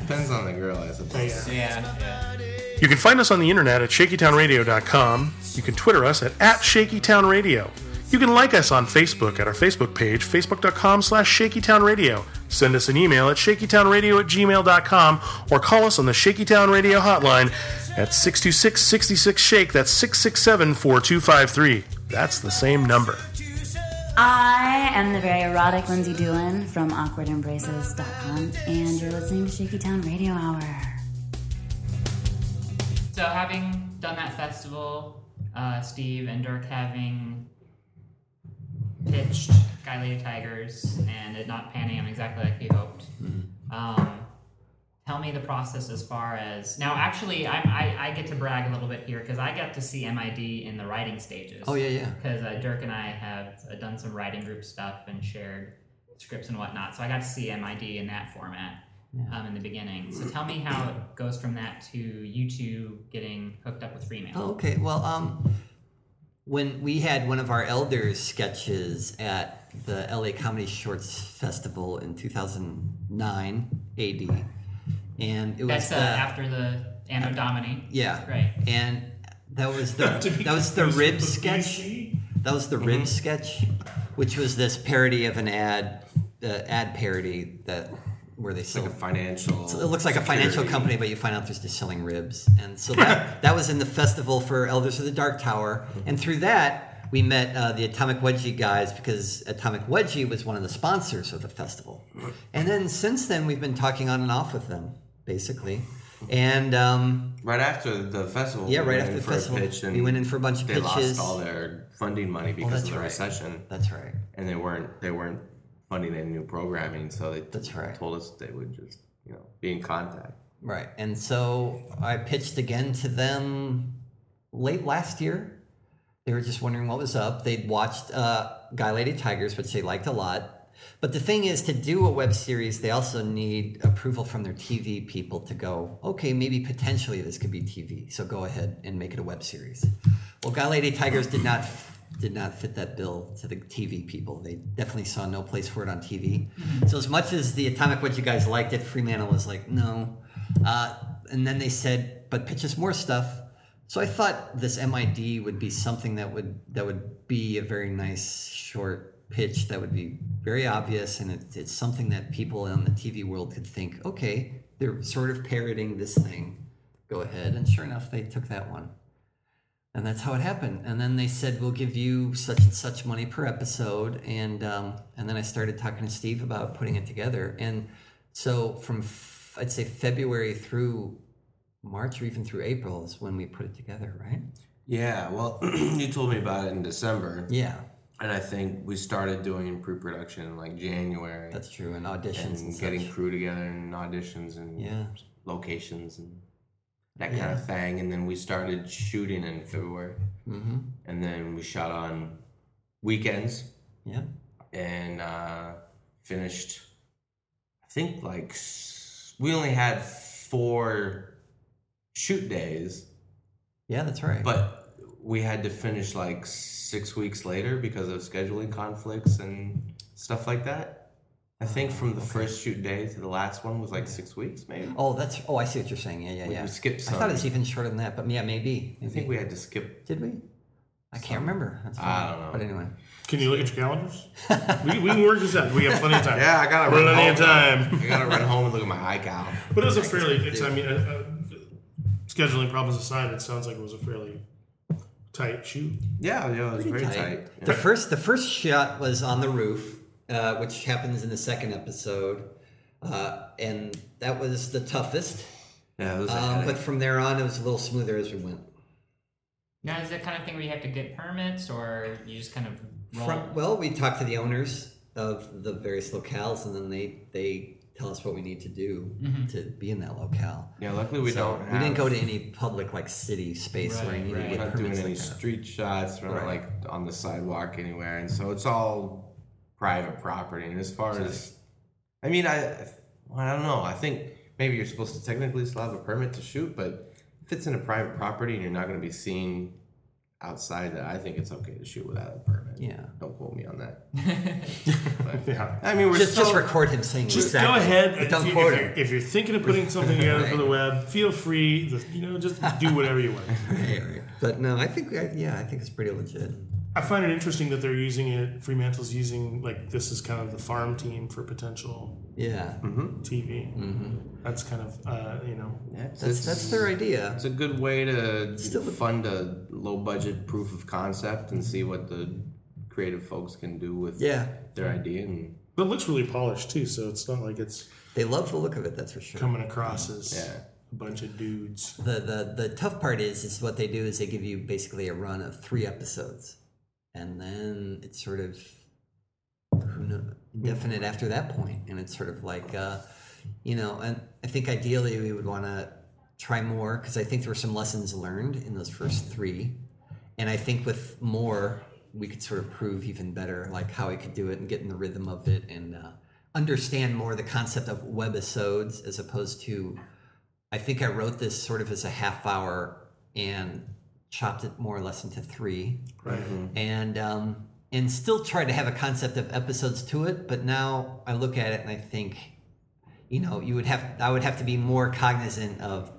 [SPEAKER 5] Depends on the girl, I suppose.
[SPEAKER 1] Yeah.
[SPEAKER 3] Yeah.
[SPEAKER 1] You can find us on the internet at shakytownradio.com. You can Twitter us at, at shakytownradio. You can like us on Facebook at our Facebook page, facebook.com slash shakytownradio. Send us an email at shakytownradio at gmail.com or call us on the Shakytown Radio hotline at 626-66-SHAKE. That's 667-4253. That's the same number.
[SPEAKER 7] I am the very erotic Lindsay Doolin from awkwardembraces.com, and you're listening to Shaky Town Radio Hour.
[SPEAKER 3] So having done that festival, uh, Steve and Dirk having pitched Guy Lady Tigers and it not panning out exactly like he hoped.
[SPEAKER 4] Mm-hmm.
[SPEAKER 3] Um, tell me the process as far as now. Actually, I, I, I get to brag a little bit here because I got to see MID in the writing stages.
[SPEAKER 4] Oh yeah, yeah.
[SPEAKER 3] Because uh, Dirk and I have uh, done some writing group stuff and shared scripts and whatnot. So I got to see MID in that format um, in the beginning. So tell me how it goes from that to you two getting hooked up with Freemail.
[SPEAKER 4] Oh, okay. Well, um, when we had one of our elders sketches at the LA Comedy Shorts Festival in 2000, nine A.D. And it was
[SPEAKER 3] That's uh,
[SPEAKER 4] the-
[SPEAKER 3] after the Anno Domini.
[SPEAKER 4] yeah,
[SPEAKER 3] Right.
[SPEAKER 4] And that was
[SPEAKER 5] [LAUGHS]
[SPEAKER 4] the that was the rib sketch. That was the
[SPEAKER 5] Mm-hmm.
[SPEAKER 4] rib sketch, which was this parody of an ad, uh, ad parody that where they sell
[SPEAKER 5] like a financial.
[SPEAKER 4] so it looks like a financial
[SPEAKER 5] security.
[SPEAKER 4] company, but you find out they're just selling ribs. And so that, that was in the festival for Elders of the Dark Tower. And through that, we met uh, the Atomic Wedgie guys because Atomic Wedgie was one of the sponsors of the festival. And then since then, we've been talking on and off with them, basically. And um,
[SPEAKER 5] Right after the festival.
[SPEAKER 4] yeah,
[SPEAKER 5] we
[SPEAKER 4] right
[SPEAKER 5] went
[SPEAKER 4] after
[SPEAKER 5] in
[SPEAKER 4] the
[SPEAKER 5] for a
[SPEAKER 4] festival,
[SPEAKER 5] pitch and
[SPEAKER 4] we went in for a bunch of
[SPEAKER 5] they
[SPEAKER 4] pitches.
[SPEAKER 5] lost all their funding money because
[SPEAKER 4] that's
[SPEAKER 5] of the
[SPEAKER 4] right.
[SPEAKER 5] recession,
[SPEAKER 4] That's right.
[SPEAKER 5] and they weren't they weren't funding any new programming, so they
[SPEAKER 4] That's right.
[SPEAKER 5] told us they would just you know be in contact.
[SPEAKER 4] Right. And so I pitched again to them late last year. They were just wondering what was up. They'd watched uh, Guy Lady Tigers, which they liked a lot. But the thing is, to do a web series, they also need approval from their TV people to go, okay, maybe potentially this could be TV. So go ahead and make it a web series. Well, Guy Lady Tigers did not did not fit that bill to the TV people. They definitely saw no place for it on TV. So as much as the Atomic What You Guys liked it, Fremantle was like, no. Uh, and then they said, but pitch us more stuff. So I thought this MID would be something that would that would be a very nice short pitch that would be very obvious, and it, it's something that people in the TV world could think, okay, they're sort of parroting this thing. Go ahead, and sure enough, they took that one, and that's how it happened. And then they said, we'll give you such and such money per episode, and um, and then I started talking to Steve about putting it together, and so from f- I'd say February through March or even through April is when we put it together, right?
[SPEAKER 5] Yeah, well, [CLEARS THROAT] you told me about it in December,
[SPEAKER 4] Yeah,
[SPEAKER 5] and I think we started doing pre-production in like January
[SPEAKER 4] that's true. And auditions and,
[SPEAKER 5] and getting
[SPEAKER 4] such.
[SPEAKER 5] crew together and auditions and
[SPEAKER 4] Yeah.
[SPEAKER 5] locations and that kind of thing. And then we started shooting in February,
[SPEAKER 4] Mm-hmm.
[SPEAKER 5] and then we shot on weekends
[SPEAKER 4] Yeah.
[SPEAKER 5] and uh, finished. I think like s- we only had four shoot days,
[SPEAKER 4] Yeah, that's right.
[SPEAKER 5] but we had to finish like six weeks later because of scheduling conflicts and stuff like that. I
[SPEAKER 4] Uh,
[SPEAKER 5] think from the first shoot day to the last one was like six weeks, maybe.
[SPEAKER 4] oh, that's oh, I see what you're saying. Yeah, yeah,
[SPEAKER 5] We-
[SPEAKER 4] yeah.
[SPEAKER 5] we skipped
[SPEAKER 4] I thought it was
[SPEAKER 5] some.
[SPEAKER 4] even shorter than that, but yeah, maybe.
[SPEAKER 5] I
[SPEAKER 4] maybe.
[SPEAKER 5] think we had to skip.
[SPEAKER 4] Did we? I can't remember. That's fine.
[SPEAKER 5] I don't know.
[SPEAKER 4] But anyway,
[SPEAKER 1] Can you look at your calendars? [LAUGHS] we, we can work this out. We have plenty of time.
[SPEAKER 5] [LAUGHS] Yeah, I gotta
[SPEAKER 1] We're
[SPEAKER 5] run
[SPEAKER 1] running
[SPEAKER 5] home.
[SPEAKER 1] out of time.
[SPEAKER 5] I gotta run home and look at my iCal.
[SPEAKER 1] But it was a fairly. It's, I mean, uh, uh, scheduling problems aside, it sounds like it was a fairly tight shoot.
[SPEAKER 5] Yeah, yeah, it was very tight.
[SPEAKER 4] The first the first shot was on the roof, uh, which happens in the second episode, uh, and that was the toughest.
[SPEAKER 5] Yeah, it was a
[SPEAKER 4] Um,
[SPEAKER 5] headache.
[SPEAKER 4] but from there on, it was a little smoother as we went.
[SPEAKER 3] Now, is that kind of thing where you have to get permits, or you just kind of roll?
[SPEAKER 4] From, well, we talk to the owners of the various locales, and then they they tell us what we need to do
[SPEAKER 1] Mm-hmm.
[SPEAKER 4] to be in that locale.
[SPEAKER 5] yeah, luckily we
[SPEAKER 4] So
[SPEAKER 5] don't. Have,
[SPEAKER 4] we didn't go to any public like city space where
[SPEAKER 3] Right,
[SPEAKER 4] you need
[SPEAKER 3] right.
[SPEAKER 4] to
[SPEAKER 5] We're
[SPEAKER 4] get
[SPEAKER 5] not doing
[SPEAKER 4] permits.
[SPEAKER 5] any
[SPEAKER 4] Like that.
[SPEAKER 5] street shots. We're not
[SPEAKER 4] Right.
[SPEAKER 5] like on the sidewalk anywhere, and so it's all private property. And as far as, I mean, I, I don't know. I think maybe you're supposed to technically still have a permit to shoot, but if it's in a private property and you're not going to be seen outside, that I think it's okay to shoot without a permit.
[SPEAKER 4] Yeah.
[SPEAKER 5] Don't quote me on that.
[SPEAKER 1] Yeah.
[SPEAKER 5] I mean, we're
[SPEAKER 4] Just
[SPEAKER 5] still,
[SPEAKER 4] just
[SPEAKER 5] [LAUGHS]
[SPEAKER 4] record him saying
[SPEAKER 1] Just
[SPEAKER 4] exactly.
[SPEAKER 1] go ahead.
[SPEAKER 4] But
[SPEAKER 1] and
[SPEAKER 4] don't
[SPEAKER 1] if,
[SPEAKER 4] quote
[SPEAKER 1] if, you're,
[SPEAKER 4] him.
[SPEAKER 1] if you're thinking of putting
[SPEAKER 4] [LAUGHS]
[SPEAKER 1] something together for the web, feel free. The, you know, just do whatever you want.
[SPEAKER 4] But no, I think I, yeah, I think it's pretty legit.
[SPEAKER 1] I find it interesting that they're using it. Fremantle's using like this is kind of the farm team for potential
[SPEAKER 4] Yeah,
[SPEAKER 5] Mm-hmm.
[SPEAKER 1] TV.
[SPEAKER 4] Mm-hmm.
[SPEAKER 1] That's kind of uh, you know
[SPEAKER 5] That's,
[SPEAKER 4] that's that's their idea.
[SPEAKER 5] It's a good way to
[SPEAKER 4] Still would-
[SPEAKER 5] fund a low budget proof of concept and see what the creative folks can do with
[SPEAKER 4] Yeah,
[SPEAKER 5] their idea. And
[SPEAKER 1] But it looks really polished too, so it's not like it's
[SPEAKER 4] they love the look of it. That's for sure.
[SPEAKER 1] coming across as
[SPEAKER 5] Yeah.
[SPEAKER 1] a bunch of dudes.
[SPEAKER 4] the, the the tough part is is what they do is they give you basically a run of three episodes and then it's sort of who know, indefinite after that point and it's sort of like uh, you know and i think ideally we would want to try more because i think there were some lessons learned in those first three and i think with more we could sort of prove even better like how we could do it and get in the rhythm of it and uh, understand more the concept of webisodes as opposed to I think I wrote this sort of as a half hour and chopped it more or less into three,
[SPEAKER 1] Right.
[SPEAKER 4] and um, and still tried to have a concept of episodes to it. But now I look at it and I think you know, you would have I would have to be more cognizant of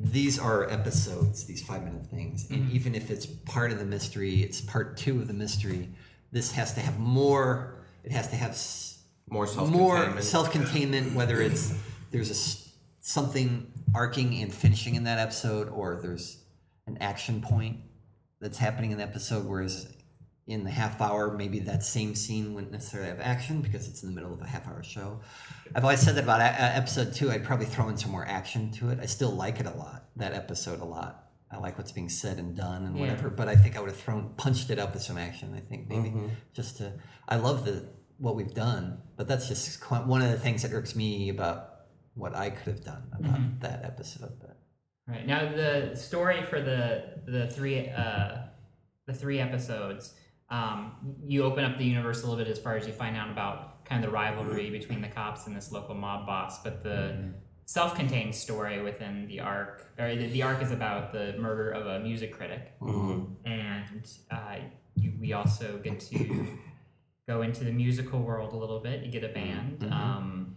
[SPEAKER 4] these are episodes, these five minute things. And even if it's part of the mystery, it's part two of the mystery, this has to have more, it has to have s-
[SPEAKER 5] More self
[SPEAKER 4] more self-containment whether it's there's a s- something arcing and finishing in that episode or there's an action point that's happening in the episode whereas in the half hour maybe that same scene wouldn't necessarily have action because it's in the middle of a half hour show i've always said that about a- a- episode two i'd probably throw in some more action to it i still like it a lot that episode a lot i like what's being said and done and whatever but i think i would have thrown punched it up with some action i think maybe just to i love the what we've done, but that's just qu- one of the things that irks me about what I could have done about that episode. But
[SPEAKER 3] Right now, the story for the the three uh, the three episodes, um, you open up the universe a little bit as far as you find out about kind of the rivalry between the cops and this local mob boss. But the self-contained story within the arc, or the, the arc, is about the murder of a music critic, and uh, you, we also get to go into the musical world a little bit. You get a band. Um,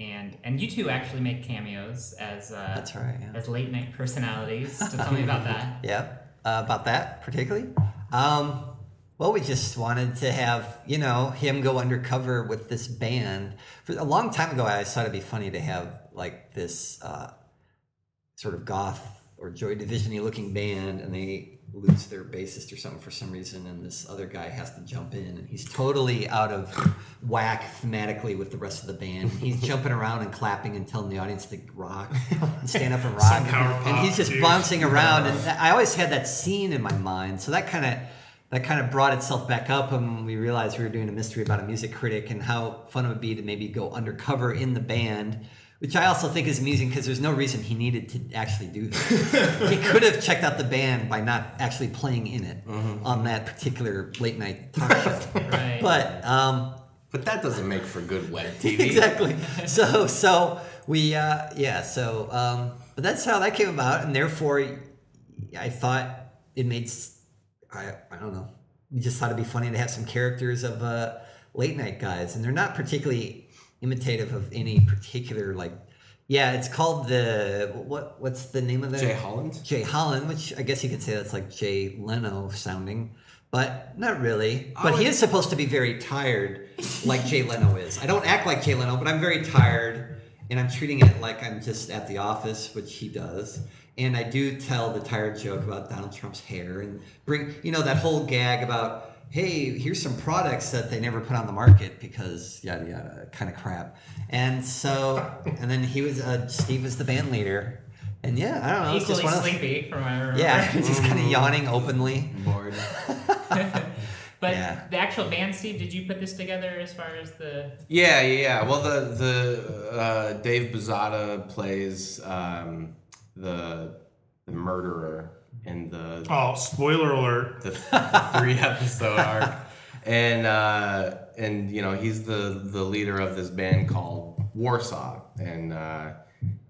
[SPEAKER 3] and, and you two actually make cameos as uh,
[SPEAKER 4] that's right. Yeah.
[SPEAKER 3] as late night personalities. So tell me about
[SPEAKER 4] [LAUGHS]
[SPEAKER 3] that.
[SPEAKER 4] Yeah, uh, about that particularly. Um, well, we just wanted to have you know him go undercover with this band. For a long time ago, I thought it'd be funny to have like this uh, sort of goth or Joy Divisiony looking band, and they lose their bassist or something for some reason, and this other guy has to jump in, and he's totally out of whack thematically with the rest of the band. He's jumping around and clapping and telling the audience to
[SPEAKER 1] [LAUGHS]
[SPEAKER 4] rock, and stand up and rock,
[SPEAKER 1] Some power
[SPEAKER 4] and he's
[SPEAKER 1] pop,
[SPEAKER 4] just
[SPEAKER 1] dude.
[SPEAKER 4] bouncing around. And I always had that scene in my mind, so that kind of. That kind of brought itself back up, and we realized we were doing a mystery about a music critic and how fun it would be to maybe go undercover in the band which I also think is amusing because there's no reason he needed to actually do that. he could have checked out the band by not actually playing in it on that particular late night talk show.
[SPEAKER 3] Right.
[SPEAKER 4] But um,
[SPEAKER 5] But that doesn't make for good [LAUGHS] web
[SPEAKER 4] [LAUGHS]
[SPEAKER 5] TV.
[SPEAKER 4] exactly. So so we uh, yeah so um, but that's how that came about, and therefore I thought it made s- I I don't know. We just thought it'd be funny to have some characters of uh, late night guys, and they're not particularly imitative of any particular like. Yeah, it's called the what? What's the name of that?
[SPEAKER 5] Jay Holland?
[SPEAKER 4] Jay Holland, which I guess you could say that's like Jay Leno sounding, but not really. But he is supposed to be very tired, like Jay Leno is. I don't act like Jay Leno, but I'm very tired, and I'm treating it like I'm just at the office, which he does. And I do tell the tired joke about Donald Trump's hair and bring, you know, that whole gag about, hey, here's some products that they never put on the market because yada yada kind of crap. And so, and then he was, uh, Steve was the band leader. And yeah, I don't know. it's just
[SPEAKER 3] Equally
[SPEAKER 4] one of those-
[SPEAKER 3] sleepy from what I remember.
[SPEAKER 4] yeah, [LAUGHS] just kind
[SPEAKER 5] Mm.
[SPEAKER 4] of yawning openly.
[SPEAKER 5] Bored.
[SPEAKER 3] But
[SPEAKER 4] Yeah.
[SPEAKER 3] the actual band, Steve, did you put this together as far as the
[SPEAKER 5] Yeah, yeah, yeah. Well, the the uh, Dave Bazada plays um, the the murderer in the
[SPEAKER 1] Oh, spoiler alert.
[SPEAKER 5] the, the three episode arc, and uh, and you know he's the the leader of this band called Warsaw, and uh,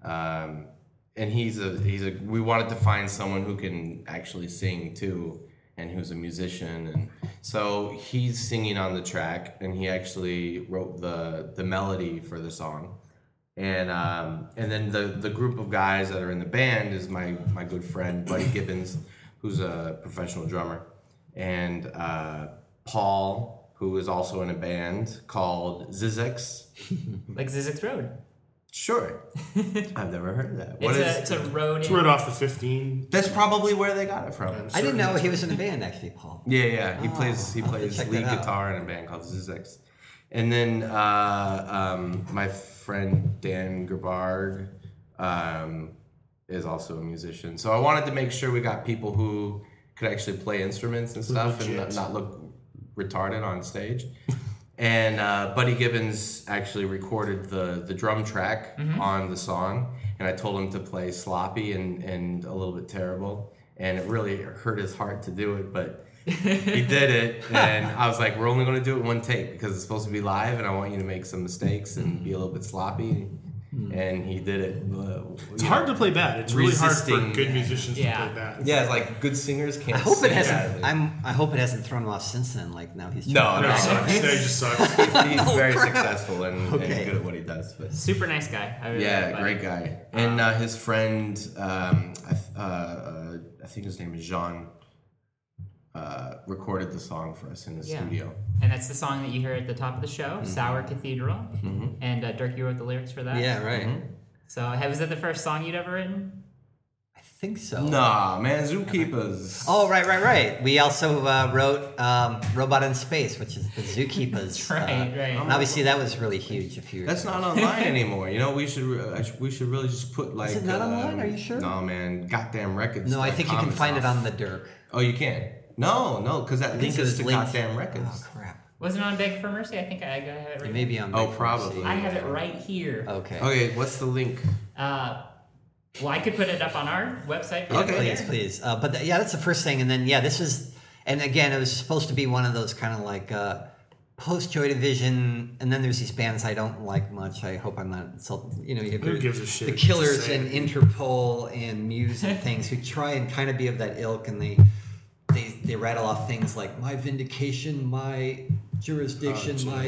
[SPEAKER 5] um, and he's a he's a we wanted to find someone who can actually sing too, and who's a musician, and so he's singing on the track, and he actually wrote the the melody for the song and um, and then the the group of guys that are in the band is my my good friend Buddy Gibbons, who's a professional drummer, and uh, Paul, who is also in a band called Zizix.
[SPEAKER 3] like Zizek's Road?
[SPEAKER 5] Sure, [LAUGHS] I've never heard of that.
[SPEAKER 3] It's
[SPEAKER 5] What
[SPEAKER 3] a
[SPEAKER 5] is?
[SPEAKER 3] it's a road.
[SPEAKER 1] It's
[SPEAKER 3] in-
[SPEAKER 1] right off the 15.
[SPEAKER 5] That's probably where they got it from.
[SPEAKER 4] I didn't know he was in a band actually, Paul.
[SPEAKER 5] Yeah, yeah. He plays he
[SPEAKER 4] I'll have to
[SPEAKER 5] plays
[SPEAKER 4] check
[SPEAKER 5] lead
[SPEAKER 4] that out.
[SPEAKER 5] guitar in a band called Zizix. And then uh, um, my friend Dan Gerbarg um, is also a musician. So I wanted to make sure we got people who could actually play instruments and stuff and not, not look retarded on stage. [LAUGHS] And uh, Buddy Gibbons actually recorded the, the drum track
[SPEAKER 1] Mm-hmm.
[SPEAKER 5] on the song. And I told him to play sloppy and, and a little bit terrible. And it really hurt his heart to do it, but
[SPEAKER 1] [LAUGHS]
[SPEAKER 5] he did it. And I was like, we're only going to do it one take because it's supposed to be live and I want you to make some mistakes and be a little bit sloppy. and he did it. But,
[SPEAKER 1] Hmm. It's hard to play bad. It's really hard for
[SPEAKER 5] Resisting-
[SPEAKER 1] good musicians
[SPEAKER 3] Yeah.
[SPEAKER 1] to play bad.
[SPEAKER 5] Yeah, it's like good singers can't.
[SPEAKER 4] I hope it
[SPEAKER 5] sing
[SPEAKER 4] hasn't.
[SPEAKER 5] badly.
[SPEAKER 4] I'm. I hope it hasn't thrown him off since then. Like now he's.
[SPEAKER 5] No,
[SPEAKER 4] trying to
[SPEAKER 1] No, it
[SPEAKER 5] Right.
[SPEAKER 1] sucks. That just sucks.
[SPEAKER 4] [LAUGHS]
[SPEAKER 5] He's very successful and,
[SPEAKER 4] Oh, Okay.
[SPEAKER 5] and good at what he does. But
[SPEAKER 3] Super nice guy. I really
[SPEAKER 5] yeah,
[SPEAKER 3] like Buddy.
[SPEAKER 5] great guy. And uh, his friend, um, I, th- uh, uh, I think his name is Jean, uh, recorded the song for us in the
[SPEAKER 3] Yeah.
[SPEAKER 5] studio.
[SPEAKER 3] And that's the song that you hear at the top of the show,
[SPEAKER 5] Mm-hmm.
[SPEAKER 3] Sour Cathedral. And uh, Dirk, you wrote the lyrics for that.
[SPEAKER 4] Yeah. Right.
[SPEAKER 5] Mm-hmm.
[SPEAKER 3] So hey, was that the first song you'd ever
[SPEAKER 4] [LAUGHS]
[SPEAKER 3] written?
[SPEAKER 4] I think so.
[SPEAKER 5] Nah, man, Zookeepers.
[SPEAKER 4] Oh right, right, right. We also uh, wrote um, "Robot in Space," which is
[SPEAKER 3] [LAUGHS]
[SPEAKER 4] the Zookeepers.
[SPEAKER 3] right,
[SPEAKER 4] uh,
[SPEAKER 3] right.
[SPEAKER 4] And obviously, that was really huge. If you
[SPEAKER 5] That's not online anymore. You know, we should re- I sh- we should really just put like.
[SPEAKER 4] it not
[SPEAKER 5] um,
[SPEAKER 4] online? Are you sure?
[SPEAKER 5] No, man. Goddamn records.
[SPEAKER 4] no, I think you can find it on the Dirk.
[SPEAKER 5] Oh, you can. No, no, because that
[SPEAKER 4] think
[SPEAKER 5] links
[SPEAKER 4] it
[SPEAKER 5] us
[SPEAKER 4] was
[SPEAKER 5] to
[SPEAKER 4] linked.
[SPEAKER 5] goddamn records.
[SPEAKER 4] Oh crap!
[SPEAKER 3] Wasn't on Beg for Mercy. I think I, I have it
[SPEAKER 4] It
[SPEAKER 3] right.
[SPEAKER 4] may be Oh. on.
[SPEAKER 5] Oh,
[SPEAKER 4] Dirk, let's
[SPEAKER 5] probably.
[SPEAKER 4] see.
[SPEAKER 3] I have it right here.
[SPEAKER 4] Okay.
[SPEAKER 5] Okay, what's
[SPEAKER 4] [LAUGHS]
[SPEAKER 5] the link?
[SPEAKER 3] Uh, well, I could put it up on our website.
[SPEAKER 5] Okay.
[SPEAKER 3] right
[SPEAKER 4] Please,
[SPEAKER 3] there.
[SPEAKER 4] please. Uh, but th- yeah, that's the first thing, and then yeah, this is, and again, it was supposed to be one of those kind of like uh, post Joy Division, and then there's these bands I don't like much. I hope I'm not insulting. You know, you have
[SPEAKER 1] Who
[SPEAKER 4] your-
[SPEAKER 1] gives a shit?
[SPEAKER 4] The
[SPEAKER 1] It's the
[SPEAKER 4] Killers
[SPEAKER 1] same.
[SPEAKER 4] and Interpol and Muse and things who try and kind of be of that ilk, and they they they rattle off things like my vindication, my jurisdiction,
[SPEAKER 1] Oh,
[SPEAKER 4] my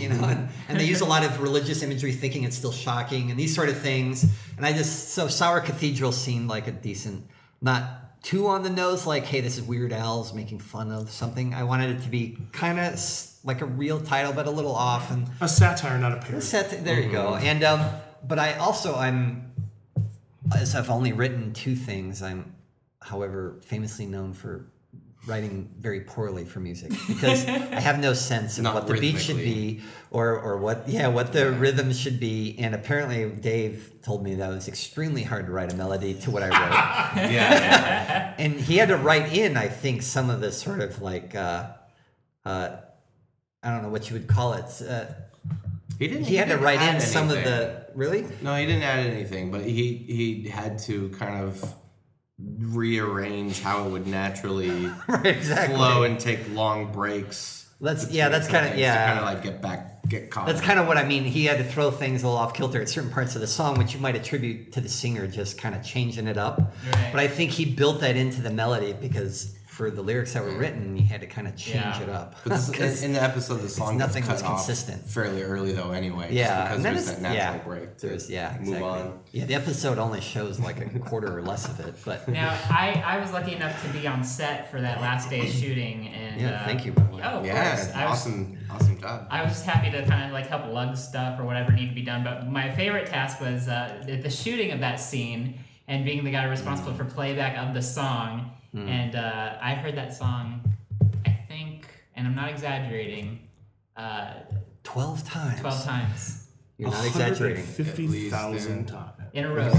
[SPEAKER 1] [LAUGHS]
[SPEAKER 4] you know, and, and they use a lot of religious imagery, thinking it's still shocking, and these sort of things. And I just so Sour Cathedral seemed like a decent, not too on the nose, like hey, this is Weird Al's making fun of something. I wanted it to be kind of like a real title, but a little off, and
[SPEAKER 1] A satire, not a parody.
[SPEAKER 4] Set, there you go.
[SPEAKER 5] Mm-hmm.
[SPEAKER 4] And um, but I also I'm as I've only written two things. I'm, however, famously known for writing very poorly for music because I have no sense of
[SPEAKER 5] [LAUGHS] Not
[SPEAKER 4] what the beat should be or or what yeah what the rhythm should be. And apparently Dave told me that it was extremely hard to write a melody to what I wrote
[SPEAKER 5] Yeah. [LAUGHS]
[SPEAKER 4] and he had to write in, I think, some of the sort of like, uh, uh, I don't know what you would call it. Uh,
[SPEAKER 5] he didn't.
[SPEAKER 4] he had to
[SPEAKER 5] didn't
[SPEAKER 4] write in
[SPEAKER 5] add
[SPEAKER 4] some of
[SPEAKER 5] anything.
[SPEAKER 4] the really.
[SPEAKER 5] No, he didn't add anything, but he he had to kind of rearrange how it
[SPEAKER 4] [LAUGHS]
[SPEAKER 5] would naturally
[SPEAKER 4] exactly.
[SPEAKER 5] flow and take long breaks.
[SPEAKER 4] That's yeah. That's kind of
[SPEAKER 5] Kind of
[SPEAKER 4] yeah.
[SPEAKER 5] like get back, get caught.
[SPEAKER 4] That's kind of what I mean. He had to throw things a little off kilter at certain parts of the song, which you might attribute to the singer just kind of changing it up.
[SPEAKER 3] Right.
[SPEAKER 4] But I think he built that into the melody because for the lyrics that were written, he had to kind of change
[SPEAKER 3] Mm. Yeah.
[SPEAKER 4] it up. [LAUGHS]
[SPEAKER 5] But this,
[SPEAKER 4] 'Cause-
[SPEAKER 5] in, in the episode, the song
[SPEAKER 4] nothing
[SPEAKER 5] gets
[SPEAKER 4] was
[SPEAKER 5] cut off
[SPEAKER 4] consistent.
[SPEAKER 5] fairly early though. Anyway,
[SPEAKER 4] Yeah,
[SPEAKER 5] just because
[SPEAKER 4] and that
[SPEAKER 5] there's
[SPEAKER 4] is-
[SPEAKER 5] that natural
[SPEAKER 4] yeah,
[SPEAKER 5] break. to
[SPEAKER 4] There's, yeah,
[SPEAKER 5] move
[SPEAKER 4] exactly.
[SPEAKER 5] on.
[SPEAKER 4] Yeah, the episode only shows like a quarter or less of it, but [LAUGHS]
[SPEAKER 3] Now, I, I was lucky enough to be on set for that last day's shooting, and
[SPEAKER 4] Yeah,
[SPEAKER 3] uh,
[SPEAKER 4] thank you, by the way.
[SPEAKER 3] Yeah, of
[SPEAKER 5] Yeah,
[SPEAKER 3] course. I was,
[SPEAKER 5] awesome, awesome job.
[SPEAKER 3] I was just happy to kind of like help lug stuff or whatever needed to be done. But my favorite task was uh, the, the shooting of that scene and being the guy responsible
[SPEAKER 4] Mm.
[SPEAKER 3] for playback of the song.
[SPEAKER 4] Hmm.
[SPEAKER 3] And uh, I heard that song, I think, and I'm not exaggerating, uh,
[SPEAKER 4] twelve times.
[SPEAKER 3] 12 times
[SPEAKER 4] You're not exaggerating. [LAUGHS]
[SPEAKER 1] Fifty thousand
[SPEAKER 5] At
[SPEAKER 1] times.
[SPEAKER 3] in a row.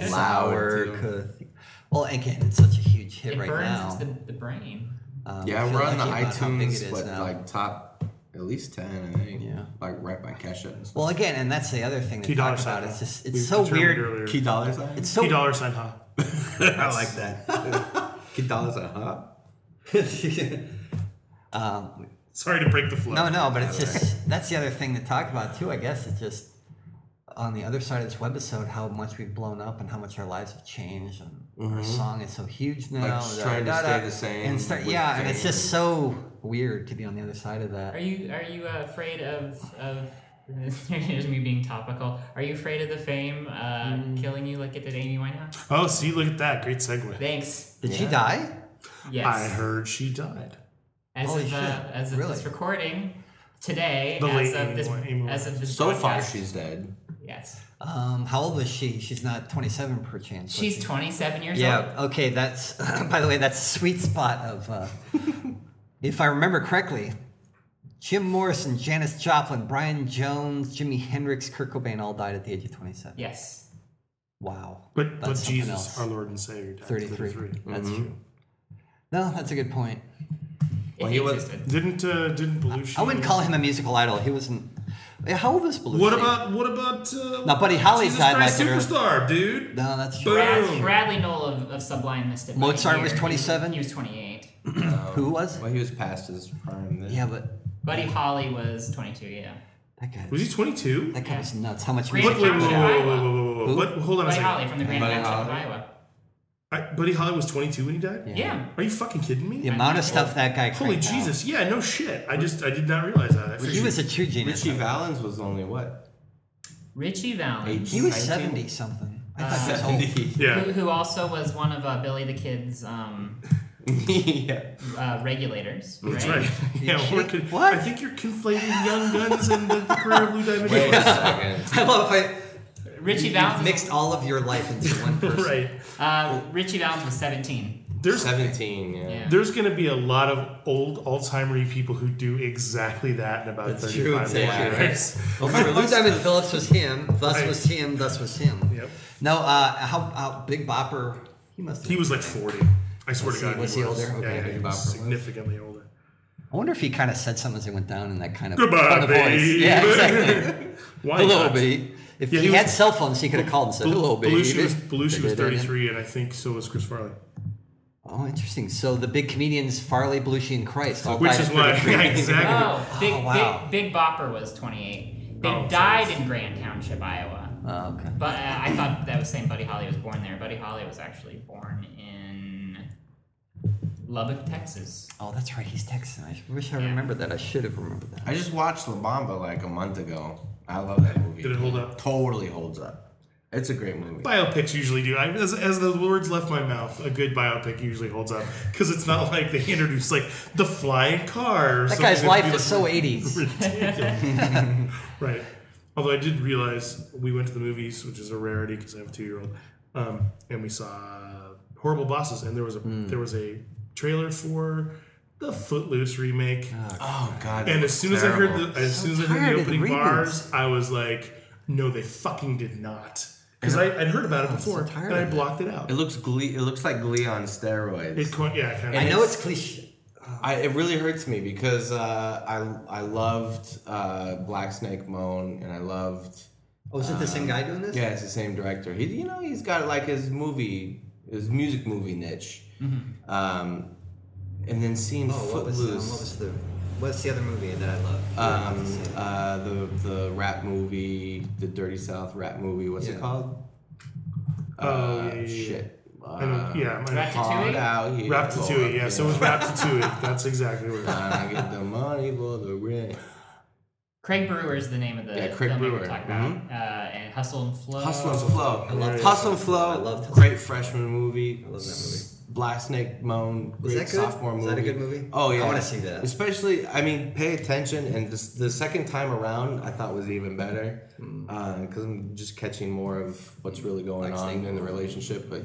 [SPEAKER 3] [LAUGHS]
[SPEAKER 4] Sour
[SPEAKER 5] too.
[SPEAKER 4] Cathedral. Well, again, it's such a huge hit
[SPEAKER 3] it
[SPEAKER 4] right
[SPEAKER 3] burns
[SPEAKER 4] now.
[SPEAKER 3] the, the brain.
[SPEAKER 4] Um, I
[SPEAKER 5] [LAUGHS] Yeah,
[SPEAKER 4] feel
[SPEAKER 5] we're on the
[SPEAKER 4] lucky about how big it
[SPEAKER 5] iTunes,
[SPEAKER 4] is
[SPEAKER 5] but
[SPEAKER 4] now.
[SPEAKER 5] like top at least ten, I think.
[SPEAKER 4] Yeah.
[SPEAKER 5] like right by Kesha. And stuff.
[SPEAKER 4] well, again, and that's the other thing
[SPEAKER 1] Key
[SPEAKER 4] to
[SPEAKER 1] dollar
[SPEAKER 4] talk
[SPEAKER 1] sign.
[SPEAKER 4] about. It's just it's
[SPEAKER 1] We
[SPEAKER 4] so
[SPEAKER 1] determined
[SPEAKER 4] weird.
[SPEAKER 1] earlier.
[SPEAKER 5] Key dollar sign.
[SPEAKER 1] [LAUGHS]
[SPEAKER 4] It's so
[SPEAKER 1] Key dollar sign, huh?
[SPEAKER 6] I like that.
[SPEAKER 5] [LAUGHS] Key dollar sign, huh?
[SPEAKER 4] um,
[SPEAKER 1] Sorry to break the flow.
[SPEAKER 4] [LAUGHS] no, no, but it's just that's the other thing to talk about too. I guess it's just on the other side of this webisode how much we've blown up and how much our lives have changed and our song is so huge now.
[SPEAKER 5] Mm-hmm. just trying to stay the same
[SPEAKER 4] And start,
[SPEAKER 5] with
[SPEAKER 4] yeah, and it's
[SPEAKER 5] fame.
[SPEAKER 4] just so weird to be on the other side of that.
[SPEAKER 3] Are you are you uh, afraid of of [LAUGHS] here's me being topical? Are you afraid of the fame uh,
[SPEAKER 1] Mm.
[SPEAKER 3] killing you like it did Amy Winehouse?
[SPEAKER 1] Oh, see, look at that. Great segue.
[SPEAKER 3] Thanks.
[SPEAKER 4] Did she die?
[SPEAKER 3] Yes.
[SPEAKER 1] I heard she died.
[SPEAKER 3] As
[SPEAKER 4] Holy
[SPEAKER 3] of, uh,
[SPEAKER 4] shit.
[SPEAKER 3] as of
[SPEAKER 4] Really?
[SPEAKER 3] this recording today,
[SPEAKER 1] The
[SPEAKER 3] as
[SPEAKER 1] late
[SPEAKER 3] of
[SPEAKER 1] Amy
[SPEAKER 3] this
[SPEAKER 1] Wi- Amy
[SPEAKER 3] as of this
[SPEAKER 5] So far,
[SPEAKER 3] broadcast,
[SPEAKER 5] she's dead.
[SPEAKER 3] yes,
[SPEAKER 4] Um, how old was she? She's not 27 per chance. was
[SPEAKER 3] she's
[SPEAKER 4] she?
[SPEAKER 3] 27 years old.
[SPEAKER 4] Yeah. Okay. That's [LAUGHS] by the way, that's a sweet spot of, uh, if I remember correctly, Jim Morrison, Janis Joplin, Brian Jones, Jimi Hendrix, Kurt Cobain all died at the age of 27.
[SPEAKER 3] Yes.
[SPEAKER 4] Wow.
[SPEAKER 1] But, but
[SPEAKER 4] That's something
[SPEAKER 1] Jesus,
[SPEAKER 4] else.
[SPEAKER 1] our Lord and Savior, died Mm-hmm. at
[SPEAKER 4] 33.
[SPEAKER 1] 33.
[SPEAKER 4] That's true. No, that's a good point.
[SPEAKER 3] If
[SPEAKER 5] Well,
[SPEAKER 3] he
[SPEAKER 5] he was-
[SPEAKER 3] existed.
[SPEAKER 1] Didn't uh, didn't Belushi?
[SPEAKER 4] I wouldn't call him a musical idol. He wasn't. Yeah, How old was Belushi?
[SPEAKER 1] What about what about? Uh,
[SPEAKER 4] Now, Buddy Holly
[SPEAKER 1] Jesus
[SPEAKER 4] died
[SPEAKER 1] Christ
[SPEAKER 4] like an early-
[SPEAKER 1] superstar, dude.
[SPEAKER 4] No, that's true.
[SPEAKER 3] Brad, Bradley Knoll of, of Sublime missed it. by a
[SPEAKER 4] Mozart was
[SPEAKER 3] year. He
[SPEAKER 4] 27?
[SPEAKER 3] He was 28.
[SPEAKER 4] Who was?
[SPEAKER 5] Well, he was past his prime. Then.
[SPEAKER 4] Yeah, but
[SPEAKER 3] Buddy Holly was 22. Yeah.
[SPEAKER 4] That guy.
[SPEAKER 1] Was he 22?
[SPEAKER 4] That guy was nuts. How much
[SPEAKER 3] Wait,
[SPEAKER 1] Wait,
[SPEAKER 4] music
[SPEAKER 1] wait, wait, wait,
[SPEAKER 4] he
[SPEAKER 1] wait,
[SPEAKER 4] put out.
[SPEAKER 1] wait, wait, wait, wait, wait.
[SPEAKER 4] Who?
[SPEAKER 1] But hold on a
[SPEAKER 3] Buddy
[SPEAKER 1] second.
[SPEAKER 3] Holly from the Grand
[SPEAKER 5] Buddy
[SPEAKER 3] Township of
[SPEAKER 5] Holly.
[SPEAKER 3] Iowa.
[SPEAKER 1] I, Buddy Holly was 22 when he died?
[SPEAKER 3] Yeah.
[SPEAKER 1] Are you fucking kidding me?
[SPEAKER 4] The amount of stuff that guy.
[SPEAKER 1] Holy
[SPEAKER 4] cranked out.
[SPEAKER 1] Jesus. Yeah, no shit. I just, I did not realize that. I
[SPEAKER 4] He
[SPEAKER 1] figured-
[SPEAKER 4] was a true genius.
[SPEAKER 5] Richie Valens was
[SPEAKER 4] [LAUGHS]
[SPEAKER 5] only what?
[SPEAKER 3] Richie Valens,
[SPEAKER 4] He was
[SPEAKER 5] 19?
[SPEAKER 4] seventy something. I thought he was old.
[SPEAKER 5] 70.
[SPEAKER 1] yeah.
[SPEAKER 3] who, who also was one of uh, Billy the Kid's um,
[SPEAKER 5] [LAUGHS] yeah.
[SPEAKER 3] uh, regulators. Right?
[SPEAKER 1] That's right. [LAUGHS] Yeah, we're con-
[SPEAKER 4] What?
[SPEAKER 1] I think you're conflating Young Guns and the, the career of Lou Diamond
[SPEAKER 5] Wait [LAUGHS]
[SPEAKER 1] Phillips.
[SPEAKER 5] a
[SPEAKER 4] [LAUGHS]
[SPEAKER 5] second.
[SPEAKER 4] I love how
[SPEAKER 3] Richie
[SPEAKER 4] you've
[SPEAKER 3] Valens.
[SPEAKER 4] mixed all of your life into
[SPEAKER 1] [LAUGHS]
[SPEAKER 4] one person.
[SPEAKER 1] Right.
[SPEAKER 3] Uh, Richie Valens was 17.
[SPEAKER 1] There's
[SPEAKER 5] 17, yeah.
[SPEAKER 3] Yeah.
[SPEAKER 1] There's going to be a lot of old Alzheimer's people who do exactly that in about
[SPEAKER 6] That's true,
[SPEAKER 1] 35
[SPEAKER 6] it's
[SPEAKER 1] years.
[SPEAKER 5] accurate.
[SPEAKER 4] Well, remember, Lou Diamond Phillips was him. Thus
[SPEAKER 1] Right.
[SPEAKER 4] was him. Thus was him.
[SPEAKER 1] Yep.
[SPEAKER 4] No, uh, how, how Big Bopper? He must. Have
[SPEAKER 1] He was like 40. I swear to
[SPEAKER 4] he-
[SPEAKER 1] God.
[SPEAKER 4] was he older?
[SPEAKER 1] Yeah,
[SPEAKER 4] Okay,
[SPEAKER 1] yeah,
[SPEAKER 4] Big
[SPEAKER 1] he
[SPEAKER 4] Bopper
[SPEAKER 1] was
[SPEAKER 4] was.
[SPEAKER 1] significantly older.
[SPEAKER 4] I wonder if he kind of said something as he went down in that kind of
[SPEAKER 1] Goodbye,
[SPEAKER 4] tone of voice.
[SPEAKER 1] baby.
[SPEAKER 4] Yeah, exactly.
[SPEAKER 1] [LAUGHS]
[SPEAKER 4] [LAUGHS]
[SPEAKER 1] Why
[SPEAKER 4] Hello,
[SPEAKER 1] not?
[SPEAKER 4] baby. If
[SPEAKER 1] Yeah,
[SPEAKER 4] he,
[SPEAKER 1] he was-
[SPEAKER 4] had cell phones, he could have called and said,
[SPEAKER 1] Bel-
[SPEAKER 4] "Hello, baby."
[SPEAKER 1] Belushi was, Belushi was 33, and I think so was Chris Farley.
[SPEAKER 4] Oh, interesting. So the big comedians Farley, Belushi, and Christ all
[SPEAKER 1] Which
[SPEAKER 4] died
[SPEAKER 1] is
[SPEAKER 4] at
[SPEAKER 1] why, [LAUGHS]
[SPEAKER 4] 33.
[SPEAKER 1] yeah, exactly.
[SPEAKER 3] Oh, Big,
[SPEAKER 4] wow.
[SPEAKER 3] Big, Big Bopper was 28. They
[SPEAKER 1] Oh,
[SPEAKER 3] died in Grand Township, Iowa.
[SPEAKER 4] [LAUGHS] Oh, okay.
[SPEAKER 3] But uh, I thought that was saying Buddy Holly was born there. Buddy Holly was actually born in Lubbock, Texas.
[SPEAKER 4] Oh, that's right. He's Texan. I wish I
[SPEAKER 3] Yeah.
[SPEAKER 4] remembered that. I should have remembered that.
[SPEAKER 5] I just watched La Bamba like a month ago. I love that movie.
[SPEAKER 1] Did it hold up?
[SPEAKER 5] Totally holds up. It's a great movie.
[SPEAKER 1] Biopics usually do. I, as, as the words left my mouth, a good biopic usually holds up because it's not like they [LAUGHS] introduce like the flying car. Or
[SPEAKER 4] That
[SPEAKER 1] something
[SPEAKER 4] guy's
[SPEAKER 1] that'd
[SPEAKER 4] life
[SPEAKER 1] be,
[SPEAKER 4] is
[SPEAKER 1] like,
[SPEAKER 4] so
[SPEAKER 1] [LAUGHS]
[SPEAKER 4] 80s.
[SPEAKER 1] ridiculous. right. Although I did realize we went to the movies, which is a rarity because I have a two-year-old, um, and we saw Horrible Bosses, and there was a there was a trailer for the Footloose remake.
[SPEAKER 5] oh god.
[SPEAKER 1] and as soon as I heard the as
[SPEAKER 4] So
[SPEAKER 1] soon as I heard
[SPEAKER 4] tired
[SPEAKER 1] the
[SPEAKER 4] of the
[SPEAKER 1] opening
[SPEAKER 4] remakes.
[SPEAKER 1] bars, I was like, no, they fucking did not. Because I'd heard about it before,
[SPEAKER 4] tired
[SPEAKER 1] and I
[SPEAKER 4] of it.
[SPEAKER 1] blocked it out.
[SPEAKER 5] it looks glee. It looks like Glee on steroids.
[SPEAKER 1] It co- yeah, kind of.
[SPEAKER 4] I know it's cliche.
[SPEAKER 5] I, it really hurts me because uh, I I loved uh, Black Snake Moan and I loved
[SPEAKER 4] Oh, is it the same guy doing this?
[SPEAKER 5] yeah it's the same director. He you know he's got like his movie his music movie niche, um, and then seeing
[SPEAKER 4] Oh, what was, um, what
[SPEAKER 5] Footloose,
[SPEAKER 4] was the what's the other movie that I love?
[SPEAKER 5] um, uh, the the rap movie, the Dirty South rap movie. What's
[SPEAKER 4] Yeah.
[SPEAKER 5] it called?
[SPEAKER 1] Oh, yeah, yeah, yeah.
[SPEAKER 5] uh, shit. Uh,
[SPEAKER 1] I know, yeah, I know.
[SPEAKER 5] Hard
[SPEAKER 3] Ratatouille?
[SPEAKER 5] out here.
[SPEAKER 1] Raptatouille.
[SPEAKER 5] boy.
[SPEAKER 1] Yeah, so it was Raptatouille. That's exactly what. It was.
[SPEAKER 5] I get the money for the rent.
[SPEAKER 3] Craig Brewer is the name of the
[SPEAKER 5] Yeah, Craig
[SPEAKER 3] filmmaker
[SPEAKER 5] Brewer.
[SPEAKER 3] we're talking about. Uh, and Hustle and Flow.
[SPEAKER 5] Hustle and Flow. I
[SPEAKER 4] love
[SPEAKER 5] Hustle and Flow.
[SPEAKER 4] I love Hustle
[SPEAKER 5] great freshman movie. I
[SPEAKER 4] love that movie.
[SPEAKER 5] Black Snake Moan.
[SPEAKER 4] Was
[SPEAKER 5] Great
[SPEAKER 4] that good?
[SPEAKER 5] sophomore
[SPEAKER 4] Is
[SPEAKER 5] movie.
[SPEAKER 4] that a good movie?
[SPEAKER 5] Oh yeah,
[SPEAKER 4] I wanna see that.
[SPEAKER 5] Especially, I mean, pay attention. And this, the second time around, I thought was even better because I'm just catching more of what's really going
[SPEAKER 4] Hmm. Black
[SPEAKER 5] on
[SPEAKER 4] Snake
[SPEAKER 5] in the relationship. But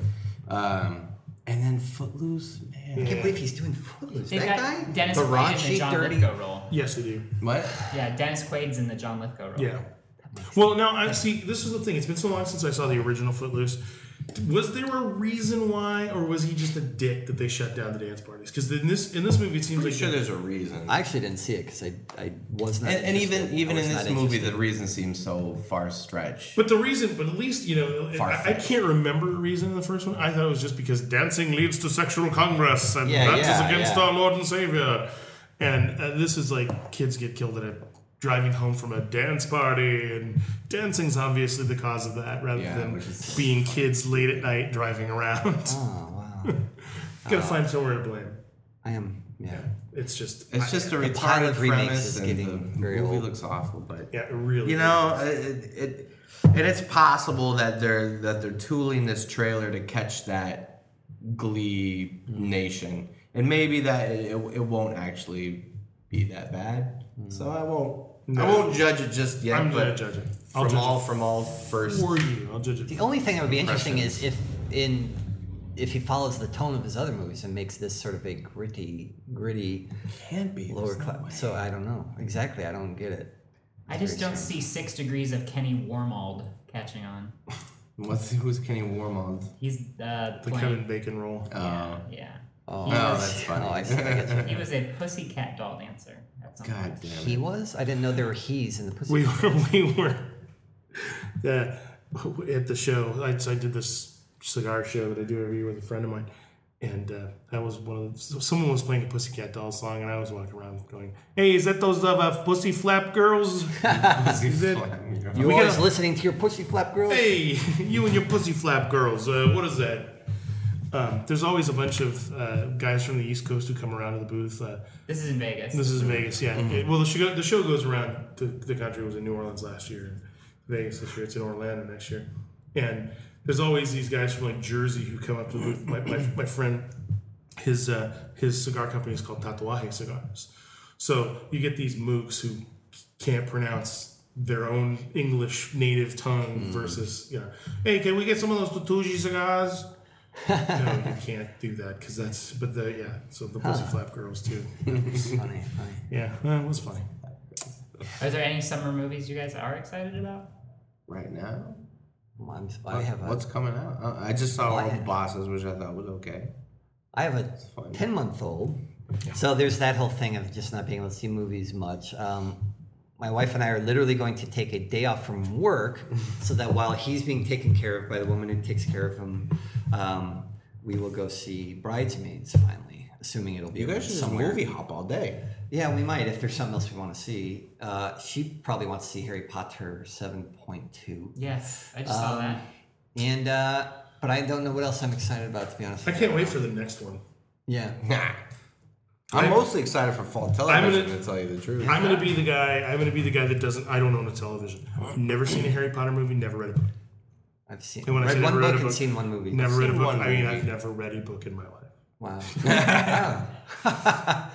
[SPEAKER 5] um, and then Footloose, man.
[SPEAKER 4] I can't believe he's doing Footloose.
[SPEAKER 3] They've
[SPEAKER 4] that
[SPEAKER 3] got
[SPEAKER 4] guy?
[SPEAKER 3] Dennis
[SPEAKER 4] the
[SPEAKER 3] Quaid in
[SPEAKER 4] raunchy,
[SPEAKER 3] the John
[SPEAKER 4] dirty.
[SPEAKER 3] Lithgow role.
[SPEAKER 1] Yes, they do.
[SPEAKER 5] What?
[SPEAKER 3] Yeah, Dennis Quaid's in the John Lithgow role.
[SPEAKER 1] Yeah. Well, now I see. This is the thing. It's been so long since I saw the original Footloose. Was there a reason why, or was he just a dick that they shut down the dance parties? Because in this in this movie, it seems
[SPEAKER 5] I'm
[SPEAKER 1] like
[SPEAKER 5] sure there's a reason.
[SPEAKER 4] I actually didn't see it because I, I was not.
[SPEAKER 5] and, and even
[SPEAKER 4] interested. I
[SPEAKER 5] even
[SPEAKER 4] was
[SPEAKER 5] in
[SPEAKER 4] not
[SPEAKER 5] this movie,
[SPEAKER 4] interested.
[SPEAKER 5] the reason seems so far stretched.
[SPEAKER 1] But the reason, but at least you know, I, I can't remember a reason in the first one. I thought it was just because dancing leads to sexual congress, and
[SPEAKER 4] Yeah,
[SPEAKER 1] that is
[SPEAKER 4] yeah,
[SPEAKER 1] against
[SPEAKER 4] yeah.
[SPEAKER 1] our Lord and Savior. And uh, this is like kids get killed at a driving home from a dance party, and dancing's obviously the cause of that, rather
[SPEAKER 5] Yeah,
[SPEAKER 1] than
[SPEAKER 5] which is-
[SPEAKER 1] being kids late at night driving around.
[SPEAKER 4] Oh wow.
[SPEAKER 1] [LAUGHS] Gotta find somewhere to blame.
[SPEAKER 4] I am. Yeah.
[SPEAKER 1] It's just,
[SPEAKER 5] It's just a retarded
[SPEAKER 4] pilot remakes
[SPEAKER 5] premise,
[SPEAKER 4] is
[SPEAKER 5] and
[SPEAKER 4] getting
[SPEAKER 5] the
[SPEAKER 4] very
[SPEAKER 5] movie
[SPEAKER 4] old.
[SPEAKER 5] looks awful. But
[SPEAKER 1] yeah, it really.
[SPEAKER 5] you know, it, it and it's possible that they're that they're tooling this trailer to catch that Glee Nation, and maybe that it, it, won't actually be that bad. So I won't. I won't judge it just yet.
[SPEAKER 1] I'm gonna
[SPEAKER 5] but
[SPEAKER 1] judge it. I'll
[SPEAKER 5] From
[SPEAKER 1] judge
[SPEAKER 5] all
[SPEAKER 1] it
[SPEAKER 5] from all first.
[SPEAKER 1] for you. I'll judge it.
[SPEAKER 4] The only thing that would be interesting is if in if he follows the tone of his other movies and makes this sort of a gritty, gritty
[SPEAKER 5] can't be
[SPEAKER 4] lower class. So I don't know exactly. I don't get it.
[SPEAKER 3] I just
[SPEAKER 4] Very
[SPEAKER 3] don't see six degrees of Kenny Warmald catching on.
[SPEAKER 5] What's who's Kenny Warmond?
[SPEAKER 3] He's uh,
[SPEAKER 1] the
[SPEAKER 3] playing-
[SPEAKER 1] Kevin Bacon role.
[SPEAKER 5] Uh,
[SPEAKER 3] Yeah.
[SPEAKER 4] Oh,
[SPEAKER 3] He
[SPEAKER 5] Oh,
[SPEAKER 3] was-
[SPEAKER 5] that's
[SPEAKER 4] [LAUGHS]
[SPEAKER 5] funny.
[SPEAKER 4] Oh, I see, I get
[SPEAKER 3] He was a pussycat doll dancer. At some
[SPEAKER 5] God
[SPEAKER 3] point.
[SPEAKER 5] damn it.
[SPEAKER 4] He was? I didn't know there were he's in the pussy.
[SPEAKER 1] we were, we were uh, at the show. I, I did this cigar show that I do every year with a friend of mine, And uh, that was one of the, so someone was playing a Pussycat Doll song, and I was walking around going, "Hey, is that those uh, uh, pussy flap [LAUGHS] girls? Is it?
[SPEAKER 4] You're always listening to your pussy flap girl.
[SPEAKER 1] Hey, you and your pussy flap girls. Uh, what is that?" Um, there's always a bunch of uh, guys from the East Coast who come around to the booth. Uh,
[SPEAKER 3] This is in Vegas.
[SPEAKER 1] This is Vegas, yeah. It- well, the show, the show goes around the, the country. It was in New Orleans last year, and Vegas this year. It's in Orlando next year. And there's always these guys from like Jersey who come up to the booth. My, my, my friend, his uh, his cigar company is called Tatuaje Cigars. So you get these mooks who can't pronounce their own English native tongue versus, you know, hey, can we get some of those Tatuji cigars? [LAUGHS] no, you can't do that because that's, but the, yeah, so the pussy flap girls too.
[SPEAKER 4] funny, funny.
[SPEAKER 1] Yeah, that was funny.
[SPEAKER 3] Are there any summer movies you guys are excited about?
[SPEAKER 5] Right now,
[SPEAKER 4] Well, I'm, I have a,
[SPEAKER 5] Uh, what's coming out? Uh, I just saw all
[SPEAKER 4] I
[SPEAKER 5] the
[SPEAKER 4] had-
[SPEAKER 5] bosses, which I thought was okay.
[SPEAKER 4] I have a
[SPEAKER 5] fine.
[SPEAKER 4] ten month old. So there's that whole thing of just not being able to see movies much. Um, my wife and I are literally going to take a day off from work so that while he's being taken care of by the woman who takes care of him, um, we will go see Bridesmaids finally, assuming it'll be
[SPEAKER 5] You guys should just
[SPEAKER 4] somewhere.
[SPEAKER 5] movie hop all day.
[SPEAKER 4] Yeah, we might if there's something else we want to see. Uh, she probably wants to see Harry Potter seven point two.
[SPEAKER 3] Yes, I just
[SPEAKER 4] Um,
[SPEAKER 3] saw
[SPEAKER 4] [CLEARS THROAT]
[SPEAKER 3] that.
[SPEAKER 4] And uh, but I don't know what else I'm excited about to be honest.
[SPEAKER 1] I
[SPEAKER 4] with
[SPEAKER 1] can't wait for the next one.
[SPEAKER 4] you. Yeah.
[SPEAKER 5] Nah. I'm mostly excited for fall television,
[SPEAKER 1] gonna-
[SPEAKER 5] to tell you the truth.
[SPEAKER 1] I'm gonna be the guy. I'm gonna be the guy that doesn't. I don't own a television. Never seen a Harry Potter movie. Never read a book.
[SPEAKER 4] I've seen
[SPEAKER 1] And when I
[SPEAKER 4] read
[SPEAKER 1] say
[SPEAKER 4] one
[SPEAKER 1] never read
[SPEAKER 4] book
[SPEAKER 1] a
[SPEAKER 4] and
[SPEAKER 1] book-
[SPEAKER 4] seen one movie.
[SPEAKER 1] Never read a
[SPEAKER 5] seen
[SPEAKER 1] book.
[SPEAKER 5] one
[SPEAKER 1] I mean,
[SPEAKER 5] movie.
[SPEAKER 1] I've never read a book in my life. [LAUGHS]
[SPEAKER 4] Wow.
[SPEAKER 3] I,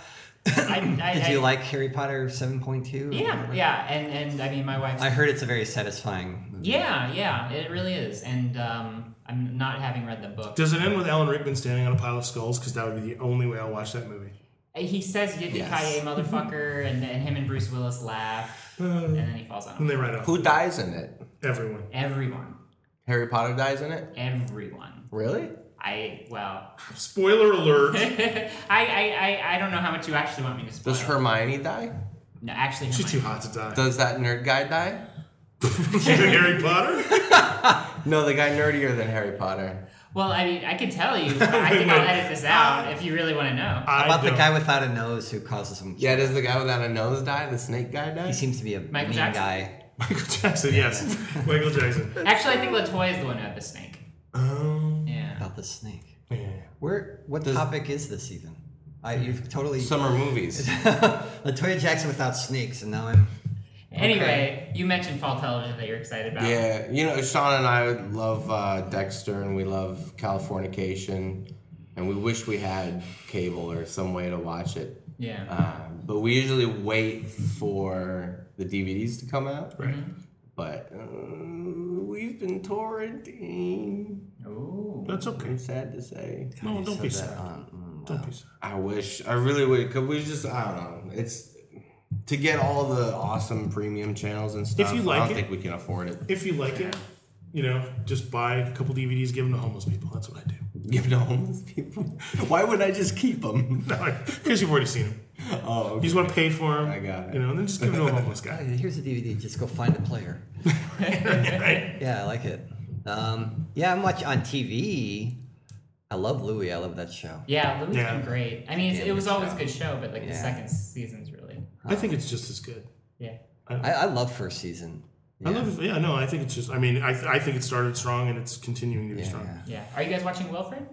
[SPEAKER 3] I,
[SPEAKER 4] Did
[SPEAKER 3] I-
[SPEAKER 4] you like Harry Potter 7.2?
[SPEAKER 3] Yeah, yeah, and and I mean, my wife's.
[SPEAKER 4] I heard it's a very satisfying movie.
[SPEAKER 3] yeah, yeah, it really is, and um, I'm not having read the book.
[SPEAKER 1] Does it end with Alan Rickman standing on a pile of skulls? Because that would be the only way I'll watch that movie.
[SPEAKER 3] He says "Yippee ki
[SPEAKER 4] [LAUGHS]
[SPEAKER 5] Yes.
[SPEAKER 3] motherfucker," and then him and Bruce Willis laugh,
[SPEAKER 1] Uh,
[SPEAKER 3] and then he falls
[SPEAKER 1] And
[SPEAKER 3] on
[SPEAKER 1] they write off
[SPEAKER 5] Who dies in it?
[SPEAKER 1] everyone.
[SPEAKER 3] everyone.
[SPEAKER 5] Harry Potter dies in it?
[SPEAKER 3] Everyone.
[SPEAKER 5] Really?
[SPEAKER 3] I well, [LAUGHS]
[SPEAKER 1] Spoiler alert.
[SPEAKER 3] I, I I I don't know how much you actually want me to spoil.
[SPEAKER 5] Does Hermione die?
[SPEAKER 3] No, actually,
[SPEAKER 1] She's too
[SPEAKER 3] Hermione.
[SPEAKER 1] hot to [LAUGHS] die.
[SPEAKER 5] Does that nerd guy die?
[SPEAKER 1] Harry Potter.
[SPEAKER 5] No, the guy nerdier than Harry Potter.
[SPEAKER 3] Well, I mean, I can tell
[SPEAKER 1] [LAUGHS]
[SPEAKER 3] you. but I think I'll edit this
[SPEAKER 1] uh,
[SPEAKER 3] out if you really want to know.
[SPEAKER 1] I
[SPEAKER 4] About the
[SPEAKER 1] don't-
[SPEAKER 4] guy without a nose who causes him.
[SPEAKER 5] Yeah, does the guy without a nose die? The snake guy
[SPEAKER 4] He
[SPEAKER 5] die?
[SPEAKER 4] seems to be a
[SPEAKER 3] Michael
[SPEAKER 4] mean
[SPEAKER 3] Jackson?
[SPEAKER 4] guy.
[SPEAKER 1] Michael Jackson. Yes, Michael Jackson.
[SPEAKER 3] Actually, I think Latoya is the one who had the snake.
[SPEAKER 1] Um,
[SPEAKER 3] Yeah.
[SPEAKER 4] About the snake.
[SPEAKER 1] yeah.
[SPEAKER 4] Where? What topic is this even? I, you've totally.
[SPEAKER 5] Summer movies.
[SPEAKER 4] [LAUGHS] Latoya Jackson without snakes, and now I'm.
[SPEAKER 3] Anyway, you mentioned fall television that you're excited about.
[SPEAKER 5] Yeah, you know, Sean and I love uh, Dexter and we love Californication and we wish we had cable or some way to watch it.
[SPEAKER 3] Yeah.
[SPEAKER 5] Um, but we usually wait for the DVDs to come out. Right. But uh, we've been torrenting.
[SPEAKER 4] Uh,
[SPEAKER 3] Ooh.
[SPEAKER 1] That's
[SPEAKER 5] I'm
[SPEAKER 1] okay.
[SPEAKER 5] sad to say.
[SPEAKER 1] No, don't be
[SPEAKER 4] So
[SPEAKER 1] sad.
[SPEAKER 4] that, um,
[SPEAKER 1] Don't be sad.
[SPEAKER 5] I wish. I really would. Cause we just. I don't know. It's to get all the awesome premium channels and stuff.
[SPEAKER 1] you
[SPEAKER 5] I
[SPEAKER 1] like
[SPEAKER 5] don't
[SPEAKER 1] it.
[SPEAKER 5] think we can afford it. [LAUGHS]
[SPEAKER 1] if you like it, you know, just buy a couple DVDs, give them to homeless people. That's what I do. [LAUGHS]
[SPEAKER 5] Give to homeless people. [LAUGHS] Why would I just keep them? [LAUGHS]
[SPEAKER 1] Because you've already seen them.
[SPEAKER 5] Oh,
[SPEAKER 1] You
[SPEAKER 5] okay.
[SPEAKER 1] just want to pay for them.
[SPEAKER 5] I got it.
[SPEAKER 1] You know, and then just give
[SPEAKER 4] [LAUGHS]
[SPEAKER 1] them to a homeless
[SPEAKER 4] uh,
[SPEAKER 1] guy.
[SPEAKER 4] here's a DVD. Just go find
[SPEAKER 1] [LAUGHS]
[SPEAKER 4] a player. Yeah, I like it. Um, yeah, I'm watching on TV. I love Louie. I love that show.
[SPEAKER 3] Yeah, Louis
[SPEAKER 1] Yeah.
[SPEAKER 3] been great. I mean, it's,
[SPEAKER 4] Yeah,
[SPEAKER 3] it was
[SPEAKER 4] good
[SPEAKER 3] always
[SPEAKER 4] show.
[SPEAKER 3] a good show, but like the
[SPEAKER 4] Yeah.
[SPEAKER 3] second season's really.
[SPEAKER 1] I think it's just as good.
[SPEAKER 3] Yeah.
[SPEAKER 4] I, I love first season.
[SPEAKER 1] I love it. Yeah, no, I think it's just, I mean, I, I think it started strong and it's continuing to be strong.
[SPEAKER 4] yeah.
[SPEAKER 3] Yeah. Are you guys watching Wilfred?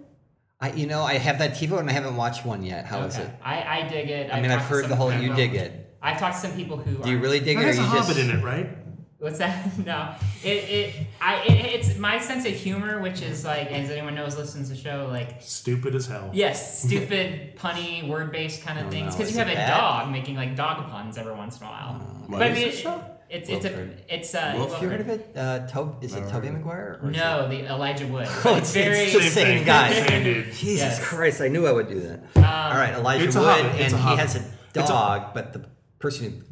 [SPEAKER 4] I, you know, I have that TiVo and I haven't watched one yet. How is it?
[SPEAKER 3] I, I dig it.
[SPEAKER 4] I mean, I've
[SPEAKER 3] talked to
[SPEAKER 4] heard the
[SPEAKER 3] some-
[SPEAKER 4] whole
[SPEAKER 1] I
[SPEAKER 4] you
[SPEAKER 1] don't
[SPEAKER 4] dig
[SPEAKER 1] know.
[SPEAKER 4] it.
[SPEAKER 3] I've talked to some people who.
[SPEAKER 4] Do you
[SPEAKER 3] are-
[SPEAKER 4] really dig
[SPEAKER 1] That
[SPEAKER 4] it, or
[SPEAKER 1] has a
[SPEAKER 4] you
[SPEAKER 1] hobbit
[SPEAKER 4] just?
[SPEAKER 1] in it, right?
[SPEAKER 3] What's that? [LAUGHS] no. It, it, I, it, it's my sense of humor, which is like, as anyone knows, listens to the show, like,
[SPEAKER 1] Stupid as hell.
[SPEAKER 5] [LAUGHS]
[SPEAKER 3] yes, stupid, punny, word based kind of
[SPEAKER 4] Oh,
[SPEAKER 3] things.
[SPEAKER 4] no,
[SPEAKER 3] Because
[SPEAKER 4] is
[SPEAKER 3] you have
[SPEAKER 4] it
[SPEAKER 3] a
[SPEAKER 4] bad?
[SPEAKER 3] dog making like dog puns every once in a while. but I
[SPEAKER 5] is
[SPEAKER 3] mean,
[SPEAKER 5] this
[SPEAKER 3] it-
[SPEAKER 5] show?
[SPEAKER 3] it's, it's a.
[SPEAKER 4] Wilfred.
[SPEAKER 3] It's a.
[SPEAKER 4] Have you heard of it? Uh, Tob- is it Toby Maguire? Or is it-
[SPEAKER 3] No, the Elijah Wood.
[SPEAKER 4] [LAUGHS] Oh,
[SPEAKER 3] it's
[SPEAKER 4] it's,
[SPEAKER 3] very.
[SPEAKER 4] it's the same,
[SPEAKER 1] thing.
[SPEAKER 4] guy.
[SPEAKER 1] Same
[SPEAKER 4] [LAUGHS]
[SPEAKER 1] dude.
[SPEAKER 4] Jesus
[SPEAKER 3] Yes. Um,
[SPEAKER 4] Christ! I knew I would do that. All right, Elijah
[SPEAKER 1] it's a
[SPEAKER 4] Wood,
[SPEAKER 1] hobbit,
[SPEAKER 4] and
[SPEAKER 1] it's a
[SPEAKER 4] he
[SPEAKER 1] hobbit.
[SPEAKER 4] has a dog, but the person who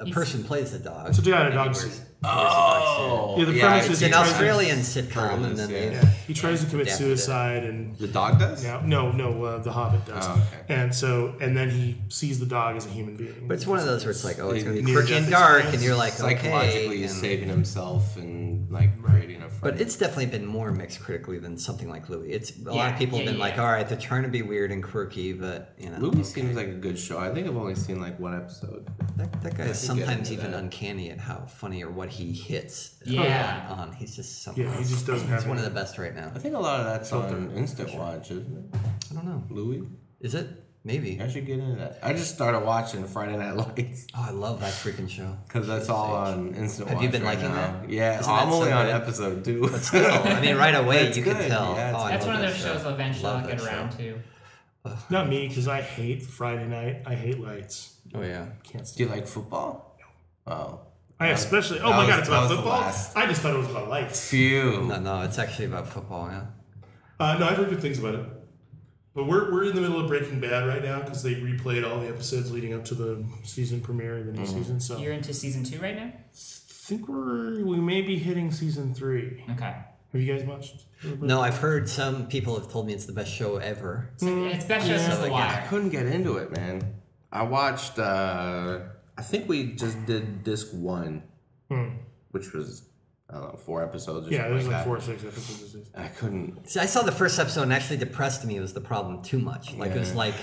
[SPEAKER 4] a
[SPEAKER 3] He's-
[SPEAKER 4] person plays the dog.
[SPEAKER 1] It's a dude in a
[SPEAKER 4] And he
[SPEAKER 1] dog
[SPEAKER 4] wears-
[SPEAKER 1] suit.
[SPEAKER 4] wears a dog
[SPEAKER 5] Oh,
[SPEAKER 1] Yeah, the premise
[SPEAKER 5] I
[SPEAKER 1] is
[SPEAKER 4] suit. It's
[SPEAKER 5] see.
[SPEAKER 1] he
[SPEAKER 4] an
[SPEAKER 1] tries-
[SPEAKER 4] Australian
[SPEAKER 5] heard of
[SPEAKER 4] sitcom, and
[SPEAKER 5] this,
[SPEAKER 4] then
[SPEAKER 5] yeah.
[SPEAKER 4] they
[SPEAKER 1] Yeah. He tries to commit
[SPEAKER 4] Adapted it.
[SPEAKER 1] suicide and
[SPEAKER 5] The dog does.
[SPEAKER 1] now, no, no, uh, the hobbit does.
[SPEAKER 5] Oh, okay.
[SPEAKER 1] And so, and then he sees the dog as a human being.
[SPEAKER 4] But it's one of those where it's like, oh, it's
[SPEAKER 5] They
[SPEAKER 4] going to be
[SPEAKER 5] near
[SPEAKER 4] quirky
[SPEAKER 5] death
[SPEAKER 4] and dark, and
[SPEAKER 1] experience.
[SPEAKER 4] you're like,
[SPEAKER 5] Psychologically,
[SPEAKER 4] okay,
[SPEAKER 5] he's
[SPEAKER 4] and-
[SPEAKER 5] saving himself, and like creating a
[SPEAKER 4] But it's definitely been more mixed critically than something like Louis. It's a lot
[SPEAKER 3] Yeah,
[SPEAKER 4] of people have
[SPEAKER 3] yeah,
[SPEAKER 4] been
[SPEAKER 3] yeah.
[SPEAKER 4] like, all right, they're trying to be weird and quirky, but you know,
[SPEAKER 5] Louis seems like a good show. I think I've only seen like one episode.
[SPEAKER 4] that, that guy is
[SPEAKER 5] could get
[SPEAKER 4] sometimes
[SPEAKER 5] into
[SPEAKER 4] even
[SPEAKER 5] that.
[SPEAKER 4] uncanny at how funny or what he hits.
[SPEAKER 3] Yeah.
[SPEAKER 4] on, on. he's just something.
[SPEAKER 1] Yeah, he
[SPEAKER 4] else.
[SPEAKER 1] just doesn't have
[SPEAKER 4] He's one
[SPEAKER 1] it.
[SPEAKER 4] of the best right now.
[SPEAKER 5] I think a lot of that's on instant watch, isn't it?
[SPEAKER 4] I don't know.
[SPEAKER 5] Louis,
[SPEAKER 4] Is it? Maybe.
[SPEAKER 5] I should get into that. I just started watching Friday Night Lights
[SPEAKER 4] Oh, I love that freaking show.
[SPEAKER 5] because that's all on instant.
[SPEAKER 4] Have
[SPEAKER 5] watch
[SPEAKER 4] you been
[SPEAKER 5] right
[SPEAKER 4] liking
[SPEAKER 5] now.
[SPEAKER 4] that?
[SPEAKER 5] Yeah,
[SPEAKER 4] Isn't
[SPEAKER 5] I'm
[SPEAKER 4] that so
[SPEAKER 5] only on
[SPEAKER 4] good?
[SPEAKER 5] episode two.
[SPEAKER 4] But
[SPEAKER 5] [LAUGHS]
[SPEAKER 4] still, I mean, right away
[SPEAKER 5] It's
[SPEAKER 4] you can
[SPEAKER 5] good,
[SPEAKER 4] tell.
[SPEAKER 5] yeah, it's
[SPEAKER 4] oh, I
[SPEAKER 3] That's one
[SPEAKER 4] love
[SPEAKER 3] of
[SPEAKER 4] that
[SPEAKER 3] those
[SPEAKER 4] show.
[SPEAKER 3] shows eventually
[SPEAKER 4] Love
[SPEAKER 3] I'll get
[SPEAKER 4] that
[SPEAKER 3] around
[SPEAKER 4] show.
[SPEAKER 3] to.
[SPEAKER 1] Not me, because I hate Friday night. I hate lights.
[SPEAKER 4] Oh yeah.
[SPEAKER 1] Can't
[SPEAKER 5] Do
[SPEAKER 1] stand.
[SPEAKER 5] you like football? Oh,
[SPEAKER 1] I especially. Oh
[SPEAKER 5] that
[SPEAKER 1] my
[SPEAKER 5] was-
[SPEAKER 1] god, it's
[SPEAKER 5] that
[SPEAKER 1] about
[SPEAKER 5] was the
[SPEAKER 1] football.
[SPEAKER 5] last.
[SPEAKER 1] I just thought it was about lights.
[SPEAKER 5] phew.
[SPEAKER 4] No, no, it's actually about football. Yeah.
[SPEAKER 1] Uh, no, I've heard good things about it. But we're, we're in the middle of Breaking Bad right now because they replayed all the episodes leading up to the season premiere of the new season. So
[SPEAKER 3] You're
[SPEAKER 1] I
[SPEAKER 3] into season two right now?
[SPEAKER 1] think we're we may be hitting season three.
[SPEAKER 3] Okay.
[SPEAKER 1] Have you guys watched?
[SPEAKER 4] No, I've heard some people have told me it's the best show ever.
[SPEAKER 5] Mm,
[SPEAKER 3] It's best show since The
[SPEAKER 5] I
[SPEAKER 3] Wire.
[SPEAKER 5] couldn't get into it, man. I watched. uh I think we just did disc one, which was I don't know four episodes. Or
[SPEAKER 1] Hmm. Yeah,
[SPEAKER 5] something
[SPEAKER 1] there's like
[SPEAKER 5] that.
[SPEAKER 1] four or six episodes. of this.
[SPEAKER 5] I couldn't.
[SPEAKER 4] See, I saw the first episode and actually depressed me was the problem too much. Like it was like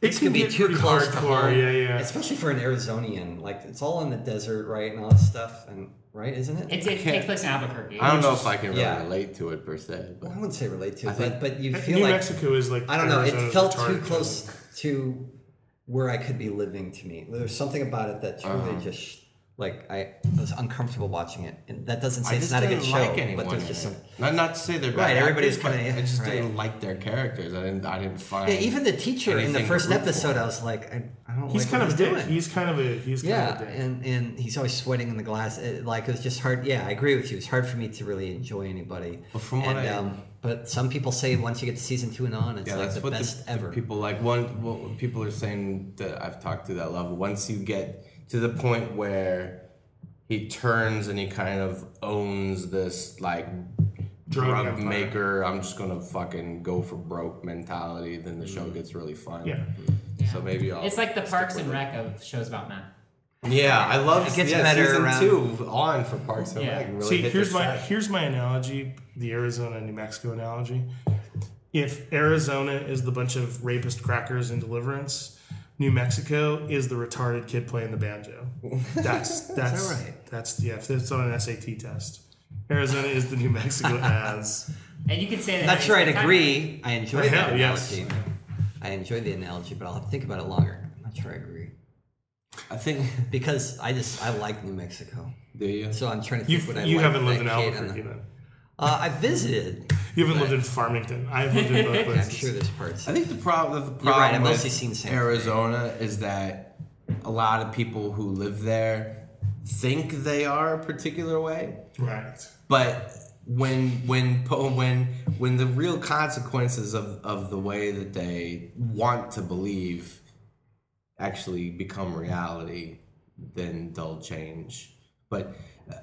[SPEAKER 4] this
[SPEAKER 1] can
[SPEAKER 4] could be
[SPEAKER 1] get
[SPEAKER 4] too
[SPEAKER 1] pretty
[SPEAKER 4] close to
[SPEAKER 1] hardcore,
[SPEAKER 4] home.
[SPEAKER 1] yeah, yeah.
[SPEAKER 4] Especially for an Arizonian, like it's all in the desert, right, and all this stuff, and right, isn't it?
[SPEAKER 3] It's, it takes place in Albuquerque.
[SPEAKER 5] I don't know if I can really
[SPEAKER 4] yeah.
[SPEAKER 5] relate to it per se, but
[SPEAKER 4] I wouldn't say relate to,
[SPEAKER 5] I
[SPEAKER 4] it,
[SPEAKER 5] think-
[SPEAKER 4] but but you feel
[SPEAKER 1] New
[SPEAKER 4] like
[SPEAKER 1] Mexico is like
[SPEAKER 4] I don't know.
[SPEAKER 1] Arizona's
[SPEAKER 4] It felt too
[SPEAKER 1] retarded.
[SPEAKER 4] close to where I could be living to me. There's something about it that truly
[SPEAKER 5] Uh-huh.
[SPEAKER 4] just like I was uncomfortable watching it, and that doesn't say
[SPEAKER 5] I
[SPEAKER 4] it's
[SPEAKER 5] just
[SPEAKER 4] not a
[SPEAKER 5] didn't
[SPEAKER 4] good show,
[SPEAKER 5] like anyone.
[SPEAKER 4] but there's
[SPEAKER 5] in
[SPEAKER 4] just
[SPEAKER 5] it.
[SPEAKER 4] some.
[SPEAKER 5] not, not to say they're bad
[SPEAKER 4] Right, everybody's
[SPEAKER 5] actors, but
[SPEAKER 4] kinda-
[SPEAKER 5] I just
[SPEAKER 4] right.
[SPEAKER 5] didn't like their characters. I didn't. I didn't find.
[SPEAKER 4] Yeah, even the teacher in the
[SPEAKER 5] anything to
[SPEAKER 4] first
[SPEAKER 5] root for.
[SPEAKER 4] episode, I was like, I, I don't
[SPEAKER 1] He's
[SPEAKER 4] like
[SPEAKER 1] kind of
[SPEAKER 4] what
[SPEAKER 1] a
[SPEAKER 4] he's
[SPEAKER 1] dick.
[SPEAKER 4] doing.
[SPEAKER 1] He's kind of a he's
[SPEAKER 4] yeah,
[SPEAKER 1] kind of a dick.
[SPEAKER 4] and and he's always sweating in the glass. It, like it was just hard. Yeah, I agree with you. It's hard for me to really enjoy anybody.
[SPEAKER 5] But from what
[SPEAKER 4] and,
[SPEAKER 5] I-
[SPEAKER 4] um, but some people say once you get to season two and on, it's
[SPEAKER 5] Yeah,
[SPEAKER 4] like
[SPEAKER 5] that's
[SPEAKER 4] the
[SPEAKER 5] what
[SPEAKER 4] best
[SPEAKER 5] the,
[SPEAKER 4] ever.
[SPEAKER 5] people like. One, what people are saying that I've talked to that level. Once you get to the point where he turns and he kind of owns this like
[SPEAKER 1] Drug
[SPEAKER 5] drug,
[SPEAKER 1] empire.
[SPEAKER 5] maker, I'm just gonna fucking go for broke mentality. Then the
[SPEAKER 4] Mm.
[SPEAKER 5] show gets really fun.
[SPEAKER 1] Yeah.
[SPEAKER 5] So maybe I'll
[SPEAKER 3] It's like the
[SPEAKER 5] stick
[SPEAKER 3] Parks
[SPEAKER 5] with
[SPEAKER 3] and
[SPEAKER 5] it.
[SPEAKER 3] Rec of shows about men.
[SPEAKER 5] Yeah, I love
[SPEAKER 4] It gets
[SPEAKER 5] yeah,
[SPEAKER 4] better
[SPEAKER 5] season
[SPEAKER 4] around-
[SPEAKER 5] two on for Parks and
[SPEAKER 3] Yeah.
[SPEAKER 5] Rec. Really
[SPEAKER 1] See,
[SPEAKER 5] hit
[SPEAKER 1] here's
[SPEAKER 5] their
[SPEAKER 1] my
[SPEAKER 5] stride.
[SPEAKER 1] here's my analogy, the Arizona New Mexico analogy. If Arizona is the bunch of rapist crackers in Deliverance, New Mexico is the retarded kid playing the banjo. That's that's
[SPEAKER 4] that right?
[SPEAKER 1] that's yeah. If it's on an SAT test, Arizona is the New Mexico as.
[SPEAKER 3] And you could say that.
[SPEAKER 4] Not
[SPEAKER 3] every
[SPEAKER 4] sure I'd
[SPEAKER 3] single
[SPEAKER 4] agree. I enjoy
[SPEAKER 1] Yeah,
[SPEAKER 4] that
[SPEAKER 1] yes.
[SPEAKER 4] analogy. I enjoy the analogy, but I'll have to think about it longer. I'm not sure I agree
[SPEAKER 5] I think
[SPEAKER 4] because I just I like New Mexico,
[SPEAKER 5] the
[SPEAKER 4] so I'm trying to
[SPEAKER 1] You
[SPEAKER 4] think what I
[SPEAKER 1] you
[SPEAKER 4] like
[SPEAKER 1] haven't lived
[SPEAKER 4] that
[SPEAKER 1] in
[SPEAKER 4] Kate and
[SPEAKER 1] Albuquerque
[SPEAKER 4] the-
[SPEAKER 1] then.
[SPEAKER 4] Uh,
[SPEAKER 1] [LAUGHS]
[SPEAKER 4] I visited.
[SPEAKER 1] You haven't lived in Farmington. I've lived in both
[SPEAKER 4] I'm
[SPEAKER 1] places.
[SPEAKER 4] sure there's parts.
[SPEAKER 5] I think the problem, the problem
[SPEAKER 4] You're right, I've
[SPEAKER 5] with
[SPEAKER 4] mostly seen San Fran.
[SPEAKER 5] Arizona is that a lot of people who live there think they are a particular way,
[SPEAKER 1] Right. [LAUGHS]
[SPEAKER 5] but when when po- when when the real consequences of of the way that they want to believe actually become reality, then they'll change. But uh,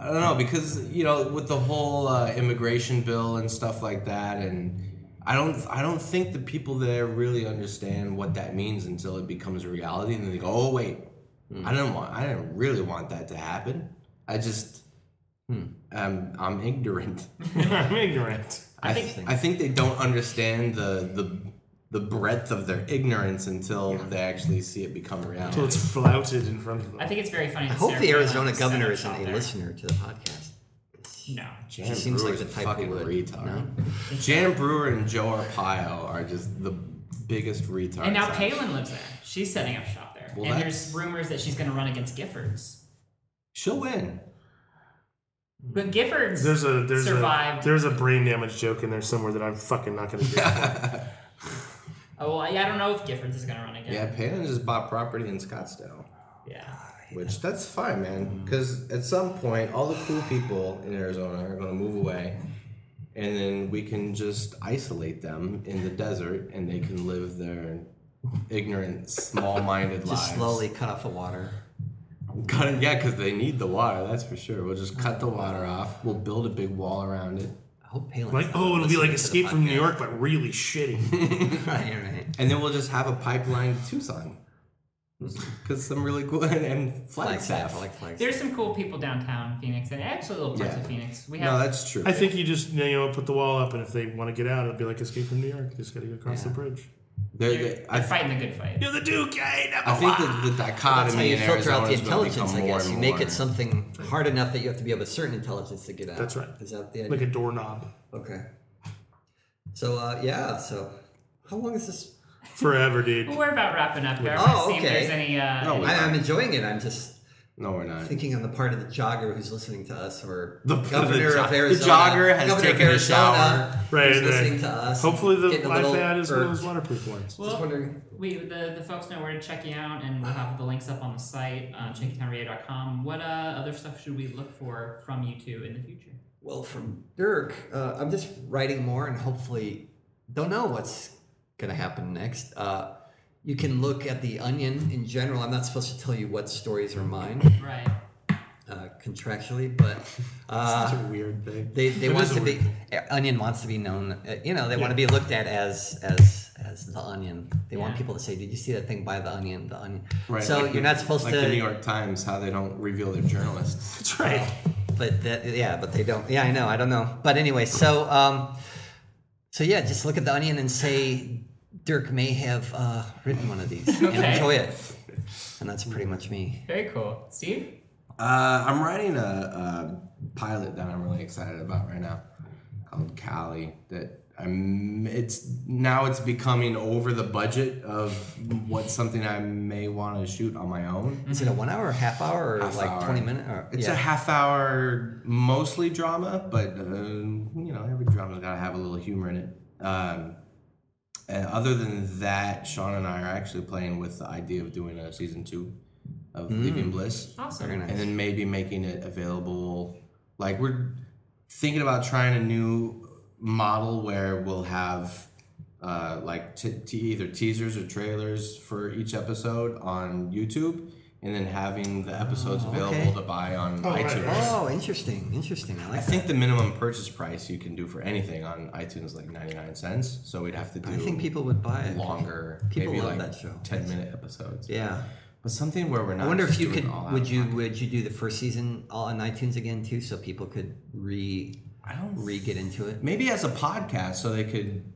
[SPEAKER 5] I don't know because you know with the whole uh, immigration bill and stuff like that, and I don't I don't think the people there really understand what that means until it becomes a reality, and then they go, oh wait, I didn't want I didn't really want that to happen. I just um, I'm ignorant.
[SPEAKER 1] I'm ignorant.
[SPEAKER 5] I think I think they don't understand the the the breadth of their ignorance until they actually see it become reality.
[SPEAKER 1] Well, it's flouted in front of them.
[SPEAKER 3] I think it's very funny.
[SPEAKER 4] I hope the Arizona governor isn't a listener to the podcast.
[SPEAKER 3] No.
[SPEAKER 5] Jan
[SPEAKER 4] seems like
[SPEAKER 5] Brewer's
[SPEAKER 4] the type
[SPEAKER 5] a fucking
[SPEAKER 4] who would.
[SPEAKER 5] retard. Jan Brewer and Joe Arpaio are just the biggest retards.
[SPEAKER 3] And now
[SPEAKER 5] out.
[SPEAKER 3] Palin lives there. She's setting up shop there.
[SPEAKER 5] Well,
[SPEAKER 3] and
[SPEAKER 5] that's-
[SPEAKER 3] there's rumors that she's going to run against Giffords.
[SPEAKER 5] She'll win.
[SPEAKER 3] But Giffords
[SPEAKER 1] There's a there's
[SPEAKER 3] survived.
[SPEAKER 1] a there's a brain damage joke in there somewhere that I'm fucking not going to get.
[SPEAKER 3] oh, well, yeah, I don't know if Giffords is going to run again.
[SPEAKER 5] Yeah, Palin just bought property in Scottsdale,
[SPEAKER 3] Yeah.
[SPEAKER 5] which that's fine,
[SPEAKER 4] Mm-hmm.
[SPEAKER 5] man. Because at some point, all the cool people in Arizona are going to move away, and then we can just isolate them in the desert, and they can live their ignorant, small-minded lives.
[SPEAKER 4] Just slowly cut off the water.
[SPEAKER 5] Cut it, yeah, because they need the water. That's for sure. We'll just cut the water off. We'll build a big wall around it.
[SPEAKER 4] I hope Palin.
[SPEAKER 1] like oh, it'll be like Escape from New York, but really shitty.
[SPEAKER 4] [LAUGHS] right, right.
[SPEAKER 5] And then we'll just have a pipeline to Tucson. [LAUGHS] because some really cool [LAUGHS] and, and Flagstaff.
[SPEAKER 4] Flagstaff. I like Flagstaff.
[SPEAKER 3] There's some cool people downtown Phoenix, and actually little parts
[SPEAKER 5] Yeah.
[SPEAKER 3] of Phoenix. We have
[SPEAKER 5] No, that's true.
[SPEAKER 1] I think you just you know put the wall up, and if they want to get out, it'll be like Escape from New York. They just got to get across the bridge.
[SPEAKER 5] They're,
[SPEAKER 3] they're,
[SPEAKER 5] they I,
[SPEAKER 3] they're fighting the good fight.
[SPEAKER 1] You're the Duke. I ain't never
[SPEAKER 5] I think
[SPEAKER 1] lied.
[SPEAKER 5] that the
[SPEAKER 4] That's how
[SPEAKER 5] dichotomy
[SPEAKER 4] you
[SPEAKER 5] in
[SPEAKER 4] filter out
[SPEAKER 5] Arizona
[SPEAKER 4] the
[SPEAKER 5] is going to
[SPEAKER 4] intelligence,
[SPEAKER 5] become
[SPEAKER 4] I
[SPEAKER 5] more
[SPEAKER 4] guess.
[SPEAKER 5] and
[SPEAKER 4] You
[SPEAKER 5] more.
[SPEAKER 4] make it something hard enough that you have to be of a certain intelligence to get out.
[SPEAKER 1] That's right.
[SPEAKER 4] Is that the idea?
[SPEAKER 1] like a doorknob
[SPEAKER 4] okay. So uh, yeah, so how long is this?
[SPEAKER 1] forever, dude.
[SPEAKER 3] Well, we're about wrapping up here. I
[SPEAKER 4] Oh,
[SPEAKER 3] wanna see
[SPEAKER 4] okay.
[SPEAKER 3] if there's any. Uh,
[SPEAKER 5] No,
[SPEAKER 4] I, I'm enjoying it. I'm just
[SPEAKER 5] No, we're not.
[SPEAKER 4] thinking on the part of the jogger who's listening to us, or
[SPEAKER 5] The-
[SPEAKER 4] governor
[SPEAKER 5] the jo-
[SPEAKER 4] of
[SPEAKER 5] the
[SPEAKER 4] Arizona.
[SPEAKER 5] jogger has
[SPEAKER 4] governor of
[SPEAKER 5] taken a
[SPEAKER 4] Arizona
[SPEAKER 5] shower.
[SPEAKER 4] who's
[SPEAKER 1] Right, right.
[SPEAKER 4] listening to us.
[SPEAKER 1] Hopefully, the
[SPEAKER 4] getting a little
[SPEAKER 1] iPad is one of
[SPEAKER 4] irked.
[SPEAKER 1] those waterproof ones.
[SPEAKER 3] well,
[SPEAKER 4] Just wondering.
[SPEAKER 3] we the, the folks know where to check you out, and we'll have the links up on the site, uh, checkytownradio.com. What uh, other stuff should we look for from you two in the future?
[SPEAKER 4] Well, from Dirk, uh, I'm just writing more and hopefully don't know what's going to happen next. Uh, you can look at the onion in general. I'm not supposed to tell you what stories are mine
[SPEAKER 3] Right.
[SPEAKER 4] uh, contractually, but uh,
[SPEAKER 6] Such a weird thing.
[SPEAKER 4] they, they want to be eh, onion wants to be known. Uh, you know, they want to be looked at as as as the onion. They want
[SPEAKER 3] Yeah.
[SPEAKER 4] people to say, "Did you see that thing by the onion? The onion."
[SPEAKER 5] Right,
[SPEAKER 4] So
[SPEAKER 5] like
[SPEAKER 4] you're
[SPEAKER 5] the-
[SPEAKER 4] not supposed
[SPEAKER 5] like
[SPEAKER 4] to.
[SPEAKER 5] the New York Times, how they don't reveal their journalists.
[SPEAKER 1] That's right.
[SPEAKER 4] but that yeah but they don't yeah i know i don't know but anyway so um so yeah just look at the onion and say dirk may have uh written one of
[SPEAKER 5] [LAUGHS]
[SPEAKER 4] these and
[SPEAKER 3] Okay.
[SPEAKER 4] enjoy it and that's pretty much me
[SPEAKER 3] Very cool. Steve?
[SPEAKER 5] Uh, I'm writing a, a pilot that I'm really excited about right now called Cali. That I'm. It's now it's becoming over the budget of what's something I may want to shoot on my own.
[SPEAKER 4] is it a one hour or half hour or
[SPEAKER 5] Half
[SPEAKER 4] like
[SPEAKER 5] hour.
[SPEAKER 4] 20 minute or
[SPEAKER 5] It's
[SPEAKER 4] yeah.
[SPEAKER 5] a half hour, mostly drama, but uh, you know every drama's got to have a little humor in it. Um, and other than that, Sean and I are actually playing with the idea of doing a season two of
[SPEAKER 4] Mm.
[SPEAKER 5] Leaving Bliss.
[SPEAKER 3] Awesome.
[SPEAKER 4] very nice
[SPEAKER 5] and then maybe making it available. Like we're thinking about trying a new model where we'll have uh, like t- t- either teasers or trailers for each episode on YouTube, and then having the episodes available
[SPEAKER 4] Oh, okay.
[SPEAKER 5] to buy on
[SPEAKER 1] right,
[SPEAKER 5] iTunes.
[SPEAKER 4] oh interesting interesting i
[SPEAKER 5] I
[SPEAKER 4] like that
[SPEAKER 5] think the minimum purchase price you can do for anything on iTunes is like ninety nine cents, so we'd have to do.
[SPEAKER 4] i think people would buy it
[SPEAKER 5] longer,
[SPEAKER 4] people
[SPEAKER 5] maybe
[SPEAKER 4] love
[SPEAKER 5] like
[SPEAKER 4] that show.
[SPEAKER 5] ten minute episodes.
[SPEAKER 4] yeah
[SPEAKER 5] but something where we're not.
[SPEAKER 4] I wonder if
[SPEAKER 5] just
[SPEAKER 4] you
[SPEAKER 5] doing
[SPEAKER 4] could.
[SPEAKER 5] all out
[SPEAKER 4] Would you
[SPEAKER 5] content.
[SPEAKER 4] would you do the first season all on iTunes again too, so people could re
[SPEAKER 5] I don't
[SPEAKER 4] re get into it?
[SPEAKER 5] Maybe as a podcast, so they could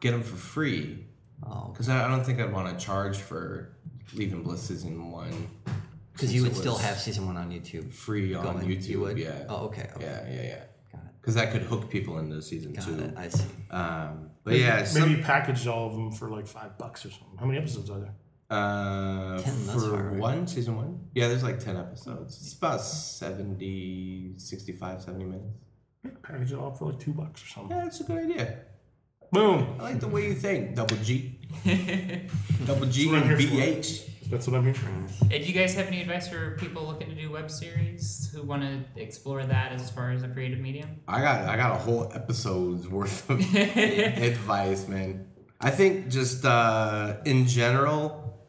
[SPEAKER 5] get them for free.
[SPEAKER 4] Oh,
[SPEAKER 5] Because I, I don't think I'd want to charge for Leaving Bliss season one
[SPEAKER 4] because you
[SPEAKER 5] Since
[SPEAKER 4] would
[SPEAKER 5] it
[SPEAKER 4] still
[SPEAKER 5] was
[SPEAKER 4] have season one on YouTube.
[SPEAKER 5] free on
[SPEAKER 4] Going, you
[SPEAKER 5] YouTube.
[SPEAKER 4] would?
[SPEAKER 5] Yeah.
[SPEAKER 4] Oh, okay, okay.
[SPEAKER 5] Yeah, yeah, yeah.
[SPEAKER 4] Got it.
[SPEAKER 5] Because that could hook people into season
[SPEAKER 4] Got
[SPEAKER 5] two.
[SPEAKER 4] it. I see.
[SPEAKER 5] Um, but yeah,
[SPEAKER 1] Maybe
[SPEAKER 5] some,
[SPEAKER 1] you packaged all of them for like five bucks or something. How many episodes are there?
[SPEAKER 5] uh,
[SPEAKER 4] Ten thus far,
[SPEAKER 5] for
[SPEAKER 4] right?
[SPEAKER 5] one season one. Yeah, there's like ten episodes. It's about 70, 65, 70 minutes.
[SPEAKER 1] Package it all for like two bucks or something.
[SPEAKER 5] Yeah, that's a good idea.
[SPEAKER 1] Boom.
[SPEAKER 5] I like the way you think. Double
[SPEAKER 4] [LAUGHS]
[SPEAKER 5] G, double
[SPEAKER 1] That's
[SPEAKER 5] G and
[SPEAKER 1] what I'm here for.
[SPEAKER 5] BH.
[SPEAKER 1] That's what I'm here for.
[SPEAKER 3] Uh, Do you guys have any advice for people looking to do web series who want to explore that as far as a creative medium?
[SPEAKER 5] I got I got a whole episode's worth of advice, man. I think just uh, in general,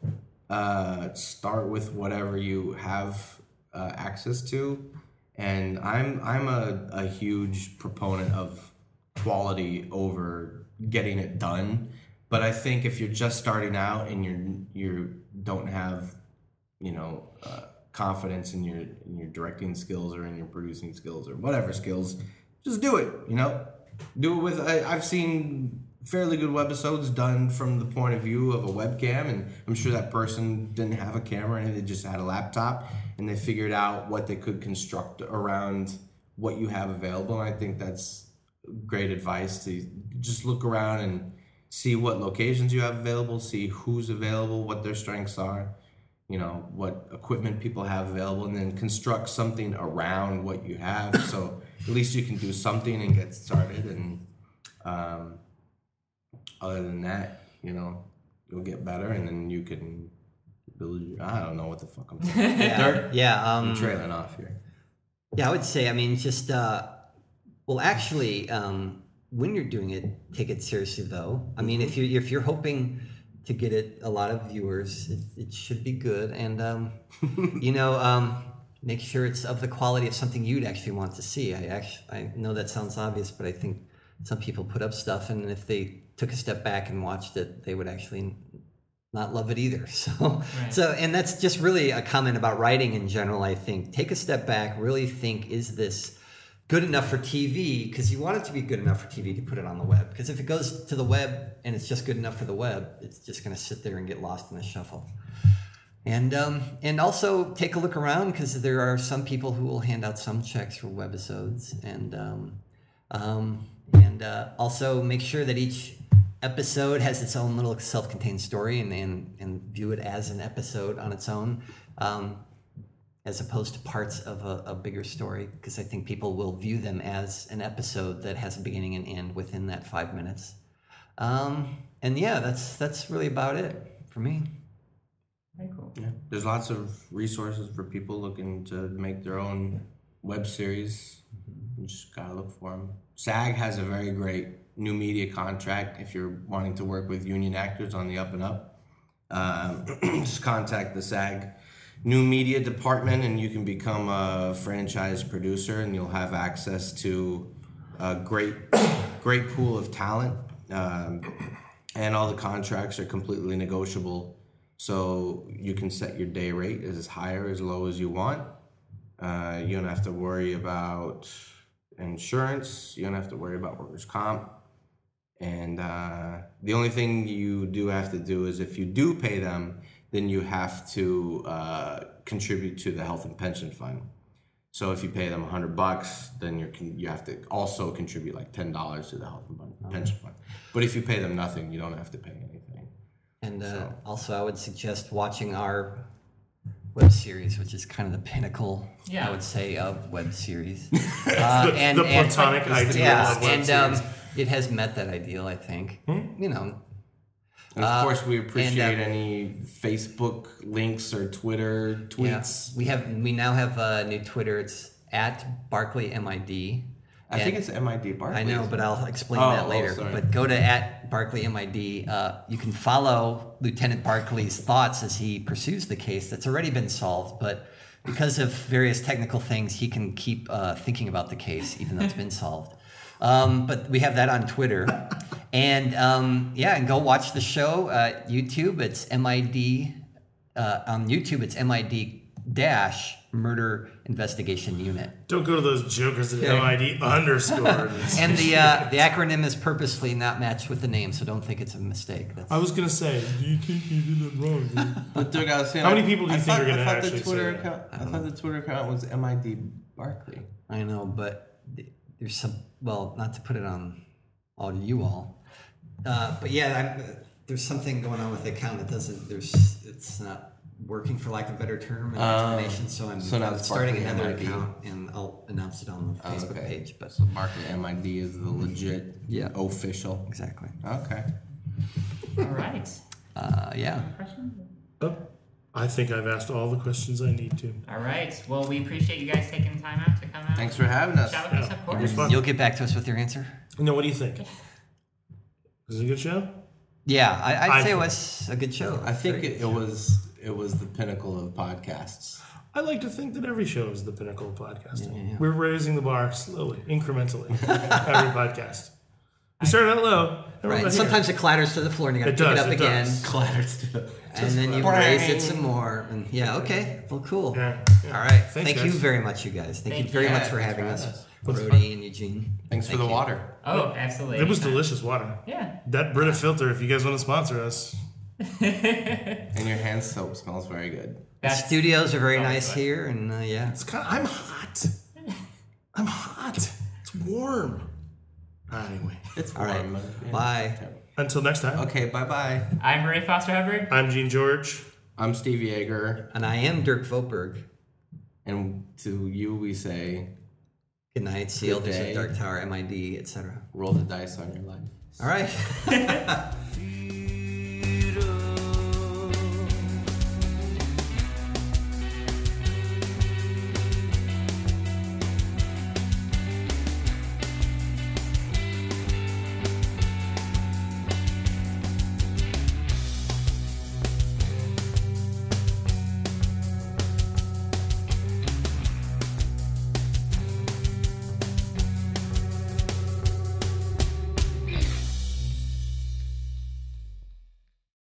[SPEAKER 5] uh, start with whatever you have uh, access to, and I'm I'm a, a huge proponent of quality over getting it done. But I think if you're just starting out and you're you don't have you know uh, confidence in your in your directing skills or in your producing skills or whatever skills just do it you know do it with I, i've seen fairly good webisodes done from the point of view of a webcam and i'm sure that person didn't have a camera and they just had a laptop and they figured out what they could construct around what you have available and i think that's great advice to just look around and see what locations you have available see who's available what their strengths are you know what equipment people have available and then construct something around what you have [COUGHS] so at least you can do something and get started and um, other than that you know you'll get better and then you can build your i don't know what the fuck i'm talking
[SPEAKER 4] Yeah.
[SPEAKER 5] Dirk?
[SPEAKER 4] Yeah. [LAUGHS] Um,
[SPEAKER 5] i'm trailing off here
[SPEAKER 4] Yeah, I would say, I mean, just, uh, well, actually, um, when you're doing it, take it seriously, though. I mean, if you're, if you're hoping to get it a lot of viewers, it, it should be good. And, um, [LAUGHS] you know, um, make sure it's of the quality of something you'd actually want to see. I actually, I know that sounds obvious, but I think some people put up stuff, and if they took a step back and watched it, they would actually not love it either. [LAUGHS] So, so, and that's just really a comment about writing in general. I think take a step back, really think: is this good enough for TV? Because you want it to be good enough for TV to put it on the web. Because if it goes to the web and it's just good enough for the web, it's just going to sit there and get lost in the shuffle. And um, and also take a look around because there are some people who will hand out some checks for webisodes, and um, um, and uh, also make sure that each episode has its own little self-contained story, and and, and view it as an episode on its own, um, as opposed to parts of a, a bigger story. Because I think people will view them as an episode that has a beginning and end within that five minutes. Um, and yeah, that's that's really about it for me.
[SPEAKER 3] Very cool.
[SPEAKER 5] Yeah. There's lots of resources for people looking to make their own web series. You just gotta look for them. SAG has a very great new media contract if you're wanting to work with union actors on the up and up. Um, [CLEARS THROAT] just contact the SAG new media department and you can become a franchise producer and you'll have access to a great [COUGHS] great pool of talent. Um, and all the contracts are completely negotiable. So you can set your day rate as high or as low as you want. Uh, you don't have to worry about insurance. You don't have to worry about workers' comp. And uh, the only thing you do have to do is if you do pay them, then you have to uh, contribute to the health and pension fund. So if you pay them hundred bucks, then you can you have to also contribute like ten dollars to the health and Pen- pension fund. But if you pay them nothing, you don't have to pay anything.
[SPEAKER 4] And uh,
[SPEAKER 5] So-
[SPEAKER 4] also, I would suggest watching our web series, which is kind of the pinnacle,
[SPEAKER 3] Yeah.
[SPEAKER 4] I would say, of
[SPEAKER 1] [LAUGHS]
[SPEAKER 4] web series. uh, and,
[SPEAKER 1] the
[SPEAKER 4] and-
[SPEAKER 1] platonic ideal
[SPEAKER 4] yeah,
[SPEAKER 1] of web Hmm?
[SPEAKER 4] and um, it has met that ideal, I think. You know,
[SPEAKER 5] Uh, And of course, we appreciate
[SPEAKER 4] and, uh,
[SPEAKER 5] any Facebook links or Twitter
[SPEAKER 4] yeah.
[SPEAKER 5] tweets.
[SPEAKER 4] we have we now have a new Twitter. It's at Barclay MID.
[SPEAKER 5] I think it's MID Barclays.
[SPEAKER 4] I know, but I'll explain
[SPEAKER 5] Oh,
[SPEAKER 4] that
[SPEAKER 5] oh,
[SPEAKER 4] later.
[SPEAKER 5] sorry.
[SPEAKER 4] but go to at Barclay MID. Uh, you can follow Lieutenant Barclay's thoughts as he pursues the case that's already been solved, but because of various technical things, he can keep uh, thinking about the case even though it's been solved. Um, but we have that on Twitter. And um, yeah, and go watch the show. Uh, YouTube, it's MID. Uh, on YouTube, it's MID dash Murder Investigation Unit.
[SPEAKER 1] Don't go to those jokers at MID underscore.
[SPEAKER 4] [LAUGHS] And the uh, the acronym is purposely not matched with the name, so don't think it's a mistake. That's,
[SPEAKER 1] I was gonna say, do you think you did it wrong? [LAUGHS] dude?
[SPEAKER 5] But Doug, I was saying,
[SPEAKER 1] How
[SPEAKER 5] I-
[SPEAKER 1] many people do
[SPEAKER 5] I
[SPEAKER 1] you think
[SPEAKER 5] thought-
[SPEAKER 1] are gonna
[SPEAKER 5] I thought
[SPEAKER 1] actually
[SPEAKER 5] the Twitter
[SPEAKER 1] say that?
[SPEAKER 5] account? I thought the Twitter account was MID Barclay.
[SPEAKER 4] I know, but th- there's some. Well, not to put it on on you all, uh, but yeah, I'm, there's something going on with the account that doesn't. There's it's not working for lack of a better term and explanation. So I'm,
[SPEAKER 5] Oh, so now
[SPEAKER 4] I'm
[SPEAKER 5] it's
[SPEAKER 4] starting
[SPEAKER 5] Barclay
[SPEAKER 4] another
[SPEAKER 5] MID.
[SPEAKER 4] account, and I'll announce it on the Facebook
[SPEAKER 5] Oh, okay.
[SPEAKER 4] page. But
[SPEAKER 5] So Barclay MID is the legit,
[SPEAKER 4] Yeah.
[SPEAKER 5] official.
[SPEAKER 4] exactly,
[SPEAKER 5] Mm-hmm. Okay.
[SPEAKER 3] All right.
[SPEAKER 4] uh, yeah.
[SPEAKER 1] Oh, I think I've asked all the questions I need to.
[SPEAKER 3] All right. Well, we appreciate you guys taking the time out to come out.
[SPEAKER 5] Thanks for having us.
[SPEAKER 3] Chat with us, of course.
[SPEAKER 1] Fun.
[SPEAKER 4] You'll get back to us with your answer.
[SPEAKER 1] No, what do you think? Is it a good show?
[SPEAKER 4] Yeah, I, I'd
[SPEAKER 1] I
[SPEAKER 4] say it
[SPEAKER 1] think-
[SPEAKER 4] was a good show.
[SPEAKER 5] I think it, it was it was the pinnacle of podcasts.
[SPEAKER 1] I like to think that every show is the pinnacle of podcasting. We're raising the bar slowly, incrementally, every podcast. We started out low. and we're
[SPEAKER 4] Right.
[SPEAKER 1] about here.
[SPEAKER 4] Sometimes it clatters to the floor and you gotta
[SPEAKER 1] It
[SPEAKER 4] pick
[SPEAKER 1] does,
[SPEAKER 4] it up
[SPEAKER 1] it
[SPEAKER 4] again.
[SPEAKER 1] does.
[SPEAKER 5] Clatters to
[SPEAKER 4] And then you raise it some more. And yeah, okay. Well cool.
[SPEAKER 1] Yeah, yeah.
[SPEAKER 4] All right.
[SPEAKER 1] Thanks,
[SPEAKER 4] Thank you
[SPEAKER 1] guys.
[SPEAKER 4] very much, you guys. Thank, you very
[SPEAKER 5] you.
[SPEAKER 4] much
[SPEAKER 5] Yeah,
[SPEAKER 4] for
[SPEAKER 5] thanks
[SPEAKER 4] having
[SPEAKER 5] for
[SPEAKER 4] us.
[SPEAKER 5] having
[SPEAKER 4] Rody and Eugene.
[SPEAKER 5] Thanks for
[SPEAKER 4] Thank
[SPEAKER 5] the
[SPEAKER 4] you.
[SPEAKER 5] water.
[SPEAKER 3] Oh, absolutely.
[SPEAKER 1] It was delicious water.
[SPEAKER 3] Yeah.
[SPEAKER 1] That Brita filter, if you guys want to sponsor us,
[SPEAKER 5] And your hand soap smells very good.
[SPEAKER 4] The
[SPEAKER 3] That's
[SPEAKER 4] studios are very nice
[SPEAKER 3] good.
[SPEAKER 4] here and uh, yeah.
[SPEAKER 1] it's kind I'm hot. I'm hot. It's warm. Anyway,
[SPEAKER 5] It's
[SPEAKER 4] All right.
[SPEAKER 5] warm. Yeah.
[SPEAKER 4] Bye.
[SPEAKER 1] until next time,
[SPEAKER 5] Okay, bye bye.
[SPEAKER 3] I'm Marie Foster Hubbard.
[SPEAKER 1] I'm Gene George.
[SPEAKER 5] I'm Steve Yeager,
[SPEAKER 4] And I am Dirk Voberg.
[SPEAKER 5] and to you we say,
[SPEAKER 4] Good night, see you
[SPEAKER 5] day.
[SPEAKER 4] Dark Tower, MID, etc.
[SPEAKER 5] roll the dice on your life.
[SPEAKER 4] All right.
[SPEAKER 2] Feel